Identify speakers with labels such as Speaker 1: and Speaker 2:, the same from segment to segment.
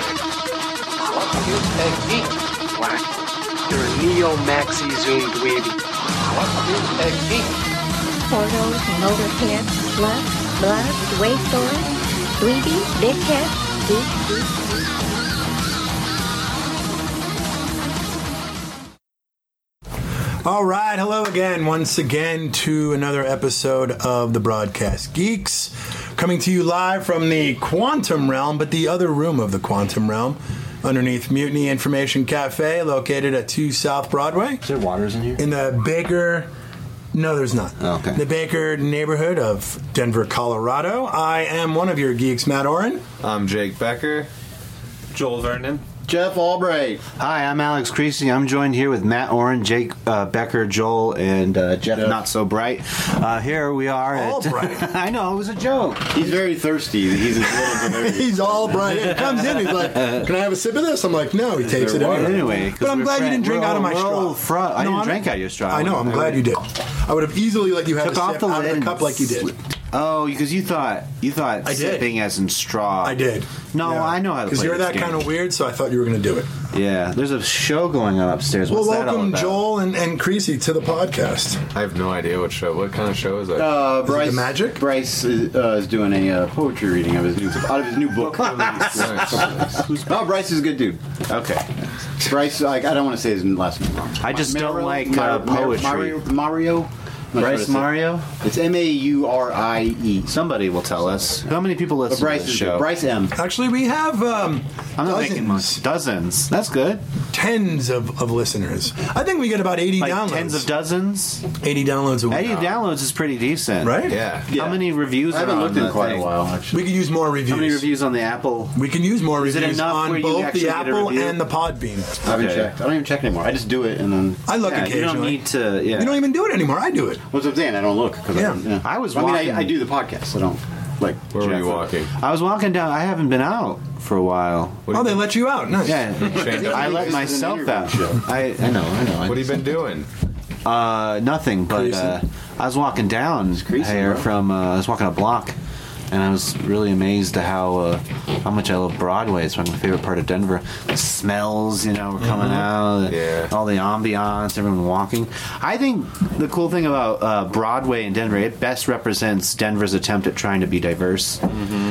Speaker 1: What is a geek?
Speaker 2: You're a neo maxi zoom dweeby.
Speaker 1: What is a geek?
Speaker 3: Portals, motorhead, slut, blood, wasteland, 3D, dickhead, geek, geek, geek.
Speaker 4: All right, hello again, once again to another episode of the Broadcast Geeks, coming to you live from the Quantum Realm, but the other room of the Quantum Realm, underneath Mutiny Information Cafe, located at Two South Broadway,
Speaker 5: Is there waters in here? Oh,
Speaker 4: in the Baker. No, there's not.
Speaker 5: Okay.
Speaker 4: The Baker neighborhood of Denver, Colorado. I am one of your geeks, Matt Oren.
Speaker 6: I'm Jake Becker. Joel Vernon.
Speaker 5: Jeff Albright.
Speaker 2: Hi, I'm Alex Creasy. I'm joined here with Matt Oren, Jake uh, Becker, Joel, and uh, Jeff Not So Bright. Uh, here we are. at-
Speaker 4: Albright.
Speaker 2: I know, it was a joke.
Speaker 5: He's very thirsty. He's a little bit thirsty.
Speaker 4: He's all bright. He comes in. He's like, "Can I have a sip of this?" I'm like, "No." He takes it
Speaker 5: there water?
Speaker 4: anyway.
Speaker 2: Anyway, 'cause
Speaker 4: but I'm
Speaker 2: we're
Speaker 4: glad you
Speaker 2: friend-
Speaker 4: didn't drink
Speaker 2: we're
Speaker 4: out of
Speaker 2: all-
Speaker 4: my
Speaker 2: we're all
Speaker 4: straw.
Speaker 2: fro- I didn't drink out of your straw.
Speaker 4: I know. I'm glad you did. I would have easily let you have
Speaker 2: Took
Speaker 4: a sip
Speaker 2: off the
Speaker 4: out
Speaker 2: lid
Speaker 4: of the
Speaker 2: and
Speaker 4: cup like you did.
Speaker 2: slipped. Oh, because you thought you thought
Speaker 4: I did.
Speaker 2: sipping as in straw.
Speaker 4: I did.
Speaker 2: No, I know how to
Speaker 4: Because
Speaker 2: play
Speaker 4: you're
Speaker 2: this
Speaker 4: that
Speaker 2: game.
Speaker 4: kind of weird, so I thought you were going to do it.
Speaker 2: Yeah, there's a show going on upstairs. What's
Speaker 4: well,
Speaker 2: that all
Speaker 4: welcome
Speaker 2: about?
Speaker 4: Joel and, and Creasy to the podcast.
Speaker 6: I have no idea what show. What kind of show is that?
Speaker 5: Uh, Bryce,
Speaker 4: the magic?
Speaker 5: Bryce is, uh, is doing a uh, poetry reading of his new, out of his new book. oh, Bryce is a good dude.
Speaker 2: Okay,
Speaker 5: Bryce, like, I don't want to say his last name wrong.
Speaker 2: I just don't like, uh, poetry.
Speaker 5: Mario. Mario I'm not sure what
Speaker 2: Bryce
Speaker 5: it's-
Speaker 2: Mario.
Speaker 5: It's M A U R I E.
Speaker 2: Somebody will tell us how many people
Speaker 5: But
Speaker 2: listen
Speaker 5: Bryce
Speaker 2: to
Speaker 5: is
Speaker 2: this show.
Speaker 5: Bryce M.
Speaker 4: Actually, we have um,
Speaker 2: I'm not making much.
Speaker 4: dozens,
Speaker 2: Dozens. That's good.
Speaker 4: tens of, of listeners. I think we get about 80
Speaker 2: Like
Speaker 4: downloads.
Speaker 2: tens of dozens.
Speaker 4: 80 downloads a week.
Speaker 2: 80 downloads is pretty decent,
Speaker 4: Right?
Speaker 6: yeah.
Speaker 5: Yeah.
Speaker 2: How many reviews?
Speaker 5: I
Speaker 2: are
Speaker 5: haven't
Speaker 2: on
Speaker 5: looked in
Speaker 2: the
Speaker 5: quite
Speaker 2: thing?
Speaker 5: a while, actually.
Speaker 4: We could use more
Speaker 2: How many
Speaker 4: reviews.
Speaker 2: reviews on the Apple?
Speaker 4: We can use more
Speaker 2: Is it
Speaker 4: reviews
Speaker 2: enough where
Speaker 4: on
Speaker 2: you
Speaker 4: both
Speaker 2: actually
Speaker 4: the
Speaker 2: get a
Speaker 4: Apple
Speaker 2: review? Uh,
Speaker 4: and the Podbean.
Speaker 5: I haven't
Speaker 2: Okay.
Speaker 5: checked. I don't even check anymore. I just do it and then.
Speaker 4: I look
Speaker 2: Yeah, you
Speaker 4: occasionally.
Speaker 2: don't need to. Yeah.
Speaker 4: You don't even do it anymore. I do it.
Speaker 5: What's up, Dan? I don't look. 'cause I,
Speaker 4: Yeah.
Speaker 5: don't-
Speaker 2: I was
Speaker 5: I mean,
Speaker 2: walking-
Speaker 5: I, I do the podcast. I don't like.
Speaker 6: Where were
Speaker 5: check
Speaker 6: you
Speaker 5: for-
Speaker 6: walking?
Speaker 2: I was walking down. I haven't been out for a while.
Speaker 6: What
Speaker 4: Oh,
Speaker 6: have
Speaker 4: they
Speaker 6: you,
Speaker 4: let you out. Nice.
Speaker 2: Yeah.
Speaker 6: Shane,
Speaker 2: I
Speaker 5: think
Speaker 2: let
Speaker 5: this is an
Speaker 2: myself
Speaker 5: interview
Speaker 2: out.
Speaker 5: show.
Speaker 2: I, I know. I know.
Speaker 6: what have you been doing?
Speaker 2: Uh, nothing. But uh, I was walking down
Speaker 5: creasing,
Speaker 2: here
Speaker 5: bro.
Speaker 2: from. Uh, I was walking a block, and I was really amazed at how uh, how much I love Broadway. It's one of my favorite part of Denver. The smells, you know, were coming
Speaker 5: Mm-hmm.
Speaker 2: out.
Speaker 6: Yeah.
Speaker 2: All the ambiance, everyone walking. I think the cool thing about uh, Broadway in Denver, it best represents Denver's attempt at trying to be diverse.
Speaker 5: Mm-hmm.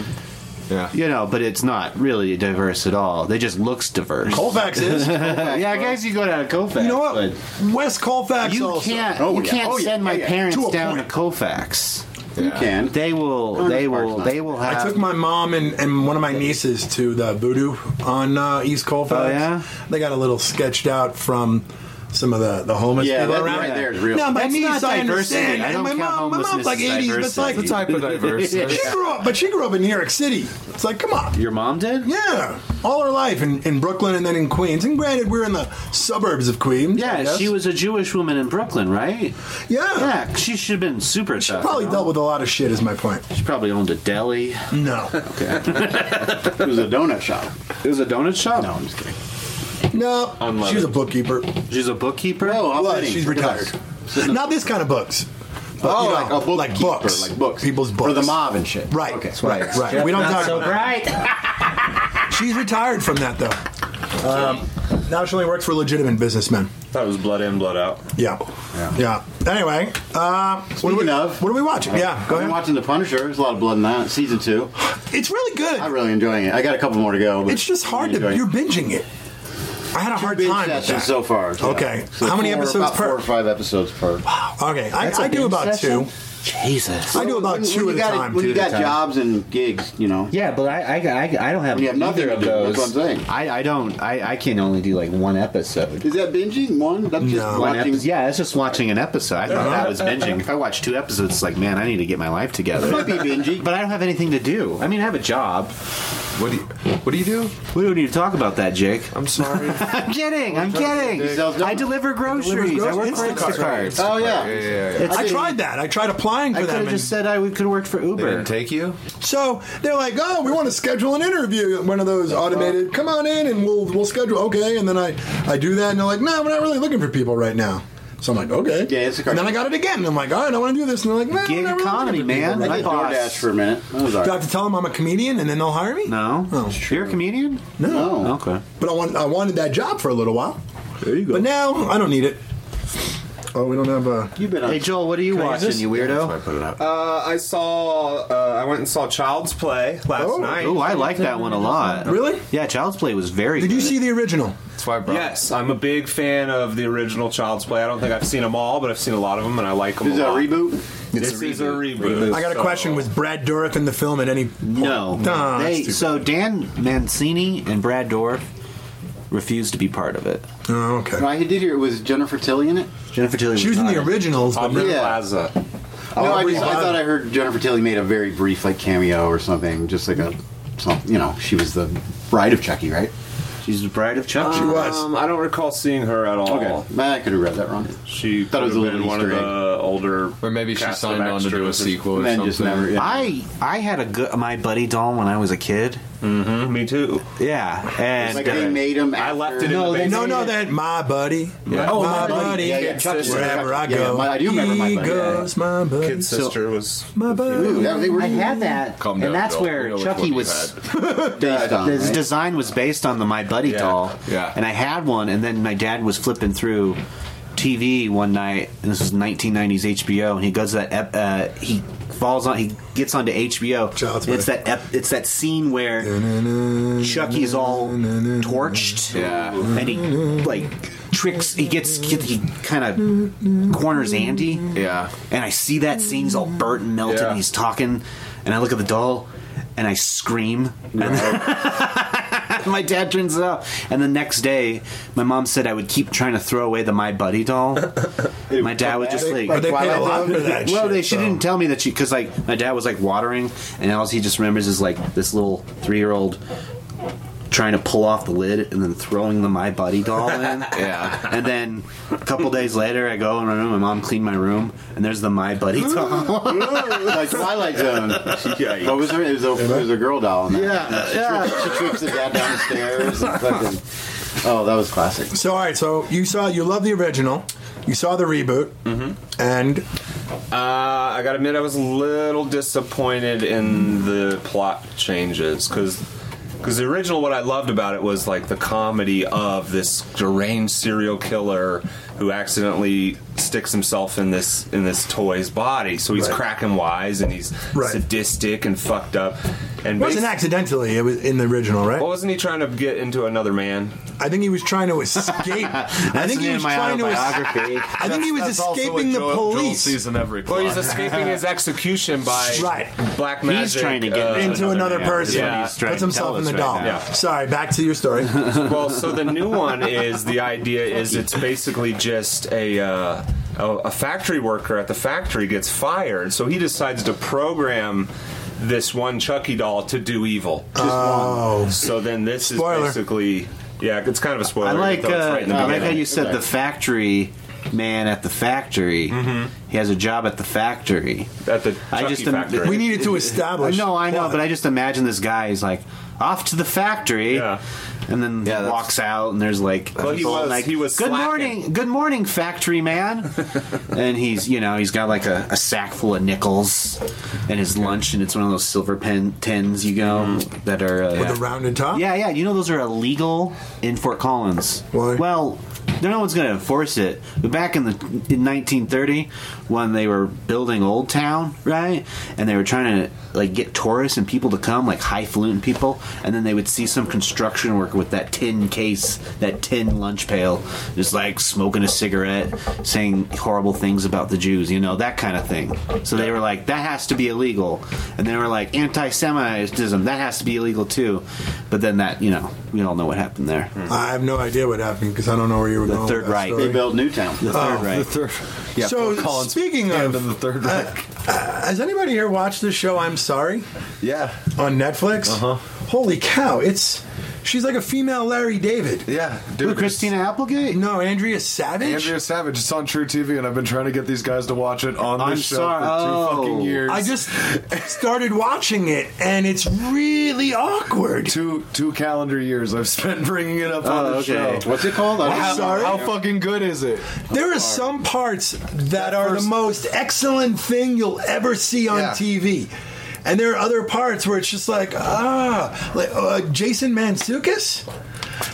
Speaker 6: Yeah.
Speaker 2: You know, but it's not really diverse at all. They just looks diverse.
Speaker 4: Colfax is.
Speaker 2: yeah, I guess you go to Colfax.
Speaker 4: You know what?
Speaker 2: but
Speaker 4: West Colfax.
Speaker 2: You
Speaker 4: also.
Speaker 2: can't.
Speaker 5: Oh,
Speaker 2: you
Speaker 5: yeah.
Speaker 2: can't
Speaker 5: Oh, yeah,
Speaker 2: send my
Speaker 5: yeah, yeah.
Speaker 2: parents
Speaker 4: To a
Speaker 2: down
Speaker 4: point.
Speaker 2: to Colfax.
Speaker 5: You
Speaker 6: Yeah.
Speaker 5: can.
Speaker 2: They will.
Speaker 5: Congress
Speaker 2: They
Speaker 5: Park's
Speaker 2: will.
Speaker 5: not.
Speaker 2: They will have.
Speaker 4: I took my mom and, and one of my nieces to the voodoo on uh, East Colfax.
Speaker 2: Oh, yeah?
Speaker 4: They got a little sketched out from some of the, the homeless
Speaker 5: Yeah,
Speaker 4: people
Speaker 5: that
Speaker 4: around.
Speaker 5: right there is real.
Speaker 4: No, my
Speaker 2: That's
Speaker 4: niece,
Speaker 2: not
Speaker 4: I
Speaker 2: diversity.
Speaker 4: understand.
Speaker 2: I
Speaker 4: And
Speaker 2: don't
Speaker 4: my,
Speaker 2: count
Speaker 4: mom, my mom's
Speaker 2: homelessness
Speaker 4: like
Speaker 2: as
Speaker 4: 80s, but it's like,
Speaker 2: diversity.
Speaker 6: The type of diversity.
Speaker 4: she grew up, but she grew up in New York City. It's like, come on.
Speaker 2: Your mom did.
Speaker 4: Yeah, all her life in, in Brooklyn and then in Queens. And granted, we're in the suburbs of Queens. I
Speaker 2: Yeah,
Speaker 4: guess.
Speaker 2: she was a Jewish woman in Brooklyn, right?
Speaker 4: Yeah.
Speaker 2: Yeah, she should have been super tough.
Speaker 4: Probably dealt with a lot of shit, is my point.
Speaker 2: She probably owned a deli.
Speaker 4: No.
Speaker 5: It was a donut shop.
Speaker 2: It was a donut shop.
Speaker 5: No, I'm just kidding.
Speaker 4: No. she was a bookkeeper.
Speaker 2: She's a bookkeeper.
Speaker 5: No, I'm
Speaker 4: Well,
Speaker 5: kidding.
Speaker 4: she's retired. Not this kind of books. But,
Speaker 5: Oh,
Speaker 4: you know,
Speaker 5: like a book,
Speaker 4: like books,
Speaker 5: like books,
Speaker 4: people's books
Speaker 5: for the mob and shit.
Speaker 4: Right,
Speaker 5: Okay.
Speaker 4: right, right. we don't talk about
Speaker 2: right.
Speaker 4: that. She's retired from that though. Um, now she only works for legitimate businessmen.
Speaker 6: That was blood in, blood out.
Speaker 4: Yeah, yeah. Anyway, uh, what, are
Speaker 5: Speaking
Speaker 4: we,
Speaker 5: of-
Speaker 4: what are we watching? Yeah,
Speaker 5: I've
Speaker 4: go
Speaker 5: been
Speaker 4: ahead.
Speaker 5: watching The Punisher. There's a lot of blood in that season two.
Speaker 4: It's really good.
Speaker 5: I'm really enjoying it. I got a couple more to go. but
Speaker 4: it's just hard to
Speaker 5: I'm enjoying
Speaker 4: you're
Speaker 5: it.
Speaker 4: binging it. I had a hard
Speaker 5: Binge
Speaker 4: time with
Speaker 5: sessions
Speaker 4: that.
Speaker 5: so far. yeah.
Speaker 4: Okay.
Speaker 5: So
Speaker 4: How many
Speaker 5: four-
Speaker 4: episodes
Speaker 5: about
Speaker 4: per? Oh,
Speaker 5: Four or five episodes per.
Speaker 4: okay, I,
Speaker 2: That's a
Speaker 4: I do
Speaker 2: binge
Speaker 4: about
Speaker 2: session?
Speaker 4: two.
Speaker 2: Jesus.
Speaker 4: I do about
Speaker 7: When- when
Speaker 4: two
Speaker 7: you
Speaker 4: at a
Speaker 7: got-
Speaker 4: time,
Speaker 7: When
Speaker 4: two
Speaker 7: you
Speaker 4: at a
Speaker 7: got
Speaker 4: time.
Speaker 7: jobs and gigs, you know.
Speaker 2: Yeah, but I I, I, I don't have
Speaker 7: When you have nothing
Speaker 2: either
Speaker 7: to
Speaker 2: of
Speaker 7: do,
Speaker 2: those.
Speaker 7: that's what I'm saying.
Speaker 2: I, I don't. I, I can only do like one episode.
Speaker 7: Is that binging? One? That's just
Speaker 4: No.
Speaker 2: One
Speaker 7: watching.
Speaker 2: episode. Yeah, it's just watching an episode. I thought that was binging. If I watch two episodes, it's like, man, I need to get my life together.
Speaker 7: It might be binging.
Speaker 2: But I don't have anything to do. I mean, I have a job.
Speaker 1: What do you, what do you do?
Speaker 2: We don't need to talk about that, Jake.
Speaker 1: I'm sorry.
Speaker 2: I'm kidding. I'm kidding.
Speaker 7: He sells donuts.
Speaker 2: I deliver groceries. I work for
Speaker 4: Instacart.
Speaker 2: Instacart.
Speaker 7: Oh yeah.
Speaker 1: yeah, yeah, yeah.
Speaker 2: It's-
Speaker 4: I tried that. I tried applying for
Speaker 2: I could
Speaker 4: them.
Speaker 2: have
Speaker 4: and-
Speaker 2: just said I could work for
Speaker 1: They
Speaker 2: Uber.
Speaker 1: didn't take you?
Speaker 4: so they're like, "Oh, we want to schedule an interview." One of those automated. Come on in, and we'll we'll schedule. Okay, and then I I do that, and they're like, "No, we're not really looking for people right now." So I'm like, "Okay."
Speaker 7: Yeah, it's a card.
Speaker 4: And then I got it again. And I'm like, "All right, I want to do this," and they're like, "No,
Speaker 2: Gig
Speaker 4: we're not really
Speaker 2: economy,
Speaker 4: looking for people right
Speaker 2: man. My
Speaker 7: I
Speaker 4: now."
Speaker 7: did
Speaker 2: boss.
Speaker 7: DoorDash for a minute. That was all
Speaker 4: Do I
Speaker 7: right.
Speaker 4: have to tell them I'm a comedian and then they'll hire me?
Speaker 2: no.
Speaker 4: Oh.
Speaker 2: You're a comedian?
Speaker 4: No.
Speaker 7: No.
Speaker 2: Okay.
Speaker 4: But I want I wanted that job for a little while.
Speaker 2: There you
Speaker 4: But now I don't need it. Oh, we don't have a.
Speaker 7: You've been on.
Speaker 2: Hey, Joel, what are you watching, you weirdo?
Speaker 5: Uh, I saw. Uh, I went and saw Child's Play last
Speaker 4: Oh.
Speaker 5: night.
Speaker 2: Ooh, I like that one a lot.
Speaker 4: Really?
Speaker 2: Yeah, Child's Play was very
Speaker 4: Did you
Speaker 2: good.
Speaker 4: see the original?
Speaker 1: That's why I brought
Speaker 5: Yes, I'm a big fan of the original Child's Play. I don't think I've seen them all, but I've seen a lot of them, and I like them.
Speaker 7: Is
Speaker 5: a
Speaker 7: that a
Speaker 5: lot.
Speaker 7: reboot?
Speaker 5: This is a reboot.
Speaker 4: I got a
Speaker 5: so-
Speaker 4: question. Was Brad Dourif in the film at any?
Speaker 2: No.
Speaker 4: Nah, that's
Speaker 2: they,
Speaker 4: stupid.
Speaker 2: so Dan Mancini and Brad Dorff refused to be part of it.
Speaker 4: Oh, okay.
Speaker 7: I did hear it was Jennifer Tilly in it.
Speaker 2: Jennifer Tilly
Speaker 4: She was in
Speaker 2: not
Speaker 4: the originals, but
Speaker 5: Aubrey
Speaker 7: Yeah.
Speaker 5: Plaza.
Speaker 7: no, I,
Speaker 4: Aubrey
Speaker 7: just, I
Speaker 4: Plaza.
Speaker 7: thought I heard Jennifer Tilly made a very brief like cameo or something, just like a, some, you know, she was the bride of Chucky, right?
Speaker 2: She's the bride of Chuck.
Speaker 4: She was.
Speaker 5: Um, I don't recall seeing her at all.
Speaker 7: Okay, I could have read that wrong.
Speaker 5: She
Speaker 7: Thought it was
Speaker 5: could've
Speaker 7: a little
Speaker 5: been one
Speaker 7: Easter
Speaker 5: of the older,
Speaker 1: Or maybe she
Speaker 5: cast
Speaker 1: signed
Speaker 5: of
Speaker 1: on to do a
Speaker 5: extras.
Speaker 1: sequel or
Speaker 7: Men
Speaker 1: something.
Speaker 7: just never. Yeah.
Speaker 2: I I had a good my buddy doll when I was a kid.
Speaker 5: Mhm, Me too.
Speaker 2: Yeah, and uh,
Speaker 7: like they made him.
Speaker 5: I
Speaker 7: after-
Speaker 5: left it in the basement.
Speaker 4: No, no, that my buddy.
Speaker 1: Yeah.
Speaker 4: Oh,
Speaker 1: Oh,
Speaker 4: my,
Speaker 7: My
Speaker 4: buddy.
Speaker 7: Buddy. Yeah, yeah, Chucky.
Speaker 4: Wherever I
Speaker 7: Yeah,
Speaker 4: go,
Speaker 7: my- I do remember My
Speaker 4: he
Speaker 7: Buddy.
Speaker 4: goes my buddy.
Speaker 5: Kid sister was.
Speaker 4: My buddy.
Speaker 7: Ooh, that- they were
Speaker 2: I had that,
Speaker 1: Calm
Speaker 2: and
Speaker 1: down,
Speaker 2: that's
Speaker 1: Joel. We
Speaker 2: where
Speaker 1: know which one
Speaker 2: Chucky
Speaker 1: you
Speaker 2: was.
Speaker 7: based on.
Speaker 2: His
Speaker 7: right?
Speaker 2: design was based on the My Buddy
Speaker 5: Yeah,
Speaker 2: doll.
Speaker 1: yeah.
Speaker 2: And I had one, and then my dad was flipping through TV one night, and this was 1990s HBO, and he goes to that ep- uh, he falls on he gets onto HBO.
Speaker 4: Child's
Speaker 2: and it's
Speaker 4: Play.
Speaker 2: that ep- it's that scene where Chucky's all torched,
Speaker 1: Yeah.
Speaker 2: and he like tricks. He gets he kind of corners Andy.
Speaker 1: Yeah.
Speaker 2: And I see that scene, he's all
Speaker 4: Mm.
Speaker 2: burnt and melted,
Speaker 1: Yeah.
Speaker 2: and he's talking, and I look at the doll, and I scream. And my dad turns it off. And the next day, my mom said I would keep trying to throw away the My Buddy doll. my dad was just like,
Speaker 4: But they paid a
Speaker 7: Twilight
Speaker 4: lot
Speaker 7: Zone.
Speaker 4: for that.
Speaker 2: well,
Speaker 4: shit,
Speaker 2: they she
Speaker 4: so.
Speaker 2: didn't tell me that she because like my dad was like watering, and all he just remembers is like this little three year old trying to pull off the lid and then throwing the my buddy doll in. yeah. And then a couple days later, I go in my room. My mom cleaned my room, and there's the my buddy doll.
Speaker 7: like Twilight Zone. What was her? It was a, it was a girl doll. In that.
Speaker 2: Yeah,
Speaker 7: she, Trips, she trips the dad down the stairs. And fucking, oh, that was classic.
Speaker 4: So all right, so you saw you love the original, you saw the reboot,
Speaker 5: Mm-hmm.
Speaker 4: and
Speaker 5: Uh, I gotta admit, I was a little disappointed in the plot changes because. Because the original, what I loved about it was like the comedy of this deranged serial killer who accidentally sticks himself in this in this toy's body. So he's cracking wise and he's
Speaker 4: Right.
Speaker 5: sadistic and fucked up. And
Speaker 4: it wasn't
Speaker 5: basi-
Speaker 4: accidentally. It was in the original, right?
Speaker 5: Well, wasn't he trying to get into another man?
Speaker 4: I think he was trying to escape. I think he was trying to. es- I think he was escaping the police.
Speaker 1: in every
Speaker 5: Well, he's escaping his execution by
Speaker 4: Right.
Speaker 5: black magic.
Speaker 2: He's trying to get
Speaker 5: uh,
Speaker 4: into another
Speaker 2: man, is what
Speaker 4: person,
Speaker 5: Yeah.
Speaker 2: he's trying
Speaker 4: puts
Speaker 2: to
Speaker 4: himself
Speaker 2: tell
Speaker 4: in
Speaker 2: us
Speaker 4: the
Speaker 2: right
Speaker 4: doll.
Speaker 2: now.
Speaker 5: now.
Speaker 4: Sorry, back to your story.
Speaker 5: well, so the new one is the idea is it's basically just a, uh, a a factory worker at the factory gets fired, so he decides to program this one Chucky doll to do evil.
Speaker 4: oh,
Speaker 5: so then this
Speaker 4: Spoiler.
Speaker 5: is basically yeah, it's kind of a spoiler.
Speaker 2: I like
Speaker 5: though it's
Speaker 2: uh,
Speaker 5: right in the
Speaker 2: I like how
Speaker 5: beginning.
Speaker 2: you said the factory man at the factory.
Speaker 5: Mm-hmm.
Speaker 2: He has a job at the factory.
Speaker 5: at the Chucky
Speaker 2: I just am-
Speaker 5: factory.
Speaker 4: we needed to establish.
Speaker 2: no, I know,
Speaker 4: plot.
Speaker 2: Oh, but I just imagine this guy is like off to the factory,
Speaker 5: Yeah.
Speaker 2: and then
Speaker 1: Yeah, that's-
Speaker 2: walks out, and there's like,
Speaker 5: Well, he was-
Speaker 2: like,
Speaker 5: he was
Speaker 2: good
Speaker 5: slacking."
Speaker 2: morning, good morning, factory man, and he's you know he's got like a, a sack full of nickels and his lunch, and it's one of those silver pen tins you go
Speaker 5: Mm-hmm.
Speaker 2: that are uh,
Speaker 4: the rounded top.
Speaker 2: yeah, yeah. You know those are illegal in Fort Collins.
Speaker 4: Why?
Speaker 2: Well, no one's going to enforce it. But back in the in 1930, when they were building Old Town, right, and they were trying to like get tourists and people to come, like highfalutin people, and then they would see some construction worker with that tin case, that tin lunch pail, just like smoking a cigarette, saying horrible things about the Jews, you know, that kind of thing. So they were like, that has to be illegal, and they were like, anti-Semitism, that has to be illegal too. But then that, you know, we all know what happened there.
Speaker 4: I have no idea what happened because I don't know where you were
Speaker 2: The
Speaker 4: going. with
Speaker 2: Third
Speaker 4: that
Speaker 2: Reich.
Speaker 4: story.
Speaker 8: They built Newtown.
Speaker 2: The third,
Speaker 4: Oh,
Speaker 2: right?
Speaker 1: The third. Yeah.
Speaker 4: So,
Speaker 1: Phil Collins
Speaker 4: speaking
Speaker 1: and
Speaker 4: of-
Speaker 1: the third
Speaker 4: Uh,
Speaker 1: Reich.
Speaker 4: uh, has anybody here watched the show? I'm sorry
Speaker 1: yeah.
Speaker 4: on Netflix.
Speaker 1: Uh-huh.
Speaker 4: Holy cow! It's she's like a female Larry David.
Speaker 1: Yeah.
Speaker 2: Who,
Speaker 1: Dude,
Speaker 2: Christina Applegate?
Speaker 4: No, Andrea Savage.
Speaker 1: Andrea Savage. It's on True TV, and I've been trying to get these guys to watch it on
Speaker 2: I'm
Speaker 1: this show
Speaker 2: sorry.
Speaker 1: for two
Speaker 2: Oh.
Speaker 1: fucking years.
Speaker 4: I just started watching it, and it's really awkward.
Speaker 1: two two calendar years I've spent bringing it up on
Speaker 2: Oh,
Speaker 1: the
Speaker 2: okay.
Speaker 1: show.
Speaker 8: What's it called? I'm
Speaker 1: How,
Speaker 4: sorry?
Speaker 1: how fucking good is it?
Speaker 4: There are some parts that are the
Speaker 1: first-
Speaker 4: most excellent thing you'll ever see on
Speaker 1: Yeah.
Speaker 4: TV. And there are other parts where it's just like, ah, like uh, Jason Mansukis?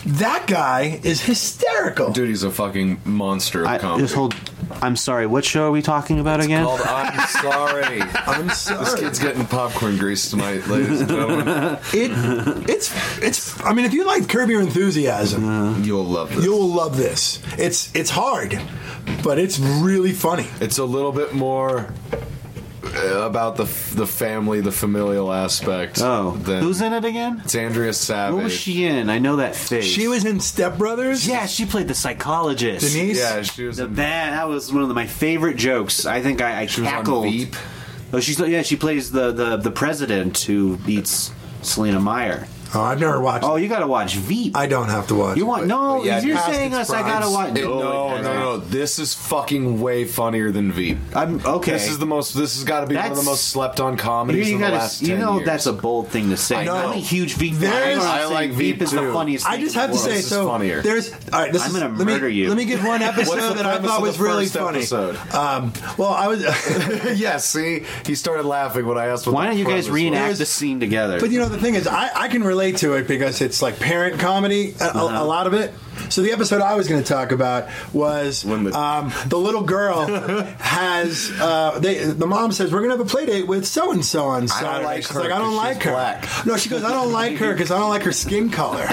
Speaker 4: That guy is hysterical.
Speaker 1: Dude, he's a fucking monster of
Speaker 2: I,
Speaker 1: comedy.
Speaker 2: this whole. I'm sorry. What show are we talking about again?
Speaker 1: Called I'm sorry.
Speaker 4: I'm
Speaker 1: this
Speaker 4: sorry.
Speaker 1: kid's getting popcorn grease tonight, ladies and gentlemen.
Speaker 4: It, it's, it's, I mean, if you like Curb Your Enthusiasm,
Speaker 1: Uh, You'll love this.
Speaker 4: you'll love this. It's, it's hard, but it's really funny.
Speaker 1: it's a little bit more uh, about the f- the family, the familial aspect.
Speaker 2: oh,
Speaker 1: than
Speaker 2: who's in it again?
Speaker 1: It's Andrea Savage.
Speaker 2: What was she in? I know that face.
Speaker 4: She was in Step Brothers.
Speaker 2: Yeah, she played the psychologist.
Speaker 4: Denise.
Speaker 1: Yeah, she was.
Speaker 2: The
Speaker 1: in,
Speaker 2: bad. That was one of my favorite jokes. I think I, I
Speaker 1: she was
Speaker 2: cackled.
Speaker 1: on Veep.
Speaker 2: Oh, she's yeah. She plays the the the president who beats Selena Meyer.
Speaker 4: Oh, I've never watched.
Speaker 2: Oh, you gotta watch Veep.
Speaker 4: I don't have to watch.
Speaker 2: you want no?
Speaker 1: yeah,
Speaker 2: you're
Speaker 4: past
Speaker 2: saying
Speaker 4: its
Speaker 2: us. I gotta
Speaker 4: prime.
Speaker 2: watch. Oh,
Speaker 1: It- no, no, no. This is fucking way funnier than Veep.
Speaker 2: I'm okay.
Speaker 1: This is the most. This has got to be one of
Speaker 2: That's-
Speaker 1: the most slept on
Speaker 2: You,
Speaker 1: comedies
Speaker 2: you
Speaker 1: in
Speaker 2: gotta-
Speaker 1: the last.
Speaker 2: you
Speaker 1: 10
Speaker 2: know
Speaker 1: years.
Speaker 2: that's a bold thing to say.
Speaker 1: I know.
Speaker 2: I'm a huge Veep. fan.
Speaker 4: There's-
Speaker 2: I'm
Speaker 1: I
Speaker 2: saying
Speaker 1: like Veep
Speaker 2: is the
Speaker 1: too.
Speaker 2: funniest.
Speaker 4: I
Speaker 2: thing
Speaker 4: just
Speaker 2: in
Speaker 4: have
Speaker 2: the
Speaker 4: to
Speaker 2: world.
Speaker 4: say,
Speaker 1: This is
Speaker 4: so
Speaker 1: funnier.
Speaker 4: there's all right. This
Speaker 2: I'm
Speaker 4: is,
Speaker 2: gonna
Speaker 4: let me-
Speaker 2: murder you.
Speaker 4: Let me give one
Speaker 1: What's
Speaker 4: episode
Speaker 1: the
Speaker 4: that I
Speaker 1: premise
Speaker 4: thought
Speaker 1: of the
Speaker 4: was really
Speaker 1: first
Speaker 4: funny.
Speaker 1: episode?
Speaker 4: Um, well, I was,
Speaker 1: yeah, see, he started laughing when I asked. What
Speaker 2: Why
Speaker 1: the
Speaker 2: don't you
Speaker 1: premise
Speaker 2: guys
Speaker 1: was.
Speaker 2: reenact the scene together?
Speaker 4: but you know the thing is, I, I can relate to it because it's like parent comedy, a, a- a, lot of it. So the episode I was going to talk about was
Speaker 9: When the-
Speaker 4: um, the little girl has uh, they, the mom says we're going to have a play date with so and so on Saturday.
Speaker 1: like
Speaker 4: she's
Speaker 1: her
Speaker 4: like I don't
Speaker 1: 'cause
Speaker 4: like
Speaker 1: she's
Speaker 4: her.
Speaker 1: black.
Speaker 4: No, she goes I don't like her because I don't like her skin color.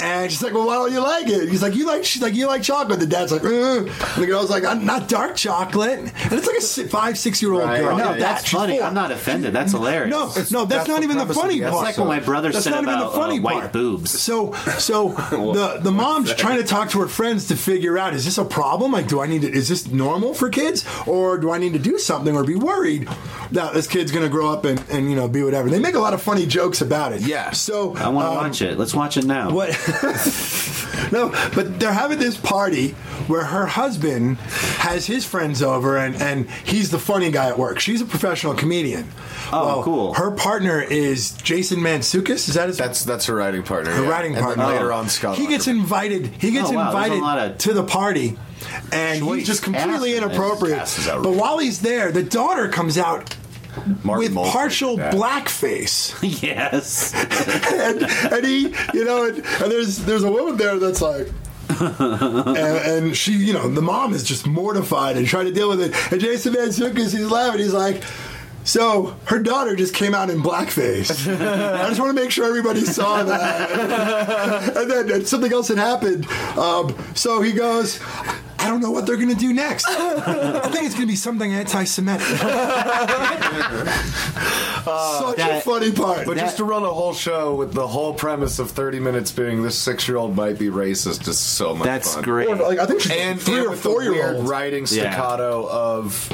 Speaker 4: And she's like, "Well, why don't you like it?" He's like, "You like." She's like, "You like chocolate." The dad's like, "Ugh." And the girl's like, "I'm not dark chocolate." And it's like a si- five, six year old
Speaker 8: Right.
Speaker 4: girl.
Speaker 2: no,
Speaker 4: Like that.
Speaker 2: that's
Speaker 4: She's
Speaker 2: funny.
Speaker 4: four.
Speaker 2: I'm not offended. That's hilarious.
Speaker 4: No,
Speaker 2: it's
Speaker 4: no, that's,
Speaker 1: that's
Speaker 4: not
Speaker 1: the
Speaker 4: even the
Speaker 1: premise of
Speaker 4: funny
Speaker 1: the
Speaker 4: part.
Speaker 1: episode.
Speaker 2: like what my brother
Speaker 4: That's
Speaker 2: said
Speaker 4: not even
Speaker 2: about
Speaker 4: the funny
Speaker 2: uh, white
Speaker 4: part.
Speaker 2: boobs.
Speaker 4: So, so the the mom's trying to talk to her friends to figure out is this a problem? Like, do I need to? Is this normal for kids, or do I need to do something, or be worried that this kid's going to grow up and, and you know be whatever? They make a lot of funny jokes about it.
Speaker 1: Yeah.
Speaker 4: So
Speaker 2: I want to
Speaker 4: um,
Speaker 2: watch it. Let's watch it now.
Speaker 4: What? no, but they're having this party where her husband has his friends over, and, and he's the funny guy at work. She's a professional comedian.
Speaker 2: Oh, cool.
Speaker 4: Her partner is Jason Mansukis. Is that his?
Speaker 1: That's that's her writing partner.
Speaker 4: her
Speaker 1: yeah.
Speaker 4: writing partner.
Speaker 1: And then later on, Scott.
Speaker 4: He gets
Speaker 1: Ackerman.
Speaker 4: invited. He gets
Speaker 2: Oh, wow, there's a
Speaker 4: invited
Speaker 2: lot of
Speaker 4: to the party, and he's
Speaker 2: choice
Speaker 4: just completely
Speaker 2: cast in this.
Speaker 4: inappropriate.
Speaker 1: Cast is
Speaker 4: But
Speaker 1: outrageous.
Speaker 4: while he's there, the daughter comes out
Speaker 1: Mark
Speaker 4: with
Speaker 1: Mulholland
Speaker 4: partial
Speaker 1: did that.
Speaker 4: blackface.
Speaker 2: yes.
Speaker 4: and, and he, you know, and, and there's there's a woman there that's like. and, and she, you know, the mom is just mortified and trying to deal with it. And Jason Van Sukas, he's laughing. He's like, "So her daughter just came out in blackface. I just want to make sure everybody saw that." and then and something else had happened. Um, so he goes, "I don't know what they're going to do next. I think it's going to be something anti-Semitic." Such a
Speaker 2: that-
Speaker 4: funny part.
Speaker 1: But just to run a whole show with the whole premise of 30 minutes being this six year old might be racist is so much
Speaker 2: That's
Speaker 1: fun.
Speaker 2: great.
Speaker 4: Or, like, I think she's like
Speaker 1: And
Speaker 4: three
Speaker 1: and
Speaker 4: or
Speaker 1: with the
Speaker 4: four year
Speaker 1: weird
Speaker 4: old.
Speaker 1: writing staccato of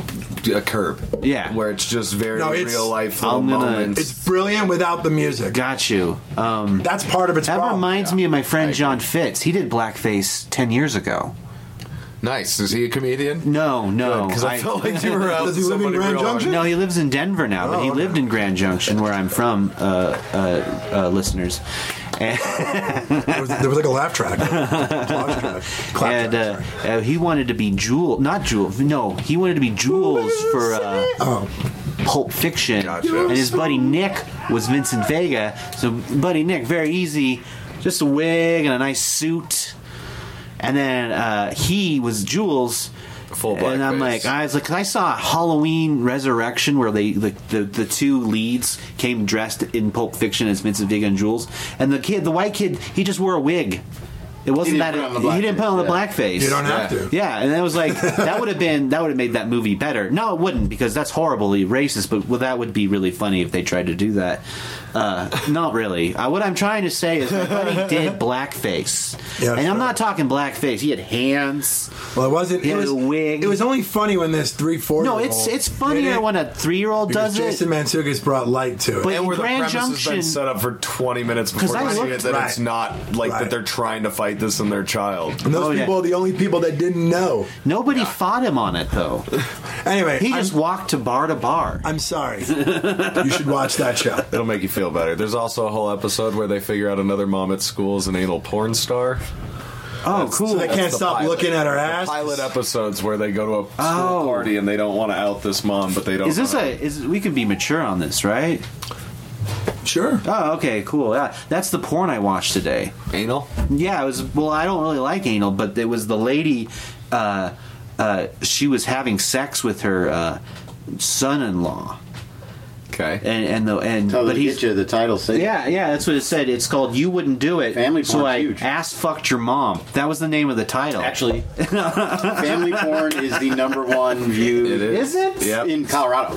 Speaker 1: a curb.
Speaker 2: Yeah.
Speaker 1: Where it's just very
Speaker 4: No, it's-
Speaker 1: real life
Speaker 2: I'm
Speaker 1: little
Speaker 2: gonna-
Speaker 1: moments.
Speaker 4: It's brilliant without the music.
Speaker 2: Got you. Um,
Speaker 4: That's part of its
Speaker 2: that
Speaker 4: problem.
Speaker 2: reminds me of my friend John Fitz. He did blackface ten years ago.
Speaker 1: nice. Is he a comedian?
Speaker 2: No, no.
Speaker 1: Because I, felt like you were Oh, out
Speaker 4: Does he live in
Speaker 1: somebody
Speaker 4: Grand
Speaker 1: real hard.
Speaker 4: Junction?
Speaker 2: No, he lives in Denver now, but he
Speaker 4: okay.
Speaker 2: lived in Grand Junction, where I'm from, uh, uh, uh, listeners. And,
Speaker 4: there, was, there was like a laugh track. Laugh track. Clap
Speaker 2: and,
Speaker 4: track,
Speaker 2: uh,
Speaker 4: sorry.
Speaker 2: uh, he wanted to be Jewel, not Jewel. No, he wanted to be Jules for uh,
Speaker 4: Oh,
Speaker 2: Pulp Fiction,
Speaker 1: Gotcha.
Speaker 2: and his buddy Nick was Vincent Vega. So, buddy Nick, very easy, just a wig and a nice suit. and then uh, he was Jules.
Speaker 10: Full
Speaker 2: and I'm
Speaker 10: blackface.
Speaker 2: like, I was like, 'cause I saw Halloween Resurrection where they the, the the two leads came dressed in Pulp Fiction as Vincent Vega and Jules, and the kid, the white kid, he just wore a wig. It wasn't
Speaker 5: didn't
Speaker 2: that
Speaker 5: put on the
Speaker 2: he didn't put on the
Speaker 5: blackface,
Speaker 2: blackface.
Speaker 4: You don't have to.
Speaker 2: Yeah, and that was like that would have been that would have made that movie better. No, it wouldn't because that's horribly racist. But well, that would be really funny if they tried to do that. Uh, not really. Uh, what I'm trying to say is my buddy did blackface,
Speaker 4: Yeah,
Speaker 2: and
Speaker 4: sure.
Speaker 2: I'm not talking blackface. He had hands.
Speaker 4: Well, it wasn't.
Speaker 2: He
Speaker 4: it
Speaker 2: had
Speaker 4: was
Speaker 2: a wig.
Speaker 4: It was only funny when this three four.
Speaker 2: No, it's it's funnier when a three year old does
Speaker 4: Oh. Jason
Speaker 2: it.
Speaker 4: Mantzoukas brought light to it.
Speaker 2: But-
Speaker 1: and where the
Speaker 2: Grand
Speaker 1: premise has
Speaker 2: Junction-
Speaker 1: been set up for 20 minutes
Speaker 2: 'Cause
Speaker 1: before
Speaker 2: I
Speaker 1: you see
Speaker 2: looked-
Speaker 1: it that it's
Speaker 4: Right.
Speaker 1: not like
Speaker 4: Right.
Speaker 1: that they're trying to fight this in their child.
Speaker 4: and those
Speaker 2: Oh, yeah.
Speaker 4: people are the only people that didn't know.
Speaker 2: Nobody fought him on it though.
Speaker 4: Anyway,
Speaker 2: He
Speaker 4: I'm,
Speaker 2: just walked to bar to bar.
Speaker 4: I'm sorry. you should watch that show.
Speaker 1: It'll make you feel better. There's also a whole episode where they figure out another mom at school is an anal porn star.
Speaker 2: Oh, cool.
Speaker 4: So they can't
Speaker 1: the
Speaker 4: stop
Speaker 1: pilot.
Speaker 4: looking at her ass.
Speaker 1: Pilot episodes where they go to a school
Speaker 2: Oh.
Speaker 1: party and they don't want to out this mom, but they don't.
Speaker 2: Is this
Speaker 1: wanna-
Speaker 2: a is we could be mature on this, right?
Speaker 4: Sure.
Speaker 2: Oh, okay, cool. Yeah, that's the porn I watched today.
Speaker 1: anal?
Speaker 2: Yeah, it was. Well, I don't really like anal, but it was the lady. Uh, uh, she was having sex with her uh, son-in-law,
Speaker 1: Okay.
Speaker 2: and and the and
Speaker 5: Oh,
Speaker 2: but
Speaker 5: but he
Speaker 2: he's
Speaker 5: you the title. Say
Speaker 2: yeah yeah that's what it said. It's called "You Wouldn't Do It."
Speaker 5: Family
Speaker 2: so
Speaker 5: porn's
Speaker 2: I
Speaker 5: huge.
Speaker 2: ass fucked your mom. That was the name of the title.
Speaker 5: Actually, family porn is the number one view.
Speaker 1: It
Speaker 2: is it?
Speaker 1: Yep.
Speaker 5: in Colorado.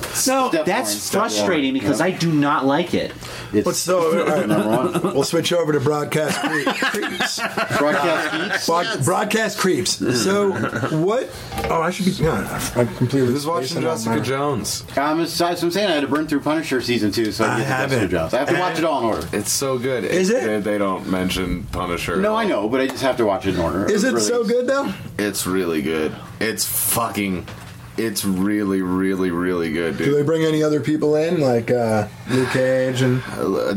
Speaker 2: No,
Speaker 5: Step porn,
Speaker 2: that's
Speaker 5: step
Speaker 2: frustrating
Speaker 5: one.
Speaker 2: because
Speaker 5: Yeah.
Speaker 2: I do not like it.
Speaker 5: It's
Speaker 4: Let's so all right,
Speaker 5: number one.
Speaker 4: we'll switch over to broadcast cre- creeps.
Speaker 5: Broadcast
Speaker 4: Broad- broadcast creeps. So what? Oh, I should be. No, I'm completely.
Speaker 1: Who's watching Jessica Jones?
Speaker 5: geeks. Um, it's- that's what I'm saying. I had to burn through Punisher season two, so
Speaker 4: I
Speaker 5: I, get the
Speaker 4: haven't.
Speaker 5: Dexter jobs. I have to
Speaker 4: I
Speaker 5: watch it all in order.
Speaker 1: It's so good.
Speaker 4: Is it?
Speaker 1: They, they don't mention Punisher. at
Speaker 5: No,
Speaker 1: all.
Speaker 5: I know, but I just have to watch it in order.
Speaker 4: Is it
Speaker 5: Really.
Speaker 4: so good though?
Speaker 1: It's really good. It's fucking. It's really, really, really good,
Speaker 4: Do they
Speaker 1: dude.
Speaker 4: bring any other people in like uh, Luke Cage and?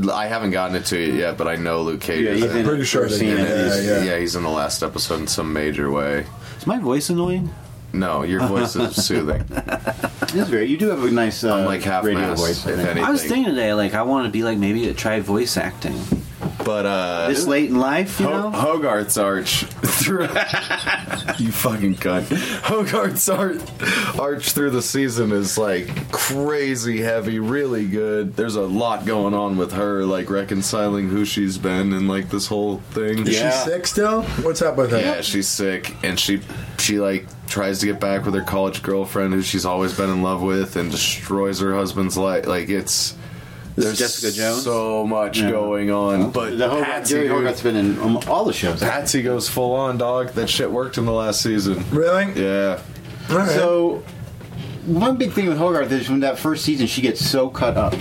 Speaker 1: I haven't gotten it to you yet, but I know Luke Cage.
Speaker 5: Yeah,
Speaker 1: is
Speaker 5: he's
Speaker 1: in
Speaker 5: in
Speaker 1: it.
Speaker 4: Pretty
Speaker 5: it.
Speaker 4: sure
Speaker 5: I've
Speaker 4: they
Speaker 5: seen
Speaker 4: did.
Speaker 5: it.
Speaker 4: Yeah,
Speaker 5: He's-
Speaker 4: yeah.
Speaker 1: yeah, he's in the last episode in some major way.
Speaker 2: Is my voice annoying?
Speaker 1: No, your voice is soothing.
Speaker 5: It is very. You do have a nice uh,
Speaker 1: I'm like half
Speaker 5: radio
Speaker 1: mast,
Speaker 5: voice. I
Speaker 1: if
Speaker 5: think.
Speaker 1: anything.
Speaker 2: I was thinking today, like I want to be like maybe try voice acting
Speaker 1: But uh,
Speaker 2: this late in life, you
Speaker 1: Ho-
Speaker 2: know.
Speaker 1: Hogarth's arch through you fucking cunt. Hogarth's arch arch through the season is like crazy heavy, really good. There's a lot going on with her, like reconciling who she's been and like this whole thing.
Speaker 4: Is
Speaker 5: Yeah.
Speaker 4: she sick still? What's up with her?
Speaker 1: Yeah, she's sick, and she she like tries to get back with her college girlfriend who she's always been in love with, and destroys her husband's life. Like it's there's
Speaker 2: Jessica Jones?
Speaker 1: so much
Speaker 5: Yeah.
Speaker 1: going on, but
Speaker 5: The Hogarth,
Speaker 1: Patsy,
Speaker 5: Jerry
Speaker 1: dude,
Speaker 5: Hogarth's been in um, all the shows.
Speaker 1: Patsy goes full on dog. That shit worked in the last season.
Speaker 4: Really?
Speaker 1: Yeah,
Speaker 4: All right.
Speaker 5: So, one big thing with Hogarth is from that first season, she gets so cut up.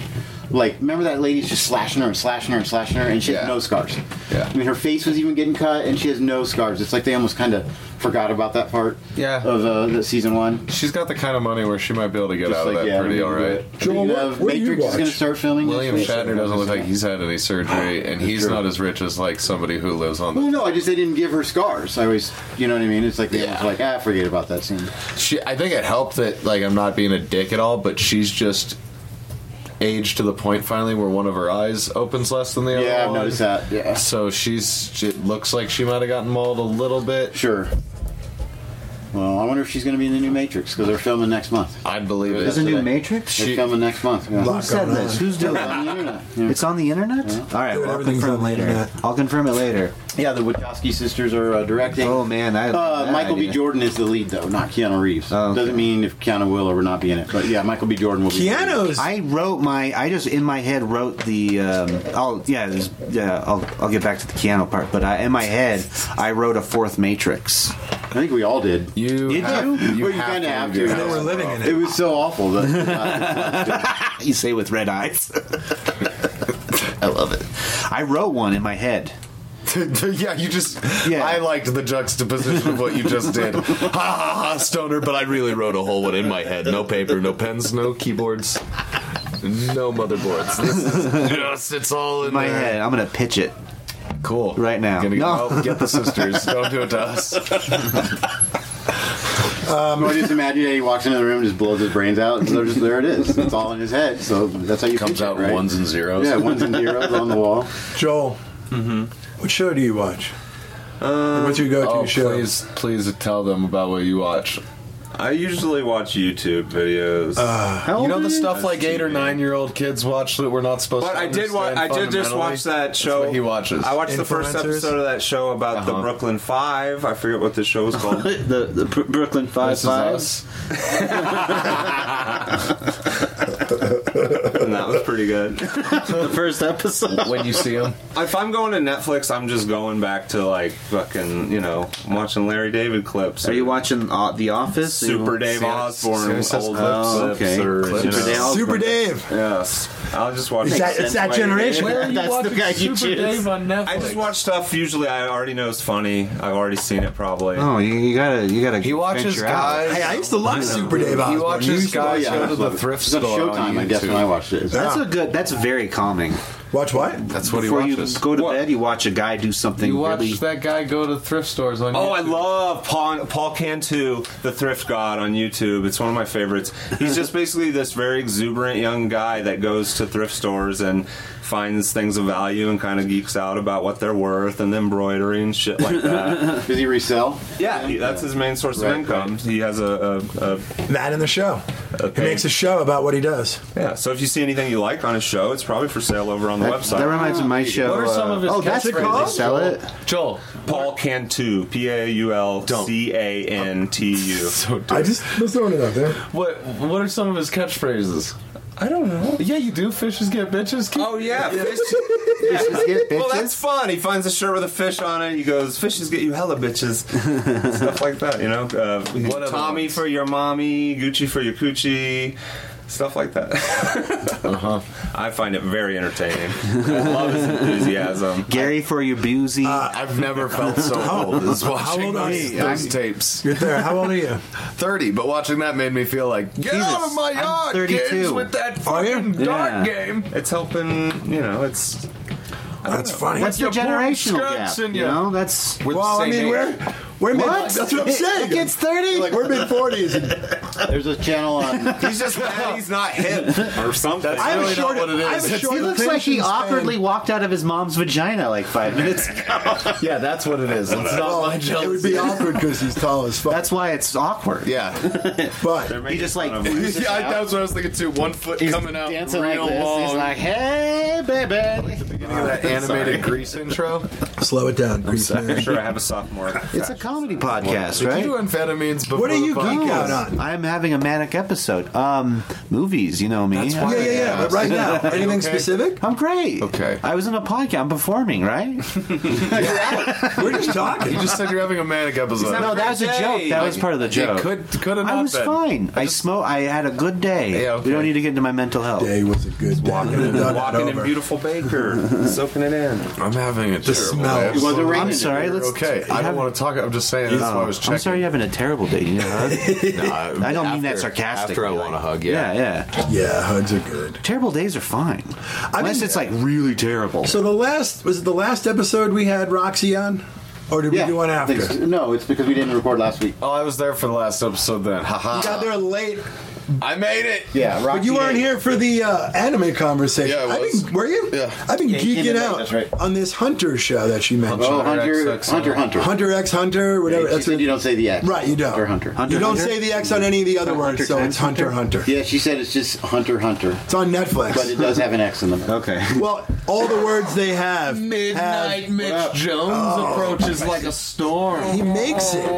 Speaker 5: Like, remember that lady's just slashing her and slashing her and slashing her, and she
Speaker 1: Yeah.
Speaker 5: has no scars.
Speaker 1: Yeah.
Speaker 5: I mean, her face was even getting cut, and she has no scars. It's like they almost kind of forgot about that part.
Speaker 1: Yeah.
Speaker 5: Of uh, the season one.
Speaker 1: she's got the kind of money where she might be able to get
Speaker 5: Just
Speaker 1: out
Speaker 5: like,
Speaker 1: of that
Speaker 5: yeah,
Speaker 1: pretty
Speaker 5: we
Speaker 1: all
Speaker 5: can do
Speaker 1: right.
Speaker 5: it.
Speaker 4: Joel,
Speaker 5: You
Speaker 4: what-
Speaker 5: have
Speaker 4: what do you
Speaker 5: Matrix is going
Speaker 4: watch?
Speaker 5: to start filming. this
Speaker 1: William
Speaker 5: week.
Speaker 1: Shatner doesn't look like he's had any surgery, and he's
Speaker 5: true.
Speaker 1: not as rich as like somebody who lives on
Speaker 5: Well,
Speaker 1: the.
Speaker 5: no, I just they didn't give her scars. I always, you know what I mean. It's like they
Speaker 1: Yeah.
Speaker 5: almost like ah, forget about that scene.
Speaker 1: She, I think it helped that like I'm not being a dick at all, but she's just aged to the point finally where one of her eyes opens less than the other.
Speaker 5: Yeah, I've
Speaker 1: one.
Speaker 5: noticed that. Yeah,
Speaker 1: So she's she looks like she might have gotten mauled a little bit.
Speaker 5: sure. Well, I wonder if she's going to be in the new Matrix because they're filming next month.
Speaker 1: I'd believe it.
Speaker 2: There's a new
Speaker 5: today.
Speaker 2: Matrix.
Speaker 5: They're
Speaker 1: She-
Speaker 5: filming next month. yeah.
Speaker 4: Lock
Speaker 2: Who said
Speaker 4: going on.
Speaker 2: this? Who's doing
Speaker 5: It's on
Speaker 2: it?
Speaker 5: the internet. Yeah.
Speaker 2: It's on the internet. All right,
Speaker 4: Dude,
Speaker 2: well, I'll
Speaker 4: everything's on
Speaker 2: confirm
Speaker 4: the
Speaker 2: later.
Speaker 4: internet.
Speaker 2: I'll confirm it later.
Speaker 5: Yeah, the Wachowski sisters are uh, directing.
Speaker 2: Oh man, I
Speaker 5: Uh,
Speaker 2: that
Speaker 5: Michael B.
Speaker 2: idea.
Speaker 5: Jordan is the lead, though, not Keanu Reeves.
Speaker 2: Oh, okay.
Speaker 5: Doesn't mean if Keanu will or not be in it, but yeah, Michael B. Jordan will be.
Speaker 4: Keanu's.
Speaker 2: I wrote my. I just in my head wrote the. Um, I'll yeah. There's, yeah. I'll I'll get back to the piano part, but I, in my head I wrote a fourth Matrix.
Speaker 5: I think we all did.
Speaker 1: you
Speaker 2: Did
Speaker 1: have,
Speaker 2: you?
Speaker 5: Well, you
Speaker 1: have
Speaker 5: kinda
Speaker 1: to
Speaker 5: have
Speaker 1: do
Speaker 5: to.
Speaker 1: that.
Speaker 4: they were living in
Speaker 5: It
Speaker 4: it.
Speaker 5: was so awful. That, uh,
Speaker 2: You say with red eyes. I love it. I wrote one in my head.
Speaker 1: yeah, you just.
Speaker 2: Yeah.
Speaker 1: I liked the juxtaposition of what you just did. ha ha ha, stoner. But I really wrote a whole one in my head. No paper, no pens, no keyboards, no motherboards. This is just it's all in
Speaker 2: In my
Speaker 1: there.
Speaker 2: head. I'm gonna pitch it.
Speaker 1: Cool.
Speaker 2: Right now.
Speaker 1: Gonna
Speaker 2: No.
Speaker 1: go get the sisters. Don't do it to us.
Speaker 5: um, I just imagine that he walks into the room, just blows his brains out, and there's, there it is. It's all in his head. So that's how you
Speaker 1: Comes
Speaker 5: pitch it,
Speaker 1: out
Speaker 5: right?
Speaker 1: ones and zeros.
Speaker 5: Yeah, ones and zeros on the wall.
Speaker 4: Joel. What show do you watch? What's your go-to
Speaker 1: oh,
Speaker 4: show?
Speaker 1: please, please tell them about what you watch.
Speaker 9: I usually watch YouTube videos.
Speaker 2: Uh,
Speaker 1: you know the stuff like eight or nine year old kids watch that we're not supposed
Speaker 9: But
Speaker 1: to.
Speaker 9: I did watch.
Speaker 1: understand
Speaker 9: I did just
Speaker 1: fundamentally?
Speaker 9: watch that
Speaker 1: That's
Speaker 9: show.
Speaker 1: what he watches.
Speaker 9: I watched the first
Speaker 4: Influencers?
Speaker 9: episode of that show about the
Speaker 1: Uh-huh.
Speaker 9: Brooklyn Five. I forget what the show was called.
Speaker 2: the the Br- Brooklyn Five
Speaker 1: This is
Speaker 2: Five.
Speaker 1: us.
Speaker 9: and that was pretty good.
Speaker 2: The first episode.
Speaker 1: when you see him.
Speaker 9: If I'm going to Netflix, I'm just going back to like fucking you know watching Larry David clips.
Speaker 2: Are you watching uh, The Office?
Speaker 9: Super
Speaker 2: You-
Speaker 9: Dave
Speaker 1: Sam-
Speaker 9: Osborne old
Speaker 1: Sam
Speaker 9: clips?
Speaker 1: says clips.
Speaker 2: Oh, okay.
Speaker 9: or,
Speaker 2: Clips.
Speaker 9: You
Speaker 2: Super
Speaker 9: know,
Speaker 2: Dale.
Speaker 4: Super Dave.
Speaker 9: yes, I'll just watch.
Speaker 4: It's that, it's that generation.
Speaker 1: Where are you
Speaker 2: That's the
Speaker 1: watching
Speaker 2: guy you
Speaker 1: Super
Speaker 2: choose.
Speaker 1: Dave on Netflix?
Speaker 9: I just watch stuff usually I already know is funny. I've already seen it probably.
Speaker 2: Oh, you, you gotta you gotta.
Speaker 1: He watches
Speaker 2: venture out.
Speaker 1: guys.
Speaker 4: Hey, I used to love Super Dave.
Speaker 1: He
Speaker 4: Osborne. You
Speaker 1: watches
Speaker 4: used to
Speaker 1: guys
Speaker 8: yeah.
Speaker 1: go to the thrift
Speaker 8: It's on
Speaker 1: store.
Speaker 8: Showtime,
Speaker 1: on
Speaker 8: I guess,
Speaker 1: YouTube.
Speaker 8: when I watched it.
Speaker 2: That's a good. That's very calming.
Speaker 4: watch what?
Speaker 1: That's what
Speaker 2: Before
Speaker 1: he
Speaker 2: you
Speaker 1: watches.
Speaker 2: go to
Speaker 9: What?
Speaker 2: bed, you watch a guy do something
Speaker 1: you watch
Speaker 2: really.
Speaker 1: that guy go to thrift stores on.
Speaker 9: Oh,
Speaker 1: YouTube.
Speaker 9: I love Paul, Paul Cantu, the thrift god on YouTube. It's one of my favorites. He's just basically this very exuberant young guy that goes to thrift stores and finds things of value and kind of geeks out about what they're worth and embroidery and shit like that.
Speaker 8: Does he resell?
Speaker 9: yeah, he- that's his main source of
Speaker 8: Right,
Speaker 9: income. He has a, a, a
Speaker 4: That in the show.
Speaker 9: Okay.
Speaker 4: He makes a show about what he does.
Speaker 9: yeah. So if you see anything you like on his show, it's probably for sale over on the
Speaker 2: That,
Speaker 9: website.
Speaker 2: that reminds me of my show.
Speaker 1: What are some of his
Speaker 2: uh, oh, that's where they
Speaker 1: catchphrases,
Speaker 2: sell it.
Speaker 1: Joel.
Speaker 9: Paul Cantu, P A U L C A N T U.
Speaker 1: So
Speaker 4: I just was throwing it out there.
Speaker 1: what? What are some of his catchphrases? I don't know. Yeah, you do. Fishes get bitches. Keep-
Speaker 9: Oh yeah, fish.
Speaker 2: get
Speaker 9: Well,
Speaker 2: bitches?
Speaker 9: that's fun. He finds a shirt with a fish on it. He goes, "Fishes get you hella bitches," stuff like that. You know, uh,
Speaker 1: What other
Speaker 9: Tommy
Speaker 1: ones?
Speaker 9: for your mommy, Gucci for your coochie, stuff like that.
Speaker 1: Uh-huh.
Speaker 9: I find it very entertaining. I love his enthusiasm.
Speaker 2: Gary for your boozy.
Speaker 1: I've never felt so old as watching
Speaker 4: old are
Speaker 1: those,
Speaker 4: you?
Speaker 1: those tapes.
Speaker 4: You're there. How old are you?
Speaker 1: 30, but watching that made me feel like, get
Speaker 2: Jesus,
Speaker 1: out of my
Speaker 2: I'm
Speaker 1: yard,
Speaker 2: 32.
Speaker 1: kids, with that
Speaker 4: Are you?
Speaker 1: fucking
Speaker 2: Yeah.
Speaker 1: dart game.
Speaker 9: It's helping. You know, it's
Speaker 4: That's funny.
Speaker 2: that's the
Speaker 1: your porn
Speaker 2: generational
Speaker 1: scraps
Speaker 2: gap.
Speaker 1: in
Speaker 2: You
Speaker 1: ya.
Speaker 2: know, that's
Speaker 1: We're the
Speaker 4: well,
Speaker 1: same
Speaker 4: I mean,
Speaker 1: age.
Speaker 4: we're we're mid. That's what I'm saying.
Speaker 2: It gets thirty.
Speaker 8: Like,
Speaker 4: we're mid forties. I
Speaker 8: There's a channel on.
Speaker 9: he's just mad he's not hip or something.
Speaker 1: That's
Speaker 4: have
Speaker 1: really
Speaker 4: a short.
Speaker 1: not what it
Speaker 4: I have
Speaker 1: is.
Speaker 4: a short
Speaker 2: He looks like he
Speaker 4: attention span.
Speaker 2: awkwardly walked out of his mom's vagina like five minutes ago.
Speaker 1: yeah, that's what it is. It's not
Speaker 4: Well,
Speaker 1: my
Speaker 4: it would
Speaker 1: jealousy.
Speaker 4: be awkward because he's tall as fuck.
Speaker 2: That's why it's awkward.
Speaker 1: Yeah.
Speaker 4: but
Speaker 2: He just like
Speaker 1: yeah, I- that's what I was thinking too. One foot coming out
Speaker 2: dancing like
Speaker 1: real
Speaker 2: this.
Speaker 1: long.
Speaker 2: He's like, "Hey, baby."
Speaker 1: Beginning of that animated Grease intro.
Speaker 4: slow it down. Grease man.
Speaker 9: sure I have a sophomore.
Speaker 2: It's a comedy podcast,
Speaker 1: Did
Speaker 2: right?
Speaker 1: you do amphetamines before
Speaker 4: What are
Speaker 1: the
Speaker 4: you geek
Speaker 1: podcast?
Speaker 4: out on?
Speaker 2: I'm having a manic episode. Um, movies, you know me.
Speaker 1: That's
Speaker 4: Yeah,
Speaker 1: why-
Speaker 4: yeah, yeah. But right now, anything
Speaker 1: Okay.
Speaker 4: specific?
Speaker 2: I'm great.
Speaker 1: Okay.
Speaker 2: I was in a podcast. I'm performing, right?
Speaker 4: We're just
Speaker 1: You
Speaker 4: talking.
Speaker 1: just said you're having a manic episode.
Speaker 2: No, that was a joke. That was part of the joke.
Speaker 1: It could could have
Speaker 2: I
Speaker 1: not
Speaker 2: was
Speaker 1: been.
Speaker 2: fine. I, smoke. I had a good day.
Speaker 1: Yeah, okay.
Speaker 2: We don't need to get into my mental health.
Speaker 4: Day was a good day.
Speaker 9: Walking, in, walking in beautiful Baker, soaking it in.
Speaker 1: I'm having a
Speaker 4: The smell.
Speaker 8: It wasn't raining.
Speaker 2: I'm sorry. Let's.
Speaker 1: Okay, I
Speaker 2: have-
Speaker 1: don't
Speaker 2: Oh,
Speaker 1: want to talk. I'm just saying. That's why I was checking. Uh,
Speaker 2: I'm sorry you're having a terrible day. You know, huh? I don't mean that sarcastically.
Speaker 1: After I
Speaker 2: like-
Speaker 1: want to hug,
Speaker 2: Yeah,
Speaker 1: yeah.
Speaker 2: yeah.
Speaker 4: Yeah, hugs are good.
Speaker 2: Terrible days are fine, unless
Speaker 4: mean-
Speaker 2: it's like really terrible.
Speaker 4: So the last was it the last episode we had Roxy on, or did we do one
Speaker 8: I
Speaker 4: after?
Speaker 8: think so. No, it's because we didn't record last week.
Speaker 1: Oh, I was there for the last episode then. Haha.
Speaker 4: You got there late,
Speaker 1: I made it.
Speaker 8: Yeah, Rocky
Speaker 4: but you weren't
Speaker 8: eight.
Speaker 4: here for the uh, anime conversation.
Speaker 1: Yeah, I
Speaker 4: have
Speaker 1: was.
Speaker 4: been, were you?
Speaker 1: Yeah.
Speaker 4: I've been
Speaker 8: Yeah, he came
Speaker 4: geeking
Speaker 8: in late,
Speaker 4: out
Speaker 8: that's right.
Speaker 4: on this Hunter show that she mentioned.
Speaker 8: Oh, Hunter,
Speaker 1: Hunter,
Speaker 8: Hunter, Hunter.
Speaker 4: Hunter X Hunter, whatever.
Speaker 8: She
Speaker 4: that's
Speaker 8: said
Speaker 4: what,
Speaker 8: you don't say the X.
Speaker 4: Right, you don't.
Speaker 8: Hunter, Hunter.
Speaker 2: Hunter.
Speaker 4: you don't say the X on any of the other
Speaker 2: Hunter
Speaker 4: words, so
Speaker 2: times
Speaker 4: it's Hunter Hunter.
Speaker 8: Yeah, she said it's just Hunter, Hunter.
Speaker 4: It's on Netflix.
Speaker 8: But it does have an X in the middle.
Speaker 2: okay.
Speaker 4: well, all the words they have.
Speaker 1: Midnight Mitch Jones
Speaker 2: oh.
Speaker 1: approaches like a
Speaker 4: have-
Speaker 1: storm.
Speaker 4: he makes it.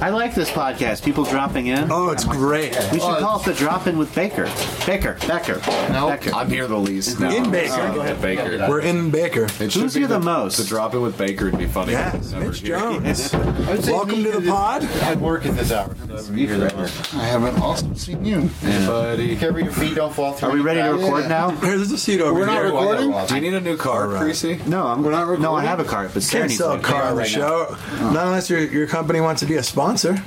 Speaker 2: I like this podcast. People dropping in.
Speaker 4: Oh, it's great.
Speaker 2: we should call it the Drop In with Baker. Baker. Becker.
Speaker 1: No,
Speaker 2: Becker.
Speaker 1: I'm here the least now.
Speaker 4: In Baker.
Speaker 1: Sorry, at Baker.
Speaker 4: We're in Baker.
Speaker 1: It
Speaker 2: Who's
Speaker 1: should be
Speaker 2: here the most?
Speaker 1: To drop it with Baker would be funny.
Speaker 4: Yeah,
Speaker 1: It's never
Speaker 4: Mitch
Speaker 1: here.
Speaker 4: Jones. Welcome to the pod.
Speaker 8: I work at this hour. I haven't also seen you.
Speaker 1: Buddy.
Speaker 8: Cover your feet, don't fall through.
Speaker 2: Are we ready to record now?
Speaker 4: Here, there's a seat over here.
Speaker 1: Do you need a new car, Creasy?
Speaker 2: No, I'm
Speaker 8: We're not
Speaker 2: No, I
Speaker 8: recording?
Speaker 2: have a cart, but Sarah
Speaker 4: Can't
Speaker 2: needs
Speaker 4: sell a
Speaker 2: one.
Speaker 4: car on the
Speaker 8: right
Speaker 4: show. Not unless your, your company wants to be a sponsor.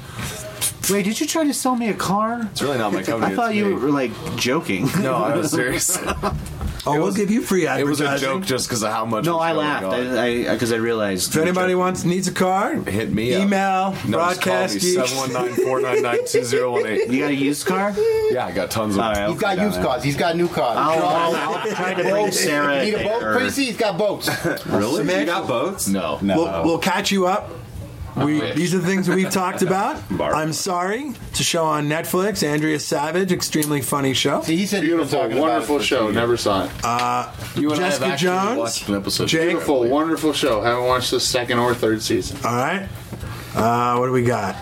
Speaker 2: Wait, did you try to sell me a car?
Speaker 1: Oh, It's really not my company.
Speaker 2: I thought
Speaker 1: it's
Speaker 2: you
Speaker 1: me.
Speaker 2: were like joking.
Speaker 1: No, I was serious.
Speaker 4: Oh, we'll give you free
Speaker 1: It was
Speaker 4: advertising.
Speaker 1: a joke just because of how much.
Speaker 2: No,
Speaker 1: was
Speaker 2: I
Speaker 1: going
Speaker 2: laughed
Speaker 1: on.
Speaker 2: I because I, realized.
Speaker 4: If anybody wants needs a card,
Speaker 1: Hit me up.
Speaker 4: Email
Speaker 1: No, just call
Speaker 4: broadcast
Speaker 1: me
Speaker 4: geeks.
Speaker 1: 719-499-2018.
Speaker 2: You got a used car?
Speaker 1: Yeah, I got tons of.
Speaker 2: All right.
Speaker 8: He's got
Speaker 2: Yeah,
Speaker 8: used
Speaker 2: man.
Speaker 8: cars. He's got new cars.
Speaker 2: I'll, I'll, I'll try to bring Sarah.
Speaker 8: Need a boat?
Speaker 2: or-
Speaker 8: Crazy. He's got boats.
Speaker 9: Really? You got boats?
Speaker 1: No, no.
Speaker 4: We'll, we'll catch you up. We,
Speaker 1: wish.
Speaker 4: these are the things we've talked about.
Speaker 9: Barf.
Speaker 4: I'm sorry. It's a show on Netflix. Andrea Savage, extremely funny show.
Speaker 8: See, he said he was
Speaker 1: Beautiful,
Speaker 8: talking
Speaker 1: wonderful
Speaker 8: about it.
Speaker 5: show. Never saw it.
Speaker 1: you and
Speaker 4: Jessica
Speaker 1: I have actually
Speaker 4: Jones?
Speaker 1: watched an episode.
Speaker 4: Jake?
Speaker 5: Beautiful, wonderful show. Haven't watched the second or third season.
Speaker 4: All right. Uh, what do we got?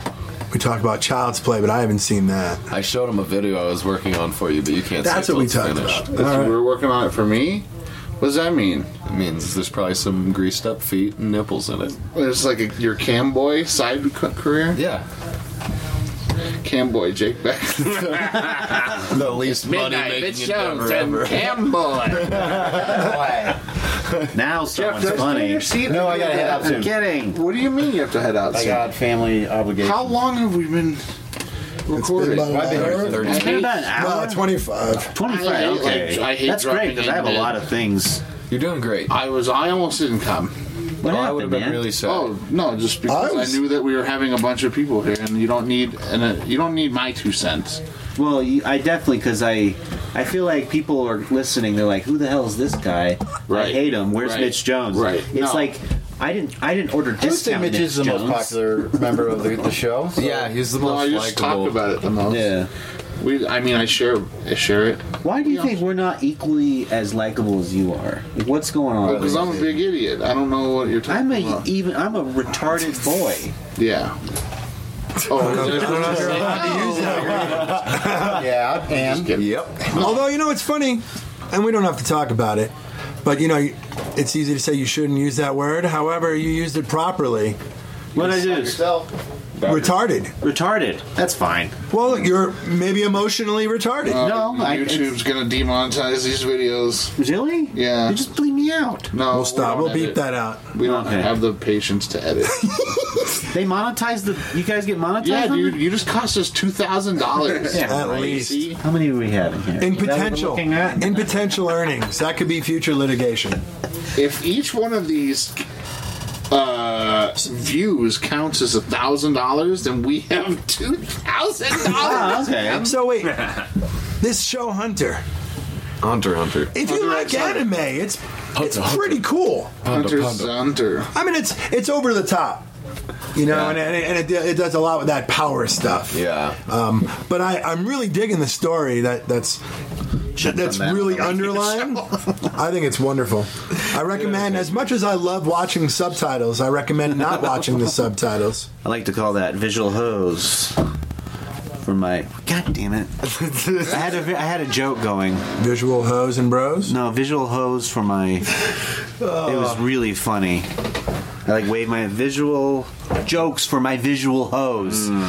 Speaker 4: We talked about Child's Play, but I haven't seen that.
Speaker 1: I showed him a video I was working on for you, but you can't.
Speaker 4: That's
Speaker 1: see it
Speaker 4: what we
Speaker 1: till
Speaker 4: talked
Speaker 1: it's finished.
Speaker 4: about. All
Speaker 5: That's-
Speaker 4: right.
Speaker 5: We're working on it for me. What does that mean?
Speaker 1: It means there's probably some greased up feet and nipples in it.
Speaker 5: It's like a, your cam boy side c- career.
Speaker 1: Yeah.
Speaker 5: Cam boy, Jake Beck.
Speaker 1: The least money making endeavor ever.
Speaker 5: cam boy.
Speaker 2: Now someone's funny.
Speaker 8: No, I gotta head out
Speaker 2: I'm
Speaker 8: soon.
Speaker 2: kidding.
Speaker 5: What do you mean you have to head out?
Speaker 8: I
Speaker 5: soon?
Speaker 8: got family obligations.
Speaker 5: How long have we been recording?
Speaker 4: about an
Speaker 5: I've been
Speaker 4: hour.
Speaker 5: here for- I
Speaker 2: It's been
Speaker 5: hate-
Speaker 2: about an hour.
Speaker 4: No, 25.
Speaker 2: 25.
Speaker 5: I hate, like,
Speaker 2: okay.
Speaker 5: I hate
Speaker 2: That's great
Speaker 5: dropping
Speaker 2: because I have a
Speaker 5: in,
Speaker 2: lot
Speaker 5: man.
Speaker 2: of things.
Speaker 1: You're doing great.
Speaker 5: I was. I almost didn't come.
Speaker 2: What
Speaker 1: Oh, I would
Speaker 2: happened,
Speaker 1: have
Speaker 2: man?
Speaker 1: been really sad.
Speaker 5: Oh no! Just because
Speaker 4: I
Speaker 5: I,
Speaker 4: was-
Speaker 5: knew that we were having a bunch of people here, and you don't need and uh you don't need my two cents.
Speaker 2: Well, you, I definitely because I, I feel like people are listening. They're like, "Who the hell is this guy? I
Speaker 5: Right.
Speaker 2: hate him. Where's
Speaker 5: Right.
Speaker 2: Mitch Jones?"
Speaker 5: Right.
Speaker 2: It's
Speaker 5: No.
Speaker 2: like I didn't. I didn't order
Speaker 8: I would say
Speaker 2: discount.
Speaker 8: Mitch
Speaker 2: Mitch
Speaker 8: is the
Speaker 2: Jones.
Speaker 8: most popular member of the, the show. so-
Speaker 1: yeah, he's the
Speaker 5: No, I
Speaker 1: most
Speaker 5: just
Speaker 1: likable.
Speaker 5: talk about it the most.
Speaker 2: Yeah.
Speaker 5: We. I mean, I share. I share it
Speaker 2: Why do you
Speaker 5: Yeah.
Speaker 2: think we're not equally as likable as you are? Like, what's going on?
Speaker 5: because Oh, I'm a big idiot. I don't know what you're talking
Speaker 2: I'm a
Speaker 5: about.
Speaker 2: even. I'm a retarded boy.
Speaker 5: yeah. Oh,
Speaker 8: Yeah, and
Speaker 1: Yep.
Speaker 4: Although, you know, it's funny, and we don't have to talk about it, but, you know, it's easy to say you shouldn't use that word. However, you used it properly.
Speaker 2: What I do?
Speaker 4: Retarded.
Speaker 2: Retarded. That's fine.
Speaker 4: Well, you're maybe emotionally retarded.
Speaker 2: no, I, it's-
Speaker 5: Uh, YouTube's gonna demonetize these videos.
Speaker 2: really.
Speaker 5: Yeah.
Speaker 2: You just bleed me out.
Speaker 5: No,
Speaker 4: we'll stop.
Speaker 5: we
Speaker 4: We'll
Speaker 5: don't
Speaker 4: beep
Speaker 5: edit.
Speaker 4: that out.
Speaker 5: We don't
Speaker 2: Okay.
Speaker 5: have the patience to edit.
Speaker 2: They monetize the. You guys get monetized.
Speaker 5: yeah,
Speaker 2: on
Speaker 5: dude, you just cost us two thousand dollars.
Speaker 2: Yeah.
Speaker 4: At least.
Speaker 2: it? How many do we have in here?
Speaker 4: In
Speaker 2: Is that what we're
Speaker 4: potential,
Speaker 2: looking at?
Speaker 4: in potential earnings, that could be future litigation.
Speaker 5: If each one of these uh, views counts as a thousand dollars, then we have two thousand
Speaker 2: Ah,
Speaker 5: dollars.
Speaker 2: okay.
Speaker 4: So wait, this show Hunter.
Speaker 1: Hunter, Hunter.
Speaker 4: If you
Speaker 5: Hunter
Speaker 4: like
Speaker 5: X Hunter.
Speaker 4: anime, it's it's
Speaker 1: Hunter.
Speaker 4: pretty cool.
Speaker 5: Hunter
Speaker 1: Panda.
Speaker 5: Hunter.
Speaker 4: I mean, it's it's over the top, you know, and, and, it, and it, do- it does a lot with that power stuff.
Speaker 1: Yeah.
Speaker 4: Um, but I, I'm really digging the story that that's that's
Speaker 2: done that
Speaker 4: really
Speaker 2: on the
Speaker 4: underlined. I think it's wonderful. I recommend as much as I love watching subtitles, I recommend not watching the subtitles.
Speaker 2: I like to call that visual hose. For my god damn it, I had a I had a joke going.
Speaker 4: Visual hoes and bros.
Speaker 2: No visual hose for my. It
Speaker 1: Oh.
Speaker 2: was really funny. I like wave my visual jokes for my visual hose.
Speaker 1: Hmm.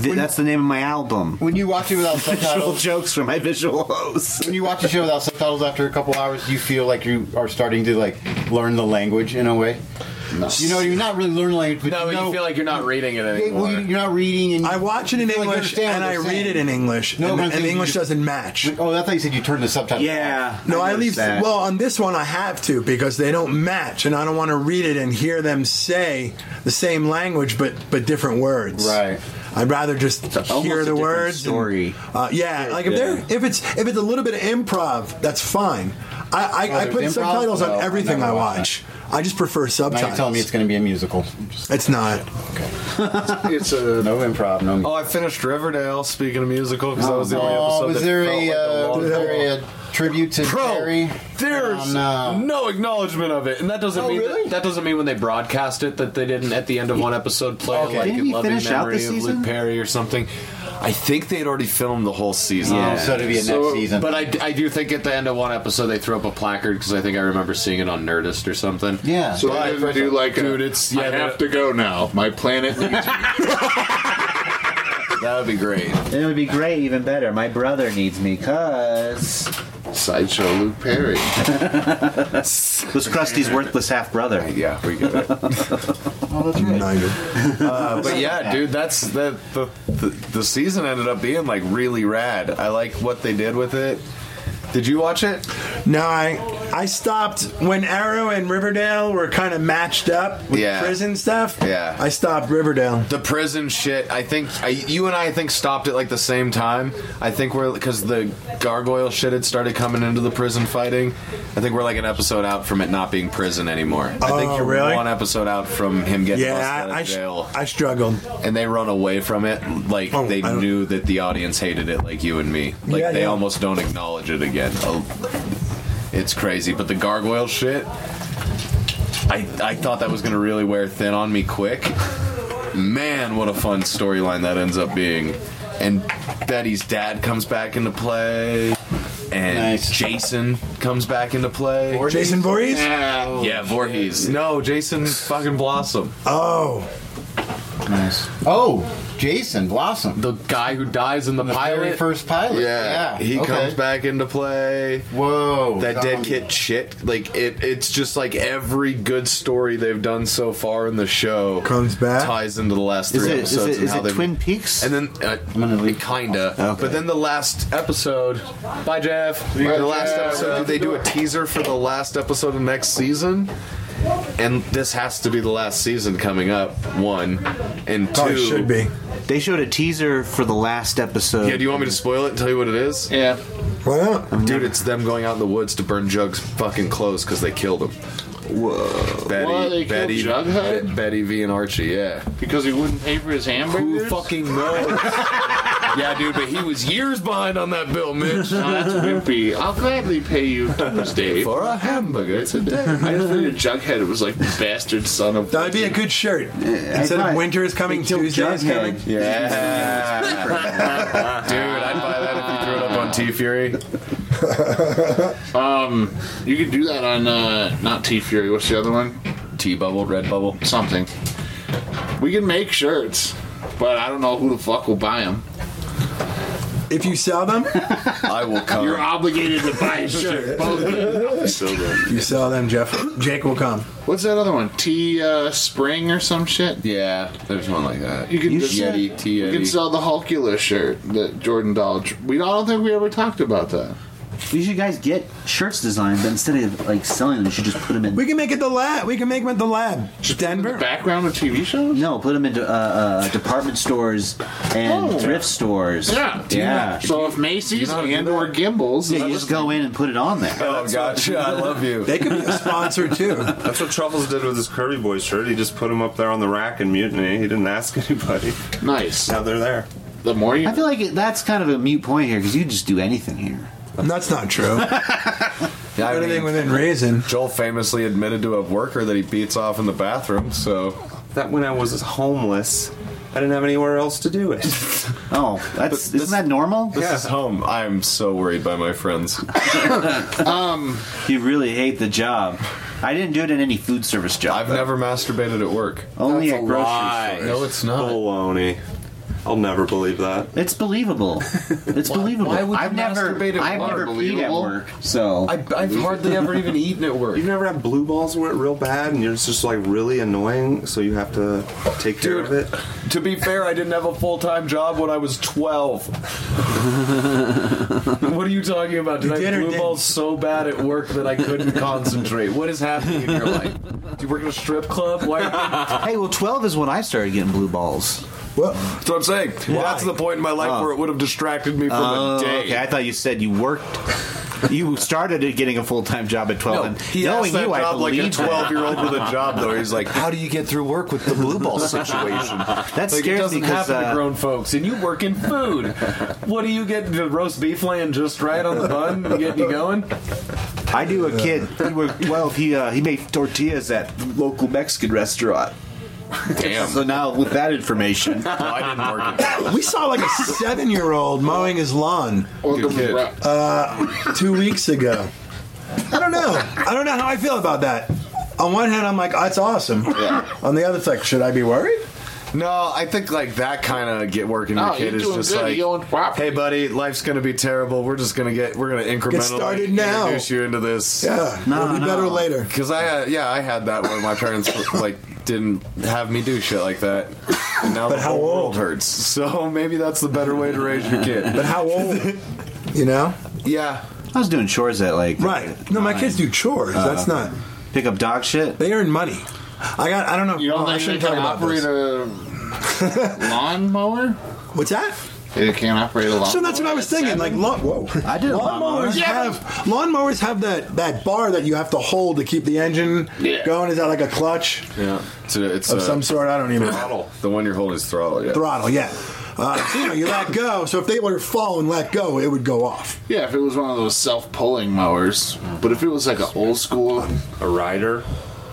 Speaker 2: Vi- that's the name of my album.
Speaker 8: when you watch it without
Speaker 2: Visual
Speaker 8: subtitles,
Speaker 2: jokes for my visual hose.
Speaker 8: when you watch a show without subtitles after a couple hours, you feel like you are starting to like learn the language in a way. You know, you're not really learning the language, but
Speaker 1: No,
Speaker 8: you,
Speaker 1: you
Speaker 8: know,
Speaker 1: feel like you're not reading it
Speaker 8: Hey, well,
Speaker 1: anymore.
Speaker 8: you- you're not reading. And you-
Speaker 4: I watch it in
Speaker 8: you feel like you
Speaker 4: English
Speaker 8: understand
Speaker 4: and
Speaker 8: what
Speaker 4: I
Speaker 8: they're
Speaker 4: read
Speaker 8: saying.
Speaker 4: it in English,
Speaker 8: No,
Speaker 4: and,
Speaker 8: but I'm
Speaker 4: and
Speaker 8: saying
Speaker 4: the
Speaker 8: you
Speaker 4: English
Speaker 8: just-
Speaker 4: doesn't match.
Speaker 8: Oh, that's how you said you turned the subtitles.
Speaker 2: Yeah.
Speaker 4: No, I, leave.
Speaker 2: noticed that.
Speaker 4: Well, on this one, I have to because they don't match, and I don't want to read it and hear them say the same language but but different words.
Speaker 8: Right.
Speaker 4: I'd rather just
Speaker 2: almost
Speaker 4: hear
Speaker 2: a
Speaker 4: the
Speaker 2: different
Speaker 4: words. and-
Speaker 2: story.
Speaker 4: uh, yeah, like if they're if it's if it's a little bit of improv, that's fine. I I,
Speaker 8: Oh,
Speaker 4: I
Speaker 8: there's
Speaker 4: put
Speaker 8: improv?
Speaker 4: subtitles
Speaker 8: No,
Speaker 4: on
Speaker 8: I
Speaker 4: everything
Speaker 8: never
Speaker 4: I
Speaker 8: watched
Speaker 4: watch. I just prefer
Speaker 8: Now
Speaker 4: subtitles.
Speaker 8: you're telling me it's going to be a musical.
Speaker 4: It's not.
Speaker 5: It's a
Speaker 8: No improv, no.
Speaker 1: Oh, I finished Riverdale. Speaking of musical, because that was the only episode.
Speaker 8: Oh, was
Speaker 1: that
Speaker 8: there
Speaker 1: felt
Speaker 8: a,
Speaker 1: like
Speaker 8: uh,
Speaker 1: long
Speaker 8: was
Speaker 1: time.
Speaker 8: there a tribute to
Speaker 1: Bro,
Speaker 8: Terry?
Speaker 1: there's
Speaker 8: Oh,
Speaker 1: no.
Speaker 8: no.
Speaker 1: acknowledgement of it, and that doesn't
Speaker 8: Oh,
Speaker 1: mean
Speaker 8: really?
Speaker 1: that, that doesn't mean when they broadcast it that they didn't at the end of one episode play
Speaker 8: Okay.
Speaker 1: like
Speaker 8: Didn't
Speaker 1: in
Speaker 2: he
Speaker 1: loving
Speaker 2: finish
Speaker 1: memory
Speaker 2: out
Speaker 1: of
Speaker 2: this season?
Speaker 1: Luke Perry or something. I think they had already filmed the whole season.
Speaker 2: Yeah.
Speaker 8: Oh, so it'll be a next
Speaker 1: So-
Speaker 8: season.
Speaker 1: But I, I do think at the end of one episode they throw up a placard because I think I remember seeing it on Nerdist or something.
Speaker 8: yeah.
Speaker 5: so I didn't do like
Speaker 1: Dude,
Speaker 5: a,
Speaker 1: it's- yeah,
Speaker 5: I have
Speaker 1: the-
Speaker 5: to go now. My planet needs me.
Speaker 1: that would be great.
Speaker 2: It would be great, even better. My brother needs me, cause
Speaker 5: Sideshow Luke Perry.
Speaker 2: was Krusty's worthless half brother.
Speaker 1: Yeah, we get it. But yeah, dude, that's the the, the the season ended up being like really rad. I like what they did with it. Did you watch it?
Speaker 4: No, I I stopped when Arrow and Riverdale were kind of matched up with
Speaker 1: Yeah.
Speaker 4: prison stuff.
Speaker 1: Yeah.
Speaker 4: I stopped Riverdale.
Speaker 1: The prison shit. I think I, you and I, I think stopped at like the same time. I think we're because the gargoyle shit had started coming into the prison fighting. I think we're like an episode out from it not being prison anymore. I think
Speaker 4: Oh,
Speaker 1: you're
Speaker 4: really?
Speaker 1: one episode out from him getting
Speaker 4: Yeah,
Speaker 1: busted out of
Speaker 4: I- I sh-
Speaker 1: jail.
Speaker 4: I struggled.
Speaker 1: and they run away from it like they
Speaker 4: I don't-
Speaker 1: knew that the audience hated it, like you and me. Like
Speaker 4: Yeah,
Speaker 1: they
Speaker 4: yeah.
Speaker 1: almost don't acknowledge it again. Oh, It's crazy, but the gargoyle shit. I, I thought that was gonna really wear thin on me quick. Man, what a fun storyline that ends up being. And Betty's dad comes back into play. And Jason comes back into play.
Speaker 4: Jason Voorhees?
Speaker 1: Yeah, Voorhees. No, Jason fucking Blossom.
Speaker 4: Oh.
Speaker 8: Nice. Oh, Jason Blossom.
Speaker 1: The guy who dies in the,
Speaker 8: Very
Speaker 1: pilot.
Speaker 8: first pilot.
Speaker 1: Yeah,
Speaker 8: Oh, Yeah.
Speaker 1: he
Speaker 8: okay.
Speaker 1: comes back into play.
Speaker 8: Whoa.
Speaker 1: That dead
Speaker 8: Um,
Speaker 1: kid shit. Like it. It's just like every good story they've done so far in the show
Speaker 4: Comes back?
Speaker 1: ties into the last
Speaker 8: Is
Speaker 1: three
Speaker 8: it- is
Speaker 1: episodes
Speaker 8: it-
Speaker 1: and
Speaker 8: is
Speaker 1: how
Speaker 8: it
Speaker 1: they
Speaker 8: Twin Peaks?
Speaker 1: And then uh,
Speaker 8: I'm gonna leave.
Speaker 1: kinda.
Speaker 8: Okay.
Speaker 1: But then the last episode. Bye, Jeff.
Speaker 8: Bye,
Speaker 1: the last
Speaker 8: Jeff.
Speaker 1: episode. They do a teaser for the last episode of next season. And this has to be the last season coming up. One and two.
Speaker 4: Oh, it should be.
Speaker 2: They showed a teaser for the last episode.
Speaker 1: Yeah. Do you want me to spoil it and tell you what it is?
Speaker 5: Yeah.
Speaker 4: Why not?
Speaker 1: Dude, it's them going out in the woods to burn Jug's fucking clothes because they killed him. Whoa. Betty,
Speaker 5: Whoa, they killed
Speaker 1: Betty,
Speaker 5: Jughead?
Speaker 1: Be- Betty V and Archie, yeah.
Speaker 5: Because he wouldn't pay for his hamburgers?
Speaker 1: knows? yeah, dude, but he was years behind on that bill, Mitch.
Speaker 5: No, that's wimpy. I'll gladly pay you Tuesday.
Speaker 1: For a hamburger, it's a day.
Speaker 5: I just figured Jughead was like bastard son of.
Speaker 4: That would be a good shirt. Instead
Speaker 8: I-
Speaker 4: of winter is coming, Tuesday is coming.
Speaker 1: Yeah. dude, I'd buy that if you threw it up on T Fury.
Speaker 5: You could do that on uh, not T Fury. What's the other one?
Speaker 1: T Bubble, Red Bubble.
Speaker 5: Something. We can make shirts, but I don't know who the fuck will buy them.
Speaker 4: If you sell them, if
Speaker 1: I will come.
Speaker 5: You're obligated to buy a shirt. both.
Speaker 4: you sell them, Jeff. Jake will come.
Speaker 5: What's that other one? T uh, Spring or some shit.
Speaker 1: yeah, there's one like that.
Speaker 5: You could just-
Speaker 1: Yeti, T
Speaker 5: You can
Speaker 1: Yeti.
Speaker 5: sell the Hulkula shirt that Jordan Dahl. dr- We I don't think we ever talked about that.
Speaker 2: You should guys get shirts designed, but instead of like selling them, you should just put them in.
Speaker 4: We can make it the lab. We can make them at the lab. Denver.
Speaker 5: Background of TV shows.
Speaker 2: No, put them into uh, uh, department stores and
Speaker 5: Oh.
Speaker 2: thrift stores.
Speaker 5: Yeah.
Speaker 2: yeah.
Speaker 5: So if Macy's and or Gimbals,
Speaker 2: Yeah, you just go in and put it on there.
Speaker 1: Oh, gotcha. I love you.
Speaker 4: They could be a sponsor too.
Speaker 9: That's what Truffles did with his Kirby Boy shirt. He just put him up there on the rack in Mutiny. He didn't ask anybody.
Speaker 5: nice.
Speaker 9: Now they're there.
Speaker 5: The more you
Speaker 2: I feel like it, that's kind of a mute point here because you just do anything here.
Speaker 4: And that's not true.
Speaker 1: Yeah, I
Speaker 4: Everything
Speaker 1: mean,
Speaker 4: within reason.
Speaker 1: Joel famously admitted to a worker that he beats off in the bathroom, so
Speaker 9: That when I was homeless, I didn't have anywhere else to do it.
Speaker 2: Oh, that's
Speaker 1: But this-
Speaker 2: isn't that normal?
Speaker 1: this is home. I'm so worried by my friends.
Speaker 2: You really hate the job. I didn't do it in any food service job.
Speaker 1: I've never masturbated at work.
Speaker 2: Only
Speaker 9: That's
Speaker 2: at
Speaker 9: a
Speaker 2: grocery
Speaker 9: lie.
Speaker 2: stores.
Speaker 1: No, it's not.
Speaker 9: Baloney. I'll never believe that.
Speaker 2: It's believable. It's believable.
Speaker 1: why would you
Speaker 2: I've never,
Speaker 1: masturbate at
Speaker 2: I've
Speaker 1: work?
Speaker 2: never peed at
Speaker 1: Believable?
Speaker 2: work. So
Speaker 1: I, I've hardly ever even eaten at work.
Speaker 9: You've never had blue balls where it real bad and you're just like really annoying, so you have to take care
Speaker 1: Dude,
Speaker 9: of it.
Speaker 1: to be fair, I didn't have a full time job when I was 12. what are you talking about? Did
Speaker 4: You
Speaker 1: I
Speaker 4: did or
Speaker 1: blue
Speaker 4: didn't?
Speaker 1: ball so bad at work that I couldn't concentrate? What is happening in your life? Do you work in a strip club? Why are you
Speaker 2: hey, well, twelve is when I started getting blue balls.
Speaker 4: Well,
Speaker 1: That's what I'm saying. That's the point in my life where it would have distracted me from
Speaker 2: Oh,
Speaker 1: a day.
Speaker 2: okay. I thought you said you worked. You started at getting a full time job at twelve, and
Speaker 1: he
Speaker 2: knowing
Speaker 1: asked that
Speaker 2: you, I
Speaker 1: job like a
Speaker 2: believe that.
Speaker 1: 12 year old with a job, though. He's like, How do you get through work with the blue ball situation?
Speaker 2: That
Speaker 1: like, it
Speaker 2: scares me
Speaker 1: doesn't
Speaker 2: 'cause,
Speaker 1: happen
Speaker 2: uh,
Speaker 1: to grown folks. And you work in food. what do you get? The roast beef laying just right on the bun and getting you going?
Speaker 2: I knew a kid. He was twelve. He uh, he made tortillas at local Mexican restaurant.
Speaker 1: Damn.
Speaker 2: So now with that information,
Speaker 1: I didn't work in
Speaker 4: we saw like a seven-year-old mowing his lawn
Speaker 5: or
Speaker 1: Good
Speaker 5: the
Speaker 1: kid.
Speaker 5: rep-
Speaker 4: two weeks ago. I don't know. I don't know how I feel about that. On one hand, I'm like, that's awesome. On the other, it's like, should I be worried?
Speaker 1: No, I think like that kind of get working
Speaker 5: No,
Speaker 1: your kid
Speaker 5: you're
Speaker 1: is
Speaker 5: doing
Speaker 1: just
Speaker 5: good.
Speaker 1: like,
Speaker 5: You're going proper.
Speaker 1: hey buddy, life's gonna be terrible. We're just gonna get, we're gonna incrementally
Speaker 4: started now.
Speaker 1: introduce you into this.
Speaker 4: Yeah, it'll be better later.
Speaker 1: Because I, uh, yeah, I had that where my parents like didn't have me do shit like that, and now
Speaker 4: But
Speaker 1: the
Speaker 4: how
Speaker 1: whole
Speaker 4: old?
Speaker 1: world hurts. So maybe that's the better way to raise your kid.
Speaker 4: But how old? you know,
Speaker 1: yeah,
Speaker 2: I was doing chores at like
Speaker 4: Right. No, my kids do chores. That's not-
Speaker 2: pick up dog shit.
Speaker 4: They earn money. I got. I don't know.
Speaker 5: You don't
Speaker 4: Oh, I
Speaker 5: think they
Speaker 4: shouldn't
Speaker 5: can
Speaker 4: talk about
Speaker 5: operate
Speaker 4: this.
Speaker 5: a lawnmower?
Speaker 4: What's that?
Speaker 5: They can't operate a lawnmower.
Speaker 4: So that's what I was thinking. Like, lawn, whoa, I
Speaker 2: did a lawnmower.
Speaker 4: lawnmowers
Speaker 2: Yeah.
Speaker 4: have lawnmowers have that that bar that you have to hold to keep the engine going. Is that like a clutch?
Speaker 1: Yeah, it's, a, it's
Speaker 4: Of
Speaker 1: a-
Speaker 4: some sort, I don't even-
Speaker 1: Throttle. The one you're holding is throttle. Yeah.
Speaker 4: Throttle, yeah. Uh, so, you know, you let go. So if they were to fall and let go, it would go off.
Speaker 5: Yeah, if it was one of those self-pulling mowers, but if it was like an old school,
Speaker 9: a rider,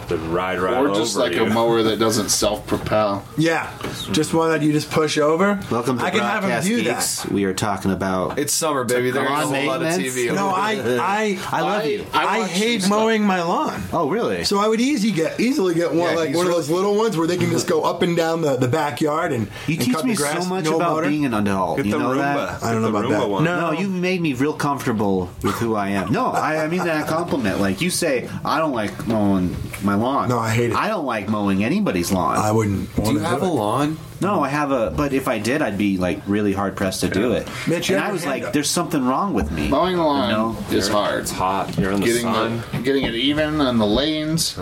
Speaker 9: the ride right
Speaker 5: or just
Speaker 9: over
Speaker 5: like
Speaker 9: you.
Speaker 5: a mower that doesn't self-propel.
Speaker 4: Yeah, just one that you just push over.
Speaker 2: Welcome to
Speaker 4: I can have 'em
Speaker 2: Broadcast
Speaker 4: do that.
Speaker 2: Geeks. We are talking about
Speaker 1: It's summer, baby. There's a
Speaker 2: Lawn
Speaker 1: whole lot of
Speaker 2: maintenance?
Speaker 1: TV.
Speaker 4: No, I, I,
Speaker 2: I love you.
Speaker 4: I, hate mowing my lawn.
Speaker 2: Oh, really?
Speaker 4: So I would easy get easily get one
Speaker 1: Yeah,
Speaker 4: like
Speaker 1: he's
Speaker 4: one of those little ones where they can just go up and down the, the backyard and
Speaker 2: You
Speaker 4: and
Speaker 2: teach
Speaker 4: cut
Speaker 2: me
Speaker 4: the grass,
Speaker 2: so much
Speaker 4: no
Speaker 2: about
Speaker 4: motor.
Speaker 2: being an adult.
Speaker 9: Get
Speaker 2: you
Speaker 9: the
Speaker 2: know
Speaker 9: Roomba.
Speaker 2: that?
Speaker 4: I don't know
Speaker 9: The
Speaker 4: about
Speaker 9: Roomba
Speaker 4: that.
Speaker 9: one.
Speaker 4: No.
Speaker 2: No, you made me real comfortable with who I am. No, I, I mean that compliment. Like you say, I don't like mowing my lawn.
Speaker 4: No, I hate it.
Speaker 2: I don't like mowing anybody's lawn.
Speaker 4: I wouldn't.
Speaker 1: Do
Speaker 4: want
Speaker 1: you
Speaker 4: to
Speaker 1: have
Speaker 4: do
Speaker 1: a
Speaker 4: it.
Speaker 1: lawn?
Speaker 2: no, I have a. But if I did, I'd be like really hard pressed to do it.
Speaker 4: Mitch, you have
Speaker 2: and I
Speaker 4: your
Speaker 2: was
Speaker 4: hand
Speaker 2: like,
Speaker 4: up.
Speaker 2: "There's something wrong with me."
Speaker 5: Mowing the lawn
Speaker 2: You know?
Speaker 5: is hard.
Speaker 9: It's hot. You're in the
Speaker 5: Getting
Speaker 9: sun.
Speaker 5: the, getting it even on the lanes.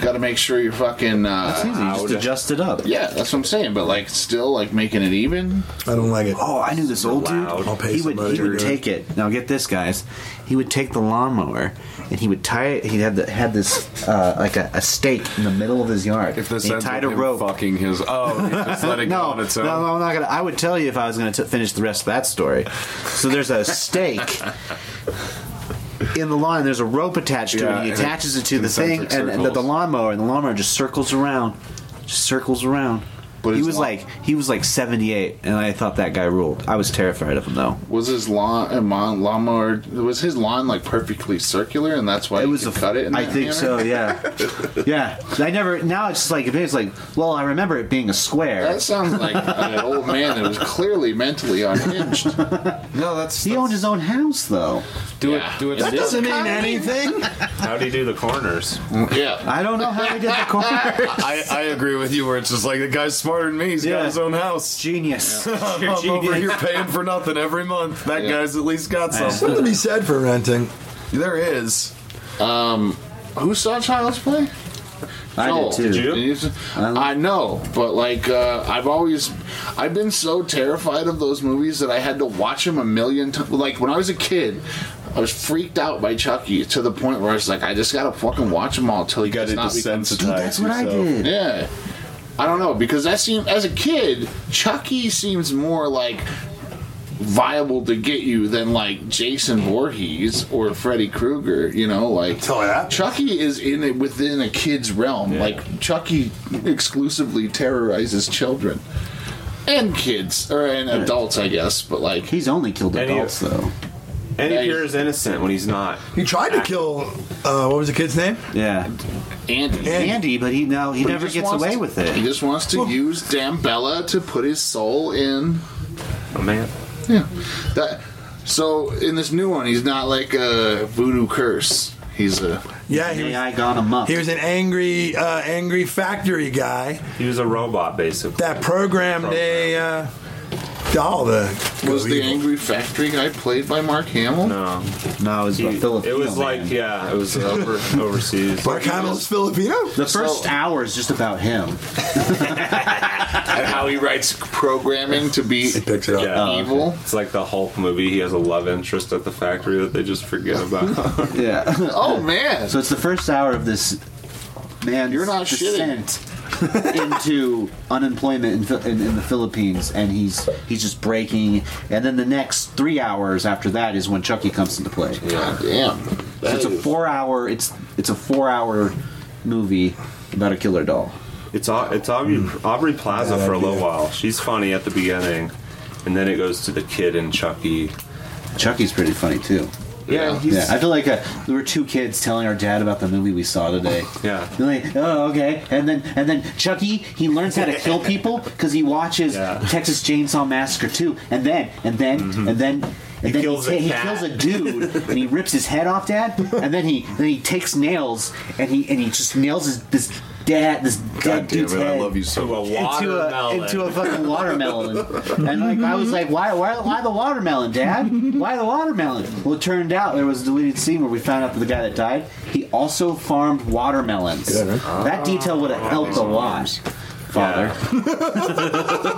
Speaker 5: Got to make sure you're fucking.
Speaker 2: It's easy.
Speaker 5: Uh,
Speaker 2: You just adjust it up.
Speaker 5: yeah, that's what I'm saying. But like, still like making it even.
Speaker 4: I don't like it.
Speaker 2: Oh, I knew this old dude.
Speaker 9: loud. I'll
Speaker 4: pay
Speaker 2: he would
Speaker 4: somebody
Speaker 2: he
Speaker 4: to
Speaker 2: would
Speaker 4: do it.
Speaker 2: take it. Now get this, guys. He would take the lawnmower and he would tie it. He had the, had this uh, like a, a stake in the middle of his yard.
Speaker 1: If this
Speaker 2: And he
Speaker 1: ends
Speaker 2: tied
Speaker 1: with
Speaker 2: a
Speaker 1: him
Speaker 2: rope.
Speaker 1: fucking his oh, just let it go
Speaker 2: No,
Speaker 1: on
Speaker 2: no,
Speaker 1: its own.
Speaker 2: no, I'm not gonna. I would tell you if I was gonna t- finish the rest of that story. So there's a stake in the lawn. There's a rope attached to it.
Speaker 1: Yeah,
Speaker 2: And he
Speaker 1: and
Speaker 2: attaches it to the
Speaker 1: concentric
Speaker 2: thing and, and the, the
Speaker 1: circles.
Speaker 2: lawnmower, and the lawnmower just circles around, just circles around.
Speaker 5: But
Speaker 2: he
Speaker 5: it's
Speaker 2: was
Speaker 5: long.
Speaker 2: like he was like 78, and I thought that guy ruled. I was terrified of him though.
Speaker 5: Was his lawn uh, mon- lawnmower? Was his lawn like perfectly circular, and that's why
Speaker 2: It
Speaker 5: you
Speaker 2: was a
Speaker 5: could cut it? In
Speaker 2: I
Speaker 5: that
Speaker 2: think
Speaker 5: manner?
Speaker 2: so. Yeah, yeah. I never. Now it's just like if it's like. Well, I remember it being a square.
Speaker 5: That sounds like an old man that was clearly mentally unhinged.
Speaker 1: No, that's,
Speaker 2: he
Speaker 1: that's-
Speaker 2: owned his own house though.
Speaker 1: do
Speaker 5: Yeah.
Speaker 1: it. Do it.
Speaker 5: That
Speaker 4: Doesn't mean anything.
Speaker 9: How do you do the corners?
Speaker 5: Yeah.
Speaker 2: I don't know how he did the corner.
Speaker 1: I, I agree with you. Where it's just like the guy's smarter than me. He's
Speaker 2: Yeah.
Speaker 1: got his own house.
Speaker 2: Genius.
Speaker 1: I'm
Speaker 2: You're
Speaker 1: over
Speaker 2: genius.
Speaker 1: here paying for nothing every month. That guy's at least got something.
Speaker 4: Something to be said for renting.
Speaker 1: There is.
Speaker 5: Who saw Child's Play?
Speaker 2: I
Speaker 5: Joel.
Speaker 2: did too.
Speaker 9: you?
Speaker 5: And he's- I know, but like uh, I've always, I've been so terrified of those movies that I had to watch them a million times. Like when I was a kid, I was freaked out by Chucky to the point where I was like, I just gotta fucking watch them all until you
Speaker 1: You got
Speaker 5: guys
Speaker 1: to
Speaker 5: not become-
Speaker 1: desensitize.
Speaker 2: That's what I
Speaker 1: yourself.
Speaker 2: did.
Speaker 5: Yeah, I don't know because that seems as a kid, Chucky seems more like viable to get you than like Jason Voorhees or Freddy Krueger. You know, like
Speaker 4: you that.
Speaker 5: Chucky is in it within a kid's realm. Like Chucky exclusively terrorizes children and kids or and adults, I guess. But like,
Speaker 2: He's only killed
Speaker 9: Any of-
Speaker 2: adults though.
Speaker 9: And he
Speaker 5: Yeah,
Speaker 9: appears innocent when he's not.
Speaker 4: He tried to kill. Uh, what was the kid's name?
Speaker 2: Yeah,
Speaker 5: Andy.
Speaker 2: Andy, but he no, he
Speaker 5: But he
Speaker 2: never
Speaker 5: just
Speaker 2: gets
Speaker 5: wants
Speaker 2: away
Speaker 5: to-
Speaker 2: with
Speaker 5: He
Speaker 2: it.
Speaker 5: just wants to use Dambella to put his soul in.
Speaker 9: Oh, man.
Speaker 5: Yeah. That. So in this new one, he's not like a voodoo curse. He's a
Speaker 4: Yeah, he was,
Speaker 2: AI gone amok.
Speaker 4: he was an angry, uh, angry factory guy
Speaker 9: He was a robot, basically.
Speaker 4: that programmed a uh, doll. The
Speaker 5: was the angry factory guy played by Mark Hamill?
Speaker 9: no.
Speaker 2: no, it was
Speaker 9: He-
Speaker 2: a Filipino.
Speaker 9: it was like,
Speaker 2: man.
Speaker 9: yeah, it was over, overseas.
Speaker 4: Mark Hamill's Filipino.
Speaker 2: The first
Speaker 5: So-
Speaker 2: hour is just about him.
Speaker 5: And how he writes programming to be
Speaker 4: Picks it up.
Speaker 9: Yeah.
Speaker 5: evil.
Speaker 9: It's like the Hulk movie. He has a love interest at the factory that they just forget about.
Speaker 2: Yeah.
Speaker 5: Oh man!
Speaker 2: so it's the first hour of this man's
Speaker 5: You're not shitting.
Speaker 2: descent into unemployment in, Phil- in, in the Philippines, and he's he's just breaking. And then the next three hours after that is when Chucky comes into play.
Speaker 5: God damn.
Speaker 2: So it's a four hour. It's it's a four hour movie about a killer doll.
Speaker 9: it's Au- it's Aubrey,
Speaker 2: Hmm.
Speaker 9: Aubrey Plaza for a little while. She's funny at the beginning, and then it goes to the kid and Chucky.
Speaker 2: Chucky's pretty funny too.
Speaker 9: Yeah, he's
Speaker 2: Yeah, I feel like uh, there were two kids telling our dad about the movie we saw today.
Speaker 9: Yeah.
Speaker 2: They're like, oh, okay. And then and then Chucky, he learns how to kill people because he watches
Speaker 9: Yeah.
Speaker 2: Texas Chainsaw Massacre 2, and then and then and then and then he, ta- he kills a dude and he rips his head off dad and then he then he takes nails and he and he just nails his, this dad this dead dude's head
Speaker 1: you so much.
Speaker 2: into a, into a fucking watermelon. and like I was like, why, why, why the watermelon, Dad? Why the watermelon? Well, it turned out there was a deleted scene where we found out that the guy that died he also farmed watermelons.
Speaker 4: Good, huh?
Speaker 2: That detail would have helped a lot, Father.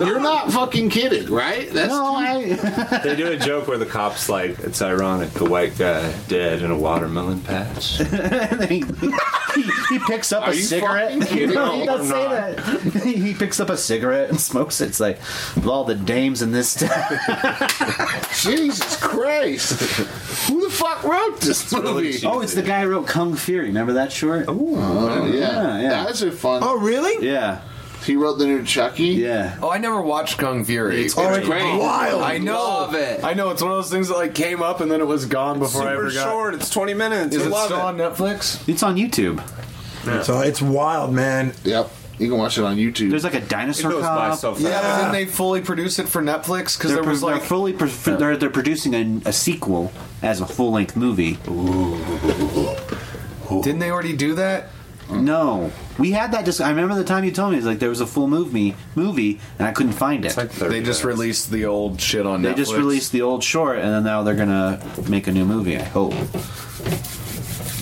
Speaker 5: You're not fucking kidding, right? That's
Speaker 2: no, I.
Speaker 11: they do a joke where the cops like, it's ironic, the white guy dead in a watermelon patch.
Speaker 2: and then he, he, he picks up
Speaker 5: Are
Speaker 2: a
Speaker 5: you
Speaker 2: cigarette.
Speaker 5: fucking kidding?
Speaker 2: he
Speaker 5: No,
Speaker 2: does say
Speaker 11: I'm
Speaker 2: that. he picks up a cigarette and smokes it. It's like, of all the dames in this town.
Speaker 5: Jesus Christ. Who the fuck wrote this movie?
Speaker 2: oh, it's the guy who wrote Kung Fury. Remember that short?
Speaker 5: Oh, yeah.
Speaker 2: Yeah, yeah.
Speaker 5: That's a fun.
Speaker 4: Oh, really?
Speaker 2: Yeah,
Speaker 5: He wrote the new Chucky?
Speaker 2: yeah.
Speaker 1: Oh, I never watched Kung Fury.
Speaker 5: It's Oh, it's great. wild.
Speaker 1: I know.
Speaker 5: Love it.
Speaker 1: I know. It's one of those things that like came up and then it was gone before I ever
Speaker 11: Super
Speaker 1: got.
Speaker 11: short. It's 20 minutes.
Speaker 1: Is
Speaker 11: I
Speaker 1: it
Speaker 11: love
Speaker 1: still on Netflix?
Speaker 2: It's on YouTube.
Speaker 4: So it's wild, man.
Speaker 5: Yep. You can watch it on YouTube.
Speaker 2: There's like a
Speaker 11: It
Speaker 2: dinosaur
Speaker 11: goes by
Speaker 2: cop.
Speaker 11: so
Speaker 1: Yeah,
Speaker 11: fast.
Speaker 1: but didn't they fully produce it for Netflix? Because
Speaker 2: they're,
Speaker 1: there was
Speaker 2: pro- they're
Speaker 1: like
Speaker 2: fully pro- they're, they're producing a, a sequel as a full length movie.
Speaker 1: Didn't they already do that?
Speaker 2: No, we had that. Just I remember the time you told me it's like there was a full movie movie and I couldn't find it.
Speaker 11: It's like 30
Speaker 1: They just
Speaker 11: minutes.
Speaker 1: released the old shit on
Speaker 2: they
Speaker 1: Netflix.
Speaker 2: just released the old short and then now they're gonna make a new movie. I hope.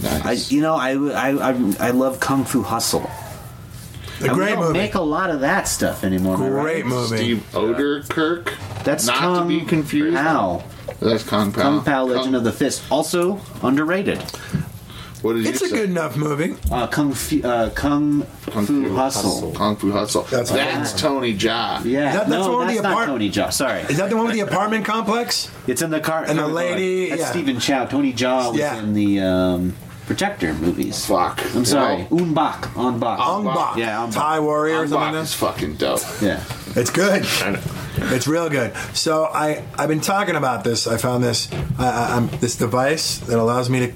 Speaker 2: I
Speaker 5: nice.
Speaker 2: you know I I I, I love Kung Fu Hustle.
Speaker 4: A
Speaker 2: And we
Speaker 4: great
Speaker 2: don't
Speaker 4: movie.
Speaker 2: make a lot of that stuff anymore. am I right?
Speaker 4: Great movie.
Speaker 5: Steve Oderkirk.
Speaker 2: That's
Speaker 5: not
Speaker 2: Kung
Speaker 5: to be confused.
Speaker 2: Pao.
Speaker 5: That's Kung Pao.
Speaker 2: Kung Pao Legend
Speaker 5: Kung-
Speaker 2: of the Fist, also underrated.
Speaker 5: What did
Speaker 4: It's
Speaker 5: you
Speaker 4: a
Speaker 5: say?
Speaker 4: good enough movie.
Speaker 2: Uh, Kung Fu, uh, Kung,
Speaker 5: Kung
Speaker 2: Fu,
Speaker 5: Fu
Speaker 2: Hustle.
Speaker 5: Kung Fu Hustle.
Speaker 4: That's
Speaker 5: That's, Tony Jaa.
Speaker 2: Yeah,
Speaker 4: That- that's
Speaker 2: no,
Speaker 4: already
Speaker 2: that's
Speaker 4: a
Speaker 2: not
Speaker 4: part-
Speaker 2: Tony Jaa. Sorry,
Speaker 4: Is that the one with the apartment complex?
Speaker 2: it's in the car.
Speaker 4: And the
Speaker 2: car-
Speaker 4: lady,
Speaker 2: That's
Speaker 4: yeah.
Speaker 2: Stephen Chow. Tony Jaa was
Speaker 4: Yeah.
Speaker 2: in the um, Protector movies.
Speaker 5: Fuck.
Speaker 2: I'm sorry,
Speaker 5: Well,
Speaker 2: Un Bak, On Bak.
Speaker 4: Ong Bak.
Speaker 2: Yeah, Ong Bak.
Speaker 4: Thai Warrior or
Speaker 5: Ong
Speaker 4: something
Speaker 5: Bak
Speaker 4: like
Speaker 5: is fucking dope.
Speaker 2: Yeah,
Speaker 4: that. It's good.
Speaker 11: I know.
Speaker 4: It's real good. So I I've been talking about this. I found this I, I, I'm, this device that allows me to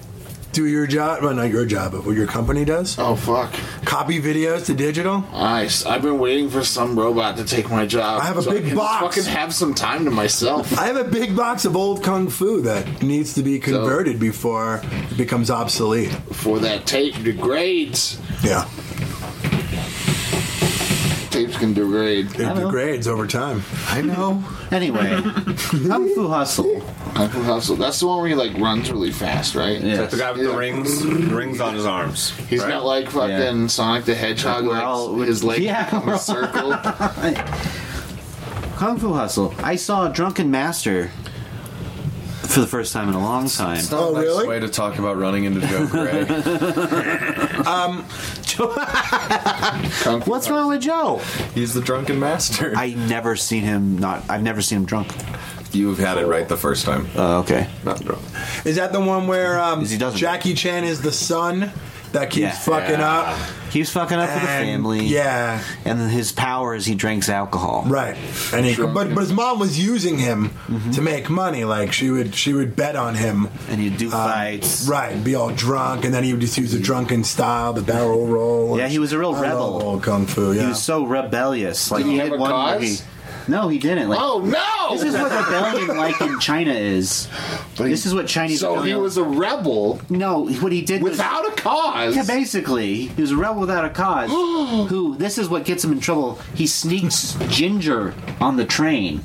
Speaker 4: do your job. Well, not your job, but what your company does.
Speaker 5: Oh fuck.
Speaker 4: Copy videos to digital.
Speaker 5: Nice. I've been waiting for some robot to take my job.
Speaker 4: I have a
Speaker 5: so
Speaker 4: big
Speaker 5: I can
Speaker 4: box.
Speaker 5: Fucking have some time to myself.
Speaker 4: I have a big box of old kung fu that needs to be converted before it becomes obsolete.
Speaker 5: before that tape degrades.
Speaker 4: Yeah,
Speaker 5: Tapes can degrade.
Speaker 4: it degrades over time.
Speaker 5: I know.
Speaker 2: Anyway, Kung Fu Hustle.
Speaker 5: Kung Fu Hustle. That's the one where he like runs really fast, right?
Speaker 2: Yeah.
Speaker 11: Like the guy with
Speaker 5: Yeah.
Speaker 11: the rings, rings on his arms.
Speaker 5: He's
Speaker 11: right?
Speaker 5: not like fucking Sonic the Hedgehog,
Speaker 2: We're
Speaker 5: like
Speaker 2: all-
Speaker 5: his legs
Speaker 2: Yeah,
Speaker 5: become
Speaker 2: we're
Speaker 5: a
Speaker 2: all-
Speaker 5: circle.
Speaker 2: Kung Fu Hustle. I saw a drunken master for the first time in a long time.
Speaker 1: It's not
Speaker 4: Oh,
Speaker 1: a nice
Speaker 4: really?
Speaker 1: way to talk about running into Joe Gray.
Speaker 5: Kung Fu
Speaker 2: What's wrong with Joe?
Speaker 1: He's the drunken master.
Speaker 2: I never seen him not. I've never seen him drunk.
Speaker 1: You've had it right the first time.
Speaker 2: Oh, okay.
Speaker 1: Not drunk.
Speaker 4: Is that the one where um,
Speaker 2: Is he doesn't-
Speaker 4: Jackie Chan is the son that keeps
Speaker 2: Yeah.
Speaker 4: fucking
Speaker 1: Yeah.
Speaker 4: up?
Speaker 2: He was fucking up with the
Speaker 4: And-
Speaker 2: family.
Speaker 4: Yeah,
Speaker 2: And then his power is he drinks alcohol.
Speaker 4: right. And he,
Speaker 5: Sure.
Speaker 4: but, but his mom was using him to make money. Like she would, she would bet on him.
Speaker 2: Mm-hmm. And he'd do
Speaker 4: um,
Speaker 2: fights.
Speaker 4: right? Be all drunk, and then he would just use a drunken style, the barrel roll.
Speaker 2: Yeah, he was a real
Speaker 4: I
Speaker 2: rebel.
Speaker 4: love old kung fu. Yeah,
Speaker 2: He was so rebellious. Like
Speaker 5: he
Speaker 2: he
Speaker 5: have
Speaker 2: had
Speaker 5: a
Speaker 2: one
Speaker 5: cause?
Speaker 2: movie. No, he didn't. Like
Speaker 5: Oh no!
Speaker 2: this is what rebellion like in China is.
Speaker 5: he-
Speaker 2: This is what Chinese.
Speaker 5: so he
Speaker 2: rebellion-
Speaker 5: was a rebel
Speaker 2: no. What he did was-
Speaker 5: without a cause.
Speaker 2: Yeah, basically, he was a rebel without a cause. who? This is what gets him in trouble. He sneaks ginger on the train.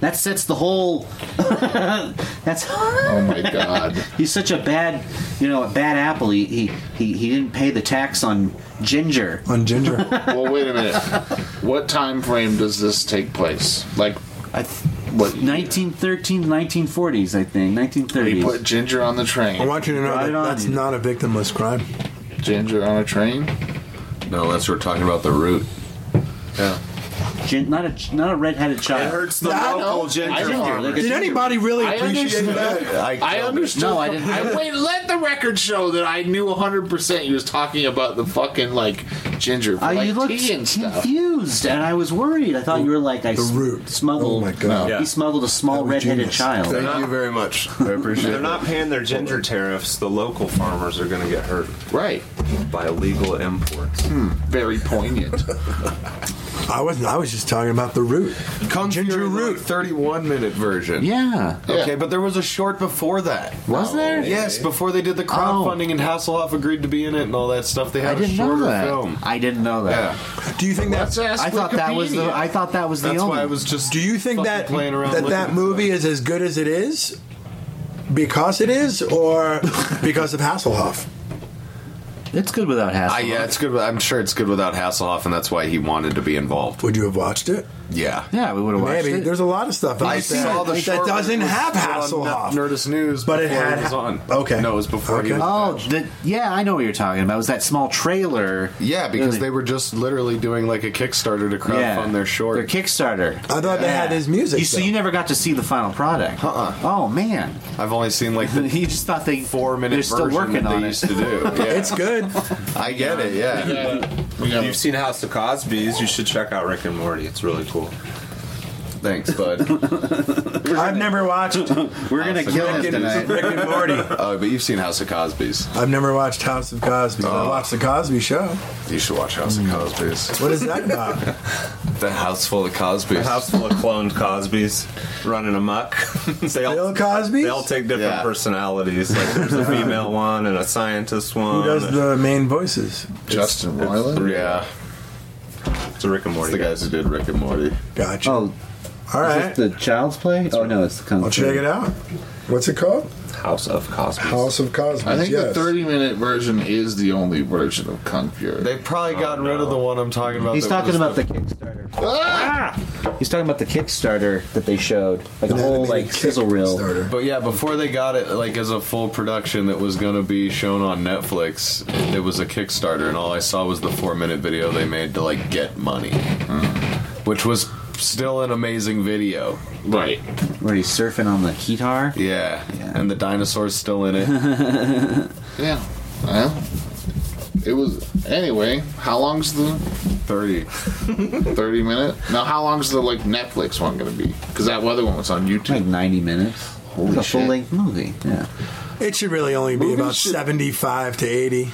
Speaker 2: That sets the whole. that's.
Speaker 5: oh my god.
Speaker 2: He's such a bad, you know, a bad apple. He he he, he didn't pay the tax on ginger.
Speaker 4: on ginger.
Speaker 5: Well, wait a minute. What time frame does this take place? Like,
Speaker 2: I th-
Speaker 5: What?
Speaker 2: 1913, 1940s, I think.
Speaker 5: he
Speaker 2: 1930s.
Speaker 5: put Ginger on the
Speaker 4: I
Speaker 5: train.
Speaker 4: want you to know
Speaker 2: Right
Speaker 4: that
Speaker 2: on.
Speaker 4: that's not a victimless crime.
Speaker 5: Ginger on a train?
Speaker 1: No, unless we're talking about the root. Yeah.
Speaker 2: Gin- not a not a red-headed
Speaker 11: It
Speaker 2: child.
Speaker 11: hurts the
Speaker 4: Yeah, I
Speaker 11: local
Speaker 5: know.
Speaker 11: ginger
Speaker 5: I know.
Speaker 11: farmer.
Speaker 2: Look
Speaker 4: Did anybody really
Speaker 5: I
Speaker 4: appreciate
Speaker 5: understand.
Speaker 4: that?
Speaker 1: I,
Speaker 5: I understood.
Speaker 2: No, I didn't.
Speaker 5: wait. Let the record show that I knew 100 percent he was talking about the fucking like
Speaker 12: ginger for
Speaker 2: Uh,
Speaker 12: like
Speaker 2: you looked
Speaker 12: tea and stuff.
Speaker 2: confused, and I was worried. I thought you were like I
Speaker 12: The
Speaker 2: s-
Speaker 12: root.
Speaker 2: smuggled.
Speaker 12: Oh my God.
Speaker 2: no,
Speaker 12: Yeah.
Speaker 2: He smuggled a small red-headed child.
Speaker 5: They're not-
Speaker 1: very much. I appreciate
Speaker 5: They're not paying their ginger tariffs. The local farmers are going to get hurt.
Speaker 12: Right.
Speaker 5: By illegal imports.
Speaker 1: Hmm,
Speaker 12: Very poignant.
Speaker 4: I was I was just talking about the root.
Speaker 1: Kung Ginger Root, 31 minute version.
Speaker 2: Yeah.
Speaker 1: Okay,
Speaker 12: Yeah.
Speaker 1: but there was a short before that.
Speaker 2: Was there?
Speaker 1: Yes, before they did the
Speaker 5: Oh.
Speaker 1: crowdfunding and Hasselhoff agreed to be in it and all that stuff, they
Speaker 2: I
Speaker 1: had a
Speaker 2: didn't know
Speaker 1: shorter
Speaker 2: that.
Speaker 1: film.
Speaker 2: I didn't know that.
Speaker 1: Yeah.
Speaker 4: Do you think that's
Speaker 12: Let's ask
Speaker 2: I thought that was the.
Speaker 12: Wikipedia.
Speaker 2: I thought that was the
Speaker 1: That's
Speaker 2: only.
Speaker 1: why I was just
Speaker 4: Do you think
Speaker 1: fucking
Speaker 4: that
Speaker 1: playing around
Speaker 4: that,
Speaker 1: looking
Speaker 4: that
Speaker 1: at
Speaker 4: movie is as good as it is because it is, or because of Hasselhoff?
Speaker 2: it's good without hassle.
Speaker 1: Ah, yeah, it's good. with- I'm sure it's good without Hasselhoff, and that's why he wanted to be involved.
Speaker 4: Would you have watched it?
Speaker 1: Yeah.
Speaker 2: Yeah, we would have watched
Speaker 4: Maybe
Speaker 2: it.
Speaker 4: there's a lot of stuff out
Speaker 1: I
Speaker 4: there
Speaker 1: saw the
Speaker 4: that
Speaker 1: short
Speaker 4: doesn't
Speaker 1: when it was
Speaker 4: have
Speaker 1: still on
Speaker 4: Hasselhoff.
Speaker 1: Nerdist News,
Speaker 4: But it
Speaker 1: before
Speaker 4: had
Speaker 1: he was
Speaker 4: Ha-
Speaker 1: on.
Speaker 4: okay.
Speaker 1: No, it was before he
Speaker 4: Okay.
Speaker 1: was
Speaker 2: Oh,
Speaker 1: back.
Speaker 2: the, yeah, I know what you're talking about. It was that small trailer?
Speaker 1: Yeah, because
Speaker 2: Really?
Speaker 1: they were just literally doing like a Kickstarter to crowdfund
Speaker 2: yeah,
Speaker 1: their short.
Speaker 2: their Kickstarter.
Speaker 4: I thought they had his music.
Speaker 2: You, so
Speaker 4: though.
Speaker 2: you never got to see the final product.
Speaker 1: Uh-uh.
Speaker 2: Oh man,
Speaker 1: I've only seen like the
Speaker 2: you just thought they
Speaker 1: four minute
Speaker 2: They're
Speaker 1: version
Speaker 2: still working
Speaker 1: that
Speaker 2: on
Speaker 1: they
Speaker 2: it.
Speaker 1: used to do. Yeah.
Speaker 4: it's good.
Speaker 1: I get it. Yeah.
Speaker 12: We got-
Speaker 5: If you've seen House of Cosby's, you should check out Rick and Morty. It's really cool.
Speaker 1: Thanks, bud.
Speaker 4: I've never watched.
Speaker 2: We're gonna
Speaker 1: House of
Speaker 2: kill him
Speaker 1: Cosby.
Speaker 2: tonight.
Speaker 4: Rick and Morty.
Speaker 1: Oh, but you've seen House of Cosby's.
Speaker 4: I've never watched House of Cosby. but I
Speaker 1: Oh.
Speaker 4: watched the Cosby Show.
Speaker 1: You should watch House of
Speaker 2: Mm.
Speaker 1: Cosby's.
Speaker 4: What is that about?
Speaker 1: The house full of
Speaker 5: A
Speaker 1: Cosby's.
Speaker 5: house full of cloned Cosbys running amok. they,
Speaker 4: Bill
Speaker 5: all,
Speaker 4: Cosby.
Speaker 5: they all take different
Speaker 1: Yeah.
Speaker 5: personalities. Like there's a female one and a scientist one.
Speaker 4: Who does the main voices?
Speaker 12: Justin Roiland.
Speaker 1: Yeah,
Speaker 5: It's a Rick and
Speaker 1: it's
Speaker 5: Morty.
Speaker 1: the guys who did Rick and Morty.
Speaker 4: Gotcha.
Speaker 2: Oh,
Speaker 4: all
Speaker 2: is
Speaker 4: right.
Speaker 2: this the Child's Play? Oh no, it's the Kung
Speaker 4: I'll
Speaker 2: Fu.
Speaker 4: check it out. What's it called?
Speaker 5: House of Cosby's.
Speaker 4: House of Cosby.
Speaker 12: I think
Speaker 4: yes.
Speaker 12: the 30 minute version is the only version of Kung Fury.
Speaker 1: They've probably gotten rid of the one I'm talking about.
Speaker 2: He's
Speaker 1: that
Speaker 2: talking
Speaker 1: was
Speaker 2: about the Kickstarter. Ah! He's talking about the Kickstarter that they showed, like a whole like sizzle reel.
Speaker 4: Kickstarter.
Speaker 1: But yeah, before they got it like as a full production that was going to be shown on Netflix, it was a Kickstarter, and all I saw was the four-minute video they made to like get money,
Speaker 12: Hmm.
Speaker 1: which was still an amazing video.
Speaker 12: Right.
Speaker 2: Where he's surfing on the guitar.
Speaker 1: Yeah, and the dinosaur's still in it.
Speaker 12: Yeah. Well, it was. Anyway, how long's the
Speaker 1: Thirty.
Speaker 12: 30 minute? Now, how long's the like Netflix one gonna be? Because that other one was on
Speaker 2: like
Speaker 12: YouTube.
Speaker 2: 90 minutes.
Speaker 12: Holy
Speaker 2: It's a
Speaker 12: shit.
Speaker 2: full length movie. Yeah.
Speaker 4: It should really only be
Speaker 12: Movies
Speaker 4: about
Speaker 12: should-
Speaker 4: 75 to 80.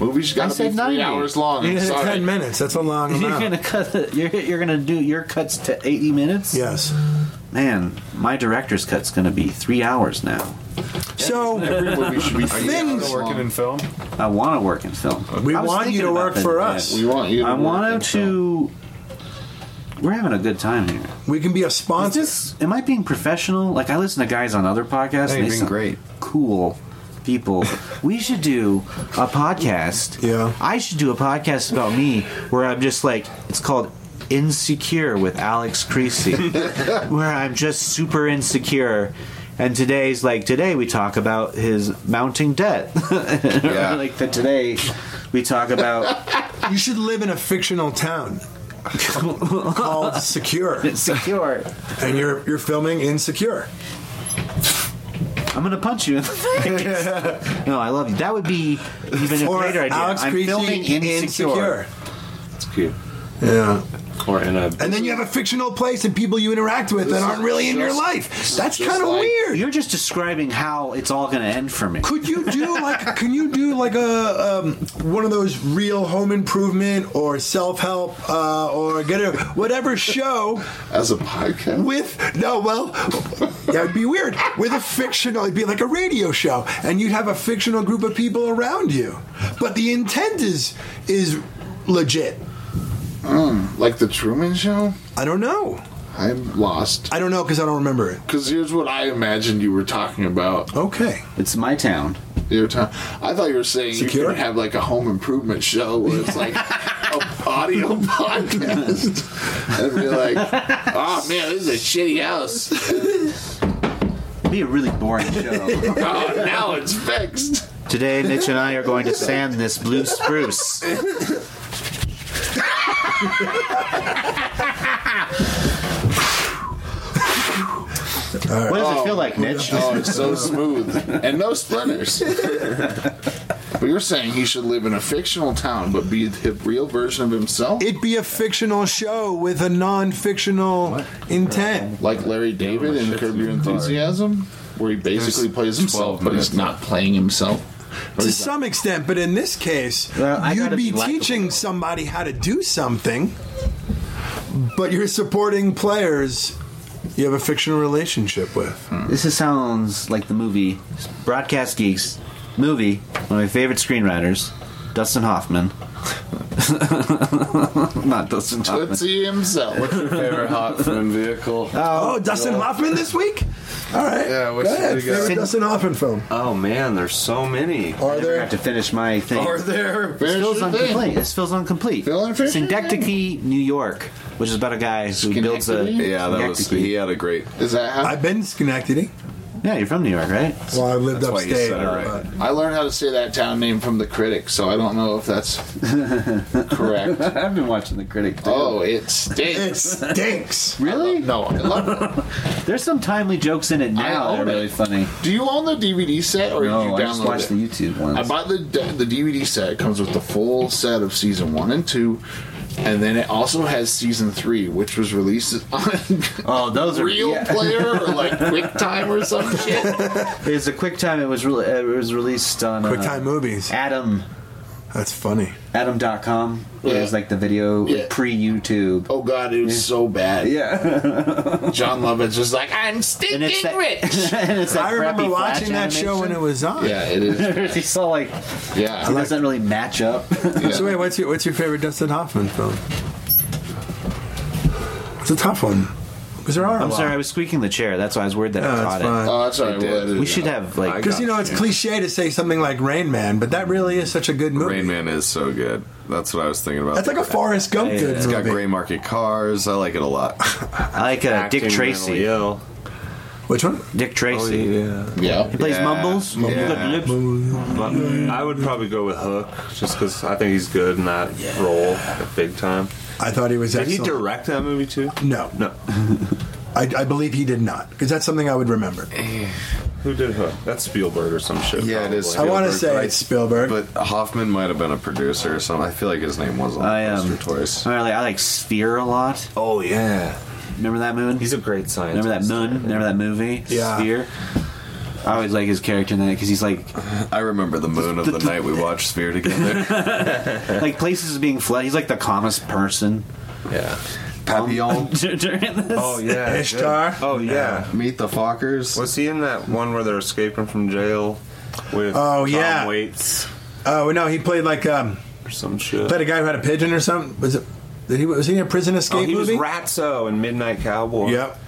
Speaker 12: Movies
Speaker 2: I
Speaker 12: got
Speaker 2: said
Speaker 12: to be
Speaker 2: 90.
Speaker 12: three hours long.
Speaker 4: Yeah,
Speaker 12: Sorry.
Speaker 4: 10 minutes. That's a long
Speaker 2: You're
Speaker 4: amount.
Speaker 2: gonna cut. The, you're you're gonna do your cuts to 80 minutes.
Speaker 4: Yes.
Speaker 2: Man, my director's cut's gonna be three hours now.
Speaker 4: So
Speaker 12: Every movie should be
Speaker 1: Are
Speaker 12: three
Speaker 1: you
Speaker 12: hours
Speaker 1: working
Speaker 12: long.
Speaker 1: in film?
Speaker 2: I want to work in film.
Speaker 4: we
Speaker 2: I was
Speaker 4: want you
Speaker 2: thinking
Speaker 4: to
Speaker 2: about
Speaker 4: work
Speaker 2: that,
Speaker 4: for
Speaker 2: yeah.
Speaker 4: us.
Speaker 12: We want you. To
Speaker 2: I
Speaker 12: work in
Speaker 2: want
Speaker 12: film.
Speaker 2: to. We're having a good time here.
Speaker 4: We can be a
Speaker 2: Is
Speaker 4: sponsor.
Speaker 2: this? Am I being professional? Like I listen to guys on other podcasts.
Speaker 1: Hey, you're
Speaker 2: and they
Speaker 1: being
Speaker 2: sound
Speaker 1: great.
Speaker 2: Cool people. we should do a podcast.
Speaker 4: Yeah.
Speaker 2: I should do a podcast about me where I'm just like it's called Insecure with Alex Creasy, where I'm just super insecure. And today's like today we talk about his mounting debt.
Speaker 1: Yeah.
Speaker 2: like the today we talk about
Speaker 4: You should live in a fictional town called Secure,
Speaker 2: secure.
Speaker 4: and you're you're filming Insecure.
Speaker 2: I'm gonna punch you in the face. no, I love you. That would be even a
Speaker 4: Or
Speaker 2: greater idea.
Speaker 4: Alex
Speaker 2: I'm
Speaker 4: Creasy
Speaker 2: filming
Speaker 4: in Insecure.
Speaker 2: insecure.
Speaker 5: It's cute.
Speaker 4: Yeah.
Speaker 5: Or in a
Speaker 4: And then you have a fictional place and people you interact with that
Speaker 12: This
Speaker 4: aren't
Speaker 12: is
Speaker 4: really in your
Speaker 12: just-
Speaker 4: life.
Speaker 12: this
Speaker 4: That's
Speaker 12: is just
Speaker 4: kind of
Speaker 12: like-
Speaker 4: weird.
Speaker 2: You're just describing how it's all gonna end for me.
Speaker 4: Could you do like? can you do like a um, one of those real home improvement or self help uh, or get a whatever show
Speaker 12: as a podcast.
Speaker 4: with no? Well, that would be weird. With a fictional, it'd be like a radio show, and you'd have a fictional group of people around you, but the intent is is legit.
Speaker 12: like the Truman Show.
Speaker 4: I don't know.
Speaker 12: I'm lost.
Speaker 4: I don't know because I don't remember it.
Speaker 12: Because here's what I imagined you were talking about.
Speaker 4: Okay.
Speaker 2: It's my town.
Speaker 12: You were ta- I thought you were saying
Speaker 4: Secure?
Speaker 12: you could have like a home improvement show where it's like a audio podcast. and be like, oh man, this is a shitty house.
Speaker 2: It'd be a really boring show.
Speaker 12: Oh, now it's fixed.
Speaker 2: Today, Mitch and I are going to sand this blue spruce. What does it feel like, Mitch?
Speaker 12: Oh, it's so smooth. And no splinters.
Speaker 5: But you're saying he should live in a fictional town, but be the real version of himself?
Speaker 4: It'd be a fictional show with a non-fictional intent.
Speaker 5: Like Larry David in Curb Your Enthusiasm, where he basically
Speaker 1: There's 12
Speaker 5: plays himself, but
Speaker 1: minutes
Speaker 5: he's not playing himself. Or
Speaker 4: To
Speaker 5: he's not-
Speaker 4: some extent, but in this case,
Speaker 2: Well, I
Speaker 4: you'd
Speaker 2: gotta
Speaker 4: be
Speaker 2: be likable.
Speaker 4: teaching somebody how to do something, but you're supporting players you have a fictional relationship with.
Speaker 2: This is sounds like the movie Broadcast Geeks movie. One of my favorite screenwriters, Dustin Hoffman. Not Dustin Hoffman.
Speaker 5: Tootsie himself.
Speaker 1: What's your favorite hot film vehicle?
Speaker 4: Oh, Dustin Hoffman this week? All
Speaker 1: Yeah,
Speaker 4: right. go
Speaker 1: what's-
Speaker 4: ahead.
Speaker 1: we got- Uh,
Speaker 4: Favorite Dustin Hoffman film.
Speaker 13: Oh man, there's so many.
Speaker 4: Are
Speaker 2: I
Speaker 4: there?
Speaker 2: have to finish my thing.
Speaker 1: Are there?
Speaker 2: This
Speaker 5: Finish
Speaker 2: feels
Speaker 5: your thing.
Speaker 2: incomplete. This feels incomplete.
Speaker 5: Fill in, finish your
Speaker 2: Synecdoche, New York, which is about a guy who builds a.
Speaker 5: Schenectady?
Speaker 1: Yeah, that was.
Speaker 2: Synecdoche.
Speaker 1: He had a great.
Speaker 5: Is that how?
Speaker 4: I've been Schenectady.
Speaker 2: Yeah, you're from New York, right?
Speaker 4: Well, I lived
Speaker 1: That's why you
Speaker 4: upstate. Uh,
Speaker 1: said it right.
Speaker 4: but-
Speaker 5: I learned how to say that town name from the critic, so I don't know if that's correct.
Speaker 2: I've been watching The Critic. Too.
Speaker 5: Oh, it stinks.
Speaker 4: It stinks.
Speaker 2: really?
Speaker 5: No, I love it.
Speaker 2: There's some timely jokes in it now that are
Speaker 5: own it.
Speaker 2: really funny.
Speaker 5: Do you own the DVD set or did
Speaker 2: No,
Speaker 5: you
Speaker 2: Oh, I just
Speaker 5: download
Speaker 2: watched
Speaker 5: it?
Speaker 2: the YouTube
Speaker 5: I
Speaker 2: ones.
Speaker 5: bought the the DVD set. It comes with the full set of season one and two, and then it also has season three, which was released on
Speaker 2: Oh, those are
Speaker 5: Real
Speaker 2: yeah.
Speaker 5: Player or like QuickTime or some shit.
Speaker 2: It was a quick time. It was re- it was released on uh,
Speaker 4: Quick Time Movies.
Speaker 2: Adam
Speaker 4: That's funny.
Speaker 2: Adam.com. It
Speaker 5: Yeah.
Speaker 2: was like the video
Speaker 5: Yeah.
Speaker 2: pre YouTube.
Speaker 5: Oh god, it was so bad.
Speaker 2: Yeah,
Speaker 5: John Lovett's just like I'm stinking
Speaker 2: and it's that,
Speaker 5: rich.
Speaker 2: and it's that
Speaker 4: I remember
Speaker 2: crappy Flash
Speaker 4: watching that show when it
Speaker 2: animation.
Speaker 4: was on.
Speaker 5: Yeah, it is.
Speaker 2: he saw like it
Speaker 5: Yeah.
Speaker 2: doesn't really match up.
Speaker 4: So wait, what's your what's your favorite Dustin Hoffman film? It's a tough one. Because there are.
Speaker 2: I'm
Speaker 4: a
Speaker 2: sorry, I
Speaker 4: lot.
Speaker 2: was squeaking the chair. That's why I was worried that
Speaker 4: No,
Speaker 2: I
Speaker 4: it's
Speaker 2: caught it.
Speaker 4: fine.
Speaker 5: Oh, that's all right. we'll edit it
Speaker 2: We
Speaker 5: out.
Speaker 2: should have like
Speaker 4: Because you know it's cliche to say something like Rain Man, but that really is such a good movie.
Speaker 1: Rain Man is so good. That's what I was thinking about.
Speaker 4: That's like a Forrest Gump
Speaker 2: Yeah,
Speaker 4: good
Speaker 1: It's got
Speaker 4: movie.
Speaker 1: gray market cars. I like it a lot.
Speaker 2: I like uh,
Speaker 13: Acting
Speaker 2: Dick
Speaker 13: mentally
Speaker 2: Tracy.
Speaker 13: ill.
Speaker 4: Which one?
Speaker 2: Dick Tracy.
Speaker 13: Yeah.
Speaker 5: Yeah.
Speaker 2: He plays
Speaker 1: Yeah.
Speaker 2: Mumbles.
Speaker 1: Yeah.
Speaker 2: Good lips.
Speaker 13: But I would probably go with Hook just because I think he's good in that role, big time.
Speaker 4: I thought he was
Speaker 13: Did he
Speaker 4: excellent.
Speaker 13: direct that movie too?
Speaker 4: no,
Speaker 13: No.
Speaker 4: I, I believe he did not. Because that's something I would remember.
Speaker 13: Who did Hook? That's Spielberg or some shit.
Speaker 1: Yeah, it is.
Speaker 4: I
Speaker 13: probably.
Speaker 4: want to
Speaker 1: Spielberg,
Speaker 4: say
Speaker 1: right?
Speaker 4: it's Spielberg.
Speaker 1: But Hoffman might have been a producer or something. I feel like his name was on
Speaker 2: I
Speaker 1: the
Speaker 2: um,
Speaker 1: poster twice.
Speaker 2: I like, I like Sphere a lot.
Speaker 1: Oh yeah,
Speaker 2: Remember that moon?
Speaker 13: He's a great scientist.
Speaker 2: Remember that moon? Remember that movie?
Speaker 4: Yeah.
Speaker 2: Sphere. I always like his character in that because he's like,
Speaker 1: I remember the moon of the night we watched Sphere together.
Speaker 2: like places is being flooded. He's like the calmest person.
Speaker 13: Yeah.
Speaker 1: Papillon,
Speaker 2: During this.
Speaker 13: Oh yeah.
Speaker 4: Ishtar?
Speaker 13: good. Oh Um, yeah.
Speaker 1: Meet the Fockers.
Speaker 13: Was he in that one where they're escaping from jail with
Speaker 4: Oh,
Speaker 13: Tom
Speaker 4: yeah.
Speaker 13: Waits
Speaker 4: Oh no, he played like um,
Speaker 13: or some shit?
Speaker 4: played a guy who had a pigeon or something. Was it? Did he was he in a prison escape
Speaker 13: oh, he
Speaker 4: movie?
Speaker 13: was Ratso in Midnight Cowboy.
Speaker 4: Yep.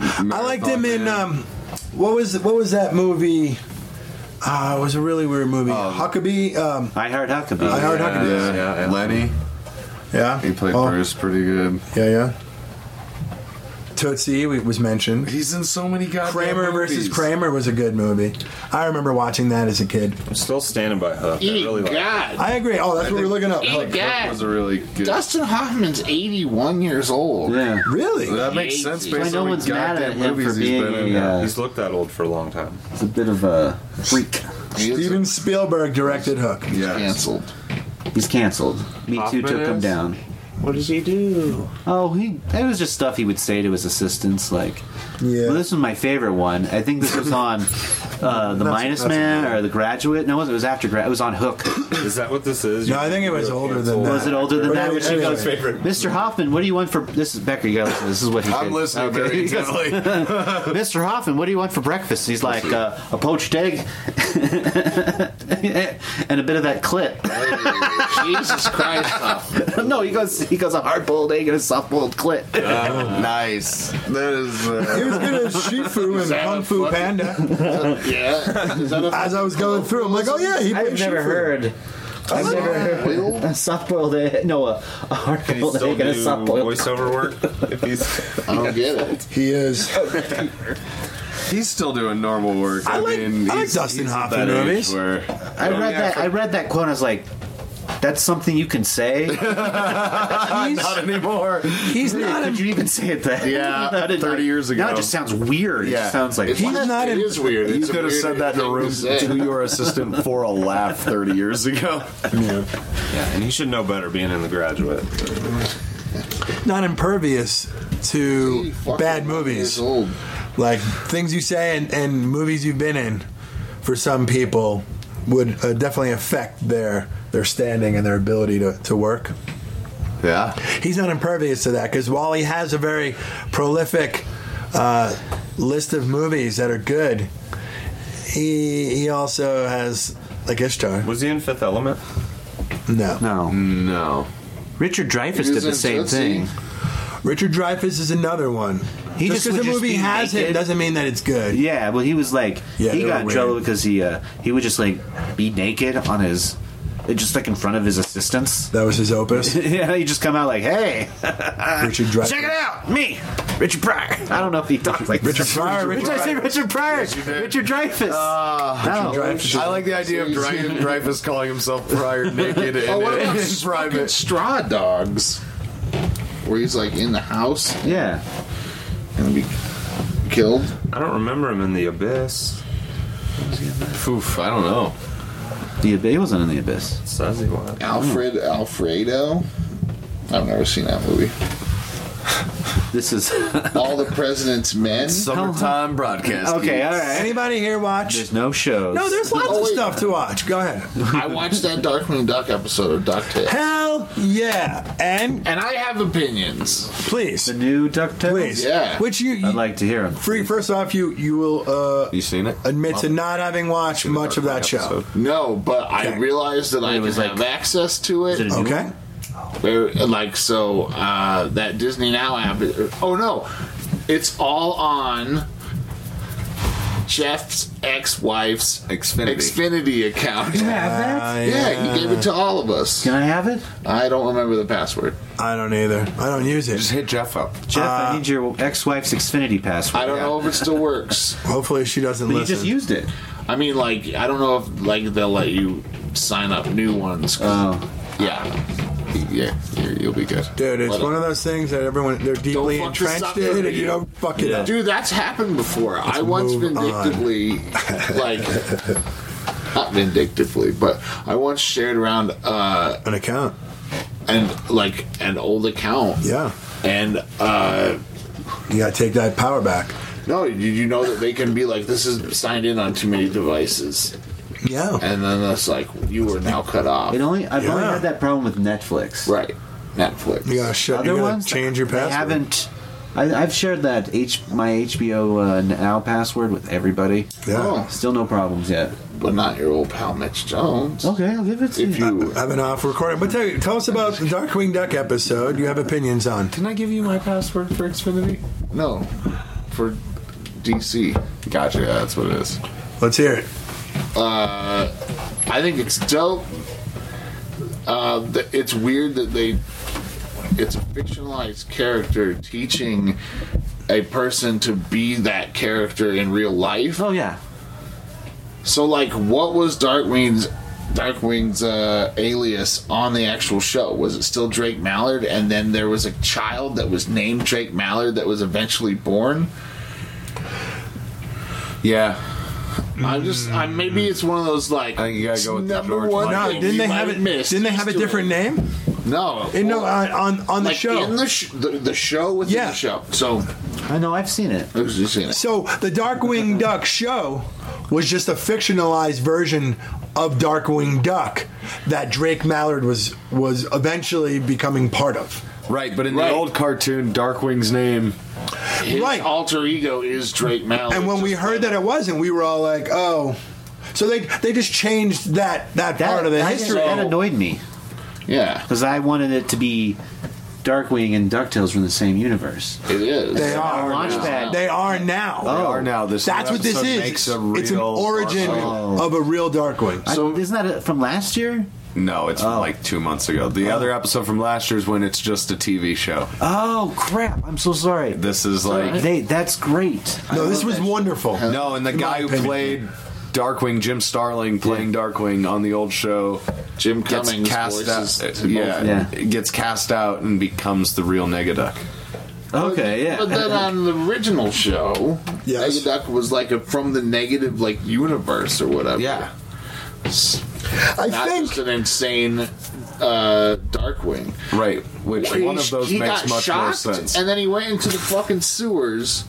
Speaker 4: I liked
Speaker 1: Marathon
Speaker 4: him in
Speaker 1: Man.
Speaker 4: um, what was what was that movie? Uh, it was a really weird movie. Huckabee. Um,
Speaker 2: I heard Huckabee.
Speaker 4: I heard
Speaker 1: oh, yeah,
Speaker 4: Huckabee.
Speaker 13: Yeah, yeah.
Speaker 1: Lenny.
Speaker 4: Yeah,
Speaker 1: He played
Speaker 4: Oh,
Speaker 1: Bruce pretty good.
Speaker 4: Yeah, yeah. Tootsie we- was mentioned.
Speaker 1: He's in so many goddamn
Speaker 4: Kramer versus
Speaker 1: movies.
Speaker 4: Kramer was a good movie. I remember watching that as a kid.
Speaker 13: I'm still standing by Hook. I
Speaker 5: Eat
Speaker 13: really like
Speaker 5: God.
Speaker 4: I agree. Oh, that's what we're looking up.
Speaker 5: Eat
Speaker 1: That was
Speaker 5: God.
Speaker 1: a really good.
Speaker 5: Dustin Hoffman's 81 years old.
Speaker 2: Yeah.
Speaker 4: Really?
Speaker 1: That makes sense
Speaker 5: That's
Speaker 2: why
Speaker 1: based
Speaker 2: no
Speaker 1: on
Speaker 2: one's
Speaker 1: the
Speaker 2: mad at
Speaker 1: goddamn
Speaker 2: him
Speaker 1: movies
Speaker 2: for
Speaker 1: he's
Speaker 2: being
Speaker 1: been
Speaker 2: a,
Speaker 1: in.
Speaker 2: uh,
Speaker 13: He's looked that old for a long time.
Speaker 2: It's a bit of a freak.
Speaker 5: He is
Speaker 4: Steven Spielberg directed Hook.
Speaker 1: Yes.
Speaker 5: canceled.
Speaker 2: He's canceled. Me too
Speaker 13: Hoffman
Speaker 2: took him
Speaker 13: is?
Speaker 2: down.
Speaker 13: What does he do?
Speaker 2: Oh, he. It was just stuff he would say to his assistants, like.
Speaker 4: Yeah.
Speaker 2: Well, this was my favorite one. I think this was on uh,
Speaker 4: That's-
Speaker 2: the Minus
Speaker 4: that's a
Speaker 2: Man
Speaker 4: good
Speaker 2: or the Graduate. No, it was, it was after Gra- It was on Hook.
Speaker 13: Is that what this is?
Speaker 4: No, I think it was older than that.
Speaker 2: Was it older than that?
Speaker 4: Anyway,
Speaker 2: Which you
Speaker 4: anyway.
Speaker 2: goes, Mr. Hoffman, what do you want for this is Becker? You got listen. This is what he.
Speaker 1: I'm
Speaker 2: did.
Speaker 1: listening
Speaker 2: Okay.
Speaker 1: very
Speaker 2: He goes,
Speaker 1: intently.
Speaker 2: Mr. Hoffman, what do you want for breakfast? He's like uh, a poached egg and a bit of that clit.
Speaker 5: Jesus Christ, Hoffman.
Speaker 2: no, he goes. He goes a hard boiled egg and a soft boiled clit.
Speaker 13: Oh.
Speaker 1: nice. That is.
Speaker 4: He
Speaker 1: Uh,
Speaker 4: was good as Shifu
Speaker 5: Is
Speaker 4: and
Speaker 5: that
Speaker 4: Kung
Speaker 5: a
Speaker 4: Fu
Speaker 5: fucking-
Speaker 4: Panda.
Speaker 5: Yeah. Is that a
Speaker 4: As I was going through, I'm like, oh yeah, he played
Speaker 2: I've never
Speaker 4: Shifu.
Speaker 2: heard. I've never heard
Speaker 5: Will?
Speaker 2: a soft boiled egg. No, a, a hard
Speaker 13: Can he
Speaker 2: boiled
Speaker 13: still
Speaker 2: egg and
Speaker 13: do
Speaker 2: a soft boiled.
Speaker 13: voiceover work? if he's
Speaker 5: I don't get it.
Speaker 4: He is.
Speaker 1: he's still doing normal work. I,
Speaker 4: like-
Speaker 1: mean,
Speaker 4: I like
Speaker 1: he's-
Speaker 4: Dustin
Speaker 1: he's at
Speaker 4: Hoffman
Speaker 1: that age
Speaker 4: movies.
Speaker 1: Where,
Speaker 2: I read that. I read that quote. and I was like,
Speaker 8: That's something you can say.
Speaker 1: not anymore.
Speaker 4: He's not.
Speaker 8: Could you even say it then?
Speaker 1: Yeah,
Speaker 8: That is
Speaker 1: 30 years ago.
Speaker 8: Now it just sounds weird. It
Speaker 1: Yeah.
Speaker 8: just sounds like
Speaker 5: It's
Speaker 4: He's
Speaker 5: not,
Speaker 4: not
Speaker 5: it
Speaker 4: in-
Speaker 5: is weird.
Speaker 1: You
Speaker 5: It's a
Speaker 1: could have
Speaker 5: weird
Speaker 1: said that in a
Speaker 5: thing to
Speaker 1: room
Speaker 5: say.
Speaker 1: to your assistant for a laugh 30 years ago.
Speaker 9: Yeah, and he should know better being in The Graduate.
Speaker 4: not impervious
Speaker 5: He
Speaker 4: to
Speaker 5: fucking
Speaker 4: bad
Speaker 5: is
Speaker 4: movies,
Speaker 5: old.
Speaker 4: like things you say and, and movies you've been in. For some people, would uh, definitely affect their their standing and their ability to, to work.
Speaker 1: Yeah.
Speaker 4: He's not impervious to that because while he has a very prolific uh, list of movies that are good, he he also has like Ishtar.
Speaker 9: Was he in Fifth Element?
Speaker 4: No,
Speaker 2: No.
Speaker 1: No.
Speaker 2: Richard Dreyfuss did
Speaker 5: Isn't
Speaker 2: the same
Speaker 5: Tootsie?
Speaker 2: thing.
Speaker 4: Richard Dreyfuss is another one.
Speaker 2: He
Speaker 4: just because
Speaker 2: just would
Speaker 4: the
Speaker 2: just
Speaker 4: movie
Speaker 2: be
Speaker 4: has him
Speaker 2: naked.
Speaker 4: doesn't mean that it's good.
Speaker 2: Yeah, well, he was like
Speaker 4: Yeah,
Speaker 2: he
Speaker 4: they
Speaker 2: got
Speaker 4: were
Speaker 2: in
Speaker 4: weird.
Speaker 2: trouble because he uh, he would just like be naked on his just like in front of his assistants.
Speaker 4: That was his opus.
Speaker 2: yeah, he just come out like, hey,
Speaker 4: Richard Dreyfuss.
Speaker 2: check it out, me, Richard Pryor. I don't know if he talks like
Speaker 4: Richard
Speaker 2: that.
Speaker 4: Pryor, Richard
Speaker 2: Did I say Richard Pryor?
Speaker 5: you did. Ah.
Speaker 2: Richard Dreyfus.
Speaker 4: Richard Dreyfuss.
Speaker 1: I like the idea of Ryan Dreyfus calling himself prior naked and
Speaker 5: Oh, what about
Speaker 1: in
Speaker 5: fucking
Speaker 1: private.
Speaker 5: Straw Dogs? Where he's like in the house
Speaker 2: yeah,
Speaker 5: and be killed.
Speaker 9: I don't remember him in The Abyss.
Speaker 1: Oof, I don't know.
Speaker 2: the Ab- he wasn't in the abyss.
Speaker 9: It says he was.
Speaker 5: Alfred Alfredo. I've never seen that movie.
Speaker 2: This is
Speaker 5: All the President's Men.
Speaker 1: Summertime broadcast.
Speaker 2: okay. All right.
Speaker 4: Anybody here watch?
Speaker 2: There's no shows.
Speaker 4: No, there's lots
Speaker 5: Oh,
Speaker 4: of
Speaker 5: wait.
Speaker 4: stuff to watch. Go ahead.
Speaker 5: I watched that Darkwing Duck episode of DuckTales.
Speaker 4: Hell yeah, and
Speaker 5: And I have opinions.
Speaker 4: please,
Speaker 2: the new DuckTales.
Speaker 4: please,
Speaker 5: Yeah.
Speaker 4: Which you, you
Speaker 2: I'd like to hear them.
Speaker 4: free. First off, you you will uh,
Speaker 1: You seen it?
Speaker 4: admit to not having watched much of that show.
Speaker 9: episode.
Speaker 5: No, but I
Speaker 4: Okay.
Speaker 5: realized that I
Speaker 2: It was
Speaker 5: can have
Speaker 2: like-
Speaker 5: access to
Speaker 2: Is it
Speaker 5: it.
Speaker 2: a new
Speaker 4: Okay,
Speaker 2: one?
Speaker 5: There- Like so, uh, that Disney Now app. Oh no, it's all on Jeff's ex-wife's
Speaker 1: Xfinity.
Speaker 5: Xfinity account.
Speaker 4: Uh,
Speaker 5: Yeah, he gave it to all of us.
Speaker 2: Can I have it,
Speaker 5: I don't remember the password.
Speaker 4: I don't either. I don't use
Speaker 1: Just
Speaker 4: it.
Speaker 1: hit Jeff up. Uh,
Speaker 2: Jeff?
Speaker 4: Uh,
Speaker 2: I need your ex-wife's Xfinity password.
Speaker 5: I don't know if it still works.
Speaker 4: Hopefully, she doesn't
Speaker 2: But you
Speaker 4: listen.
Speaker 2: just used it.
Speaker 5: I mean, like, I don't know if like they'll let you sign up new ones. 'cause- yeah, yeah, you- you'll be good,
Speaker 4: Dude, it's
Speaker 5: Let it-
Speaker 4: one of those things that everyone they're deeply
Speaker 5: fuck this
Speaker 4: entrenched
Speaker 5: up,
Speaker 4: in, and
Speaker 5: dude.
Speaker 4: you don't fuck it up.
Speaker 5: Dude, that's happened before. I once
Speaker 4: move
Speaker 5: vindictively, like, not vindictively, but I once shared around uh,
Speaker 4: An account,
Speaker 5: and like an old account.
Speaker 4: yeah.
Speaker 5: And uh,
Speaker 4: You gotta take that power back.
Speaker 5: no, did you know that they can be like, this is signed in on too many devices,
Speaker 4: Yeah.
Speaker 5: and then it's like you are now cut off.
Speaker 2: It only I've only
Speaker 4: Yeah.
Speaker 2: had that problem with Netflix.
Speaker 5: Right, Netflix.
Speaker 4: You gotta shut.
Speaker 2: Other
Speaker 4: You gotta
Speaker 2: ones,
Speaker 4: change your password.
Speaker 2: I haven't. I, I've shared that H my HBO uh, Now password with everybody.
Speaker 4: Yeah.
Speaker 5: Oh,
Speaker 2: Still no problems yet.
Speaker 5: but not your old pal Mitch Jones.
Speaker 2: Okay, I'll give it to
Speaker 5: If
Speaker 2: you.
Speaker 5: you
Speaker 4: I've been off recording, but tell, tell us about the Darkwing Duck episode. You have opinions on?
Speaker 1: Can I give you my password for Xfinity?
Speaker 5: no for DC,
Speaker 1: Gotcha, yeah, that's what it is.
Speaker 4: Let's hear it.
Speaker 5: I think it's dope. Uh, th- it's weird that they. It's a fictionalized character teaching a person to be that character in real life.
Speaker 2: oh yeah,
Speaker 5: So, like, what was Darkwing's Darkwing's uh, alias on the actual show? Was it still Drake Mallard? And then there was a child that was named Drake Mallard that was eventually born.
Speaker 1: Yeah.
Speaker 5: I'm just, I maybe it's one of those like
Speaker 1: I think you gotta go with the
Speaker 5: number
Speaker 1: George
Speaker 5: one.
Speaker 1: Michael.
Speaker 4: No,
Speaker 5: thing
Speaker 4: didn't
Speaker 5: you
Speaker 4: they
Speaker 5: might
Speaker 4: have it?
Speaker 5: have missed.
Speaker 4: Didn't they have a
Speaker 5: Just do
Speaker 4: different
Speaker 5: it.
Speaker 4: name?
Speaker 5: No,
Speaker 4: In, no, on
Speaker 5: Well,
Speaker 4: on, on the
Speaker 5: like
Speaker 4: show.
Speaker 5: in the, sh- the the show within
Speaker 4: Yeah.
Speaker 5: the show. So
Speaker 2: I know. I've seen it.
Speaker 5: who's who's seen it?
Speaker 4: so the Darkwing Duck show was just a fictionalized version of Darkwing Duck that Drake Mallard was was eventually becoming part of.
Speaker 1: Right, but in
Speaker 5: Right.
Speaker 1: the old cartoon, Darkwing's name.
Speaker 5: His
Speaker 4: right.
Speaker 5: alter ego is Drake Mallard.
Speaker 4: And when we
Speaker 5: Just
Speaker 4: heard that
Speaker 5: like-
Speaker 4: it wasn't, we were all like, "Oh." So they they just changed that that,
Speaker 2: That,
Speaker 4: part of the
Speaker 2: that-
Speaker 4: history.
Speaker 2: that annoyed me
Speaker 5: yeah,
Speaker 2: because I wanted it to be Darkwing and Ducktales from the same universe. Ah.
Speaker 5: it is.
Speaker 4: They are.
Speaker 2: Launchpad.
Speaker 4: They are now.
Speaker 2: Oh.
Speaker 1: They are now. This
Speaker 4: Oh, That's what this
Speaker 1: episode
Speaker 4: is.
Speaker 1: Makes
Speaker 4: It's
Speaker 1: a real
Speaker 4: an origin Oh.
Speaker 1: Darkwing.
Speaker 4: of a real Darkwing.
Speaker 2: I-
Speaker 1: So-
Speaker 2: isn't that uh, from last year?
Speaker 1: No, it's
Speaker 4: Oh.
Speaker 1: from like two months ago. The other episode from last year's when it's just a TV show.
Speaker 2: Oh crap! I'm so sorry.
Speaker 1: This is like
Speaker 2: They that's great. I
Speaker 4: No, this
Speaker 2: love
Speaker 4: was
Speaker 2: that
Speaker 4: wonderful.
Speaker 1: no, and the guy who
Speaker 4: opinion.
Speaker 1: played Darkwing, Jim Starling playing Darkwing on the old show.
Speaker 5: Jim
Speaker 1: gets
Speaker 5: Cummings
Speaker 1: cast
Speaker 5: voices
Speaker 1: out,
Speaker 5: both.
Speaker 1: yeah, gets cast out and becomes the real Negaduck.
Speaker 14: Okay,
Speaker 5: But then um, on the original show,
Speaker 4: Yes.
Speaker 5: Negaduck was like a, from the negative like universe or whatever.
Speaker 1: Yeah.
Speaker 5: I Not
Speaker 4: think-
Speaker 5: just an insane uh, Darkwing.
Speaker 1: Right, which
Speaker 5: He-
Speaker 1: one of those
Speaker 5: he
Speaker 1: makes
Speaker 5: got
Speaker 1: much more
Speaker 5: shocked,
Speaker 1: sense.
Speaker 5: And then he went into the fucking sewers,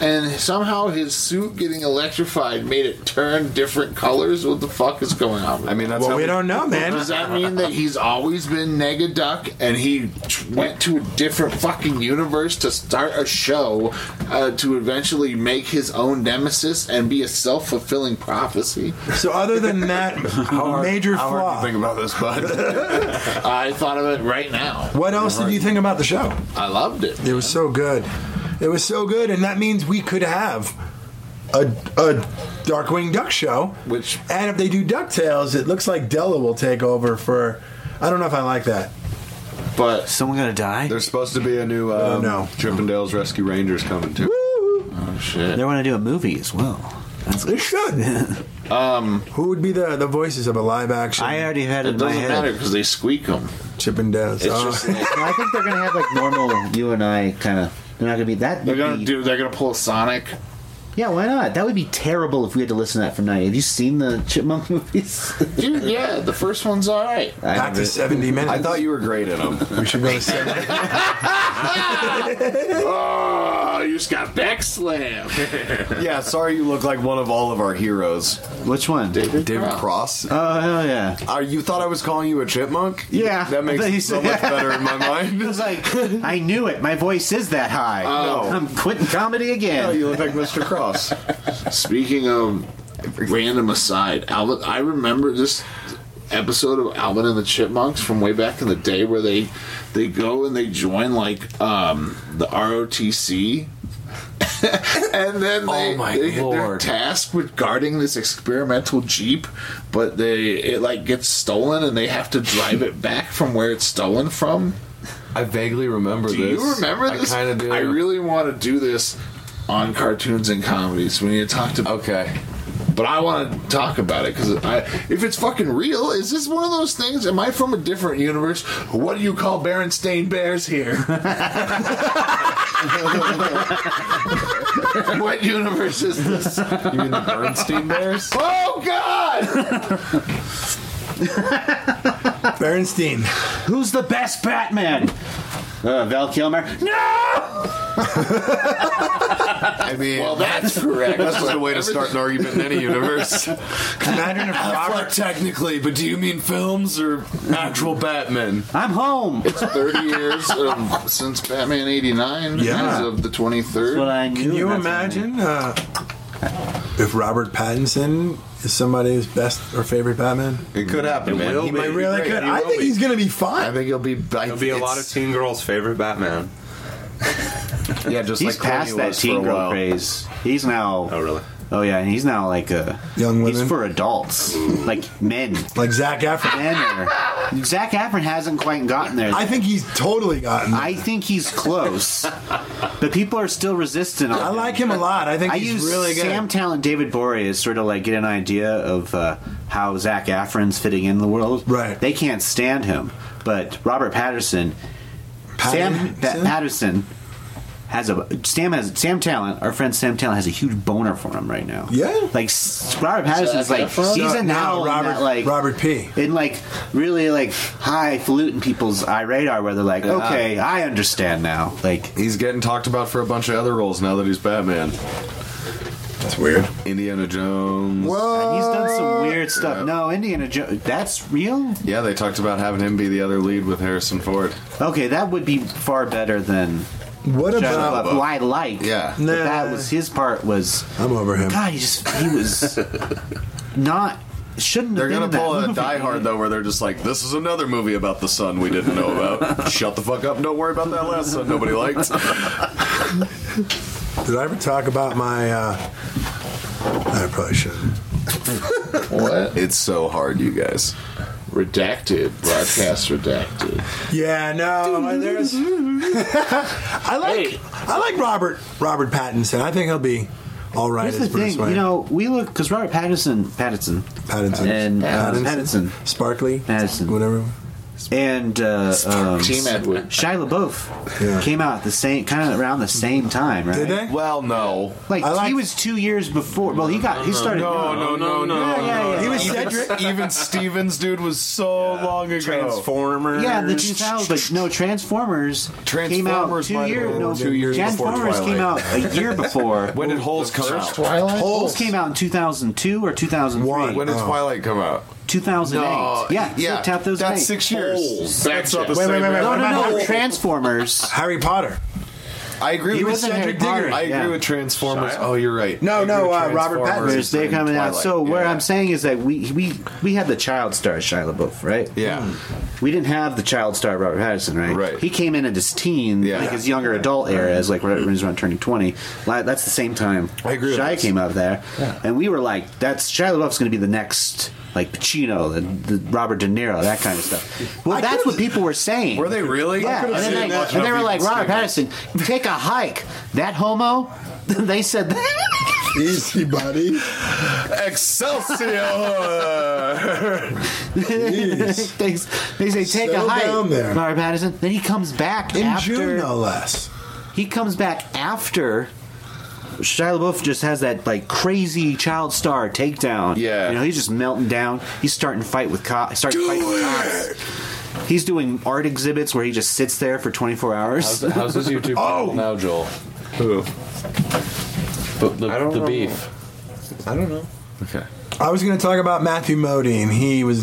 Speaker 5: and somehow his suit getting electrified made it turn different colors. What the fuck is going on? with
Speaker 1: I mean, that's
Speaker 4: Well,
Speaker 1: how
Speaker 4: we don't know, man.
Speaker 5: Does that mean that he's always been Negaduck and he t- went to a different fucking universe to start a show uh, to eventually make his own nemesis and be a self fulfilling prophecy?
Speaker 4: So other than that major
Speaker 1: How hard do you
Speaker 4: flaw,
Speaker 1: think about this, bud?
Speaker 5: I thought of it right now.
Speaker 4: what else did you think about the show?
Speaker 5: I loved it.
Speaker 4: It was so good. It was so good, and that means we could have a, a Darkwing Duck show.
Speaker 5: Which-
Speaker 4: and if they do Ducktales, it looks like Della will take over for. I don't know if I like that.
Speaker 5: But
Speaker 14: Someone gonna die?
Speaker 1: There's supposed to be a new um,
Speaker 4: no.
Speaker 1: Chippendales Rescue Rangers coming too.
Speaker 5: oh,
Speaker 14: They want to do a movie as well. That's
Speaker 4: It should. Who would be the the voices of a live action?
Speaker 14: I
Speaker 2: uh,
Speaker 14: already had it,
Speaker 5: it
Speaker 14: in my
Speaker 5: doesn't
Speaker 14: head.
Speaker 5: matter because they squeak them.
Speaker 4: Chip and Dale's.
Speaker 5: It's
Speaker 4: Oh.
Speaker 5: just like,
Speaker 2: No, I think they're gonna have like normal you and I kind of. They're not gonna be that.
Speaker 5: they're
Speaker 2: would
Speaker 5: gonna
Speaker 2: be-
Speaker 5: do. They're gonna pull a Sonic.
Speaker 2: Yeah, why not? That would be terrible if we had to listen to that for night. Have you seen the Chipmunk movies?
Speaker 5: Dude, yeah, the first one's all right.
Speaker 2: I
Speaker 4: back to
Speaker 2: haven't.
Speaker 4: seventy minutes.
Speaker 1: I thought you were great at them.
Speaker 4: we should go to seventy.
Speaker 5: Oh, you just got back slammed.
Speaker 1: yeah, sorry you look like one of all of our heroes.
Speaker 2: Which one? David.
Speaker 1: David Cross.
Speaker 2: Oh hell yeah!
Speaker 1: Uh, you thought I was calling you a chipmunk?
Speaker 2: Yeah.
Speaker 1: That makes
Speaker 2: You
Speaker 1: it so
Speaker 2: said-
Speaker 1: much better in my mind.
Speaker 2: I was like, I knew it. My voice is that high.
Speaker 1: Oh.
Speaker 2: I'm quitting comedy
Speaker 1: Oh,
Speaker 2: again.
Speaker 1: you look like Mr. Cross.
Speaker 5: Speaking of random aside, Alvin, I remember this episode of Alvin and the Chipmunks from way back in the day where they they go and they join like um, the ROTC. and then they,
Speaker 1: Oh my
Speaker 5: they they're
Speaker 1: Lord.
Speaker 5: tasked with guarding this experimental jeep, but they it like gets stolen and they have to drive it back from where it's stolen from.
Speaker 1: I vaguely remember
Speaker 5: Do
Speaker 1: this.
Speaker 5: you remember this?
Speaker 1: I kind of do.
Speaker 5: I really want to do this on cartoons and comedies. We need to talk to,
Speaker 1: Okay.
Speaker 5: but I want to talk about it because I, if it's fucking real, is this one of those things? Am I from a different universe? What do you call Berenstain Bears here? what universe is this?
Speaker 1: You mean the Bernstein Bears?
Speaker 5: Oh God!
Speaker 4: Bernstein.
Speaker 2: Who's the best Batman? Uh, Val Kilmer. No.
Speaker 1: I mean,
Speaker 5: Well, that's correct.
Speaker 1: that's just a way to start an argument in any universe.
Speaker 4: Imagine if
Speaker 1: Affleck,
Speaker 4: Robert.
Speaker 1: technically, but do you mean films or actual Batman?
Speaker 2: I'm home.
Speaker 5: It's thirty years of, since Batman '89
Speaker 4: Yeah.
Speaker 5: as of the twenty
Speaker 2: That's what
Speaker 5: third.
Speaker 2: I knew.
Speaker 4: Can you
Speaker 2: That's what I knew.
Speaker 4: imagine uh, if Robert Pattinson is somebody's best or favorite Batman?
Speaker 1: It could happen, man.
Speaker 15: will
Speaker 1: He
Speaker 15: be.
Speaker 1: might-
Speaker 15: It'd
Speaker 4: Really
Speaker 15: great.
Speaker 4: could.
Speaker 15: He
Speaker 4: I
Speaker 15: will
Speaker 4: think
Speaker 15: be.
Speaker 4: he's gonna be
Speaker 1: I
Speaker 4: fine.
Speaker 1: think he'll be. I,
Speaker 15: It'll be a lot of teen girls' favorite Batman.
Speaker 1: Yeah, just
Speaker 2: He's
Speaker 1: like
Speaker 2: past
Speaker 1: Clooney
Speaker 2: that
Speaker 1: was
Speaker 2: teen
Speaker 1: for a
Speaker 2: girl
Speaker 1: while.
Speaker 2: craze. He's now.
Speaker 15: Oh, really?
Speaker 2: Oh yeah, and he's now like a
Speaker 4: Young
Speaker 2: He's
Speaker 4: women?
Speaker 2: for adults,
Speaker 1: Mm.
Speaker 2: like men.
Speaker 4: Like Zach Efron.
Speaker 2: Men are. Zach Efron hasn't quite gotten there.
Speaker 4: I
Speaker 2: yet.
Speaker 4: think he's totally gotten. I,
Speaker 2: I think he's close, but people are still resistant. on
Speaker 4: like him a lot. I think
Speaker 2: I
Speaker 4: he's
Speaker 2: use
Speaker 4: really good.
Speaker 2: Sam Talent, David Bory as sort of like get an idea of uh, how Zach Efron's fitting in the world.
Speaker 4: Right.
Speaker 2: They can't stand him, but Robert Patterson, Sam
Speaker 4: Pattinson?
Speaker 2: pa- Patterson has a Sam has Sam Talent. Our friend Sam Talent has a huge boner for him right now.
Speaker 4: Yeah?
Speaker 2: Like s- Robert Patterson's
Speaker 5: Zac
Speaker 2: like
Speaker 5: Efron?
Speaker 2: he's
Speaker 4: No, no,
Speaker 2: a now
Speaker 4: Robert-
Speaker 2: like
Speaker 4: Robert P.
Speaker 2: in like really like highfalutin people's eye radar where they're like
Speaker 1: Yeah.
Speaker 2: okay I understand now like
Speaker 1: He's getting talked about for a bunch of other roles now that he's Batman.
Speaker 4: That's weird.
Speaker 1: Indiana Jones.
Speaker 2: And he's done some weird stuff. No, Indiana Jones. That's real.
Speaker 1: Yeah, they talked about having him be the other lead with Harrison Ford.
Speaker 2: Okay, that would be far better than
Speaker 4: What
Speaker 2: Shia LaBeouf,
Speaker 4: about?
Speaker 2: who I like.
Speaker 1: Yeah.
Speaker 2: but
Speaker 4: Nah.
Speaker 2: that was his part. Was
Speaker 4: I'm over him.
Speaker 2: God? He just he was not shouldn't.
Speaker 1: They're
Speaker 2: have
Speaker 1: gonna
Speaker 2: been in
Speaker 1: pull
Speaker 2: that
Speaker 1: a
Speaker 2: movie.
Speaker 1: Die Hard though, where they're just like, "This is another movie about the sun we didn't know about. Shut the fuck up! Don't worry about that last sun nobody liked."
Speaker 4: Did I ever talk about my? Uh, I probably shouldn't.
Speaker 5: What?
Speaker 1: it's so hard, you guys.
Speaker 5: Redacted broadcast redacted.
Speaker 4: Yeah, no. There's. I like. I like Robert Robert Pattinson. I think he'll be All right
Speaker 2: Here's
Speaker 4: is
Speaker 2: the
Speaker 4: Bruce
Speaker 2: thing,
Speaker 4: Wayne.
Speaker 2: you know, we look because Robert Pattinson, Pattinson,
Speaker 4: Pattinson.
Speaker 2: and uh,
Speaker 4: Pattinson.
Speaker 2: Pattinson,
Speaker 4: Sparkly,
Speaker 2: Pattinson,
Speaker 4: whatever.
Speaker 2: and uh, um,
Speaker 5: Team Edward.
Speaker 2: Shia LaBeouf
Speaker 4: Yeah.
Speaker 2: came out the same kind of around the same time, right?
Speaker 4: Did they?
Speaker 1: Well, no.
Speaker 2: Like,
Speaker 4: I like- Uh-huh.
Speaker 2: he was two years before. Well, he got he started.
Speaker 1: No, no, no, no.
Speaker 2: yeah, yeah, yeah.
Speaker 4: He was
Speaker 2: yeah,
Speaker 4: Cedric.
Speaker 1: Even Stevens, dude, was so long ago.
Speaker 9: Transformers.
Speaker 2: yeah, the 2000s, but no, Transformers, came out
Speaker 1: Transformers
Speaker 2: two
Speaker 1: might have
Speaker 2: years.
Speaker 1: been
Speaker 2: No,
Speaker 1: two years before
Speaker 2: Transformers came out
Speaker 1: Twilight.
Speaker 2: a year before.
Speaker 9: When did Holes come out?
Speaker 5: Twilight.
Speaker 2: Holes came out in 2002 or 2003.
Speaker 4: One.
Speaker 1: When did
Speaker 4: Oh.
Speaker 1: Twilight come out?
Speaker 2: 2008. yeah, yeah. Tap those
Speaker 1: That's
Speaker 2: eight.
Speaker 1: six years. That's not the
Speaker 4: Wait,
Speaker 1: same.
Speaker 4: wait, wait, wait.
Speaker 2: No,
Speaker 4: What
Speaker 2: no,
Speaker 4: about
Speaker 2: no.
Speaker 4: Harry-
Speaker 2: Transformers.
Speaker 4: Harry Potter.
Speaker 1: I agree
Speaker 2: He
Speaker 1: with
Speaker 2: wasn't Harry
Speaker 1: Cedric Diggory.
Speaker 2: Potter,
Speaker 1: I agree
Speaker 2: yeah.
Speaker 1: with Transformers.
Speaker 9: Shia?
Speaker 1: Oh, you're right.
Speaker 4: No,
Speaker 1: I agree
Speaker 4: no,
Speaker 1: with
Speaker 4: uh, Robert
Speaker 1: Transformers
Speaker 2: Transformers, They're
Speaker 1: and
Speaker 2: coming out.
Speaker 1: Twilight.
Speaker 2: So where
Speaker 1: Yeah.
Speaker 2: I'm saying is that we we we had the child star Shia LaBeouf, right?
Speaker 1: Yeah.
Speaker 2: We didn't have the child star Robert Pattinson, right?
Speaker 1: Right.
Speaker 2: He came in at his teen,
Speaker 1: Yeah.
Speaker 2: like his younger adult era, as like right when he was around turning twenty. Like, That's the same time
Speaker 1: I agree with
Speaker 2: Shia
Speaker 1: this.
Speaker 2: came out there, and we were like, "That's Shia LaBeouf's going to be the next." Like Pacino, the, the Robert De Niro, that kind of stuff. Well, that's what people were saying.
Speaker 1: Were they really? I
Speaker 2: Yeah, and
Speaker 1: could've
Speaker 2: then
Speaker 1: seen
Speaker 2: they,
Speaker 1: that.
Speaker 2: and they were like,
Speaker 1: People
Speaker 2: Robert
Speaker 1: saying
Speaker 2: Pattinson, take a hike. That homo, they said that.
Speaker 16: Easy, buddy.
Speaker 1: that. Excelsior!
Speaker 2: they, they say take
Speaker 4: Settle
Speaker 2: a hike,
Speaker 4: down there."
Speaker 2: Robert Pattinson. Then he comes back
Speaker 4: In
Speaker 2: after.
Speaker 4: June, no less.
Speaker 2: He comes back after. Shia LaBeouf just has that like crazy child star takedown.
Speaker 1: Yeah.
Speaker 2: you know he's just melting down. He's starting to fight with cops. Starting fighting with cops. He's doing art exhibits where he just sits there for 24 hours.
Speaker 17: How's this YouTube channel now, Joel?
Speaker 1: Oh! Who?
Speaker 17: The, the,
Speaker 9: I don't
Speaker 17: the
Speaker 9: know.
Speaker 17: beef.
Speaker 9: I don't know.
Speaker 1: Okay.
Speaker 4: I was going to talk about Matthew Modine. He was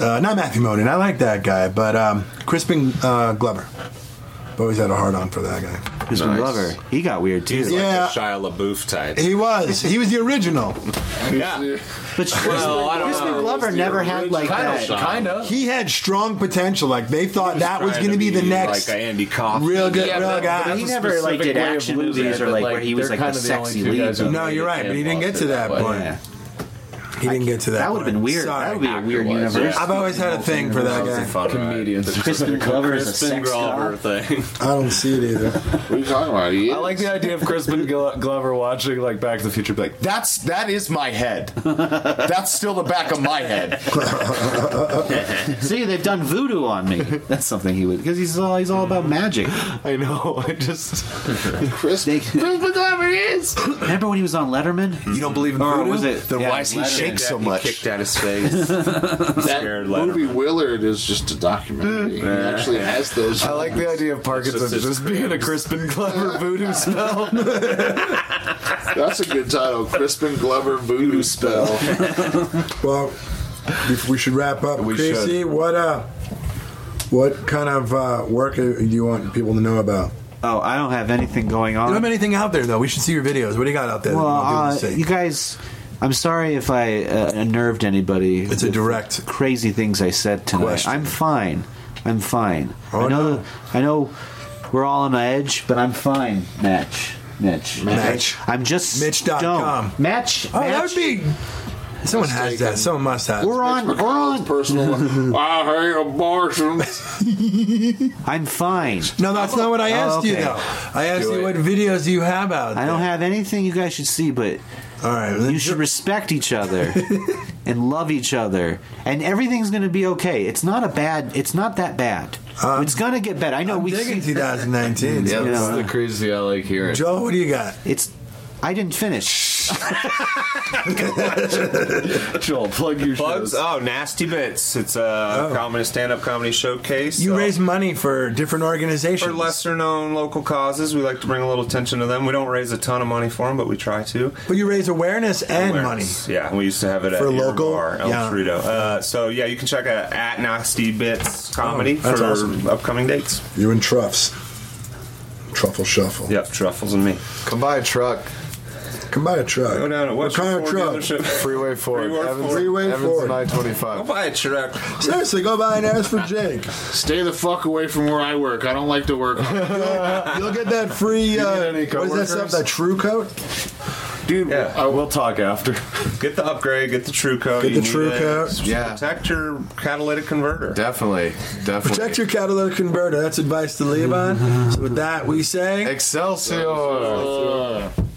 Speaker 4: uh, not Matthew Modine. I like that guy, but um, Crispin uh, Glover. I've always had a hard on for that guy.
Speaker 2: He's from
Speaker 1: Nice.
Speaker 2: Glover. He got weird too.
Speaker 9: He's
Speaker 4: Yeah.
Speaker 9: like a Shia LaBeouf type.
Speaker 4: He was. He was the original.
Speaker 9: Yeah.
Speaker 2: But
Speaker 9: Well, I don't
Speaker 2: Crispin
Speaker 9: know.
Speaker 2: Glover never had like that.
Speaker 17: Kind of.
Speaker 4: He had strong potential. Like they thought that was
Speaker 9: Trying
Speaker 4: going to be the
Speaker 9: like
Speaker 4: next
Speaker 9: a Andy Kaufman.
Speaker 4: real good,
Speaker 17: Yeah,
Speaker 4: real
Speaker 17: but-
Speaker 4: guy.
Speaker 17: but
Speaker 2: he
Speaker 17: That's a
Speaker 2: never like
Speaker 17: specific
Speaker 2: did
Speaker 17: way of
Speaker 2: action
Speaker 17: losing
Speaker 2: movies
Speaker 17: it,
Speaker 2: or
Speaker 17: but,
Speaker 2: like,
Speaker 17: like,
Speaker 2: where he was
Speaker 17: they're
Speaker 2: like the
Speaker 17: kinda the only
Speaker 2: sexy
Speaker 17: two
Speaker 2: lead.
Speaker 17: guys who-
Speaker 4: no, you're right, but he didn't get to that
Speaker 17: Yeah.
Speaker 4: point.
Speaker 2: Yeah.
Speaker 4: He didn't get to that.
Speaker 2: That would have been weird. That would be a weird
Speaker 17: Actor-wise,
Speaker 2: universe.
Speaker 4: I've always had a thing for that guy.
Speaker 1: uh,
Speaker 17: Comedians.
Speaker 2: Crispin Glover is a
Speaker 9: Crispin
Speaker 2: sex
Speaker 9: Glover
Speaker 2: star.
Speaker 9: thing.
Speaker 16: I don't see it either.
Speaker 5: What are you talking about? He
Speaker 1: I like the idea of Crispin Glo- Glover watching like Back to the Future, be like that's that is my head. That's still the back of my head.
Speaker 2: See, they've done voodoo on me. That's something he would because he's all he's all about magic.
Speaker 1: I know. I just
Speaker 5: Chris.
Speaker 2: They-
Speaker 5: Crispin Glover is.
Speaker 2: Remember when he was on Letterman?
Speaker 1: you don't believe in
Speaker 2: Or
Speaker 1: voodoo?
Speaker 2: Uh, was it-
Speaker 1: Then
Speaker 2: yeah,
Speaker 1: why does he
Speaker 2: Letterman.
Speaker 1: shake so
Speaker 9: He
Speaker 1: much?
Speaker 9: Kicked out his face.
Speaker 5: That
Speaker 9: Scared
Speaker 5: movie
Speaker 9: Letterman.
Speaker 5: Willard is just a documentary. He actually has those.
Speaker 1: I like the idea of Parkinson's
Speaker 9: It's
Speaker 1: just,
Speaker 9: just- it's
Speaker 1: being a Crispin Glover voodoo spell.
Speaker 5: That's a good title. Crispin Glover voodoo spell.
Speaker 4: Well, if we should wrap up.
Speaker 1: We
Speaker 4: Casey, what uh, what kind of uh, work do you want people to know about?
Speaker 2: Oh, I don't have anything going
Speaker 4: You don't have
Speaker 2: on.
Speaker 4: anything out there though. We should see your videos. What do you got out there?
Speaker 2: Well, uh,
Speaker 4: that
Speaker 2: you
Speaker 4: you
Speaker 2: guys, I'm sorry if I uh, unnerved anybody.
Speaker 4: It's a direct
Speaker 2: crazy things I said tonight.
Speaker 4: question.
Speaker 2: I'm fine. I'm fine.
Speaker 4: Oh,
Speaker 2: I know.
Speaker 4: no.
Speaker 2: The, I know. We're all on the edge, but I'm fine. Match. Mitch.
Speaker 4: Match.
Speaker 2: I'm just
Speaker 4: Mitch dot
Speaker 2: stoned.
Speaker 4: com.
Speaker 2: Match.
Speaker 4: oh,
Speaker 2: match.
Speaker 4: that would be. Someone has that. Someone must have.
Speaker 2: We're on. We're
Speaker 5: McConnell's
Speaker 2: on.
Speaker 5: personal. I hate abortions.
Speaker 2: I'm fine.
Speaker 4: No, that's not what I
Speaker 2: Oh,
Speaker 4: asked you
Speaker 2: okay.
Speaker 4: though. I asked you what videos do you have out there.
Speaker 2: I don't have anything you guys should see, but
Speaker 4: All right. then-
Speaker 2: you should respect each other and love each other, and everything's going to be okay. It's not a bad. It's not that bad.
Speaker 4: Um,
Speaker 2: it's going to get better. I know
Speaker 4: I'm
Speaker 2: we
Speaker 4: digging
Speaker 2: see.
Speaker 4: 2019.
Speaker 1: yeah,
Speaker 4: so-
Speaker 1: this
Speaker 2: know.
Speaker 1: is the crazy I like hearing.
Speaker 4: Joel, what do you got?
Speaker 2: It's. I didn't finish.
Speaker 1: Joel, plug your
Speaker 9: Plugs? Oh, Nasty Bits. It's a
Speaker 4: Oh.
Speaker 9: Uh, comedy stand-up comedy showcase.
Speaker 4: You
Speaker 9: So-
Speaker 4: raise money for different organizations.
Speaker 9: for lesser-known local causes. We like to bring a little attention to them. We don't raise a ton of money for them, but we try to.
Speaker 4: But you raise awareness and
Speaker 9: Awareness. Yeah, we used to have it at
Speaker 4: For
Speaker 9: your
Speaker 4: local?
Speaker 9: bar, El
Speaker 4: Yeah.
Speaker 9: Torito. Uh, so yeah, you can check out at Nasty Bits Comedy
Speaker 4: Oh, that's
Speaker 9: for
Speaker 4: awesome.
Speaker 9: upcoming dates.
Speaker 16: You and Truffs. Truffle shuffle.
Speaker 9: Yep, Truffles and me.
Speaker 1: Come buy a truck.
Speaker 16: Come by a truck.
Speaker 9: Go down to
Speaker 16: what
Speaker 9: what's
Speaker 16: kind of truck?
Speaker 9: Ford dealership?
Speaker 1: Freeway Ford.
Speaker 9: Freeway
Speaker 1: Evans,
Speaker 9: Ford.
Speaker 16: Freeway
Speaker 1: Evans
Speaker 16: Ford.
Speaker 1: and I-25.
Speaker 9: Go buy a truck.
Speaker 16: Seriously, go by and ask for Jake.
Speaker 5: Stay the fuck away from where I work. I don't like to work.
Speaker 16: You'll get that free. Uh,
Speaker 1: any
Speaker 16: what is that stuff?
Speaker 1: coworkers?
Speaker 16: That true coat?
Speaker 1: Dude,
Speaker 9: Yeah.
Speaker 1: I will talk after.
Speaker 9: Get the upgrade. Get the True Coat.
Speaker 16: Get the
Speaker 9: You need
Speaker 16: True
Speaker 9: it.
Speaker 16: Coat.
Speaker 1: Yeah.
Speaker 9: Protect your catalytic converter.
Speaker 1: Definitely. Definitely.
Speaker 4: Protect your catalytic converter. That's advice to Levon. so with that, we say.
Speaker 1: Excelsior.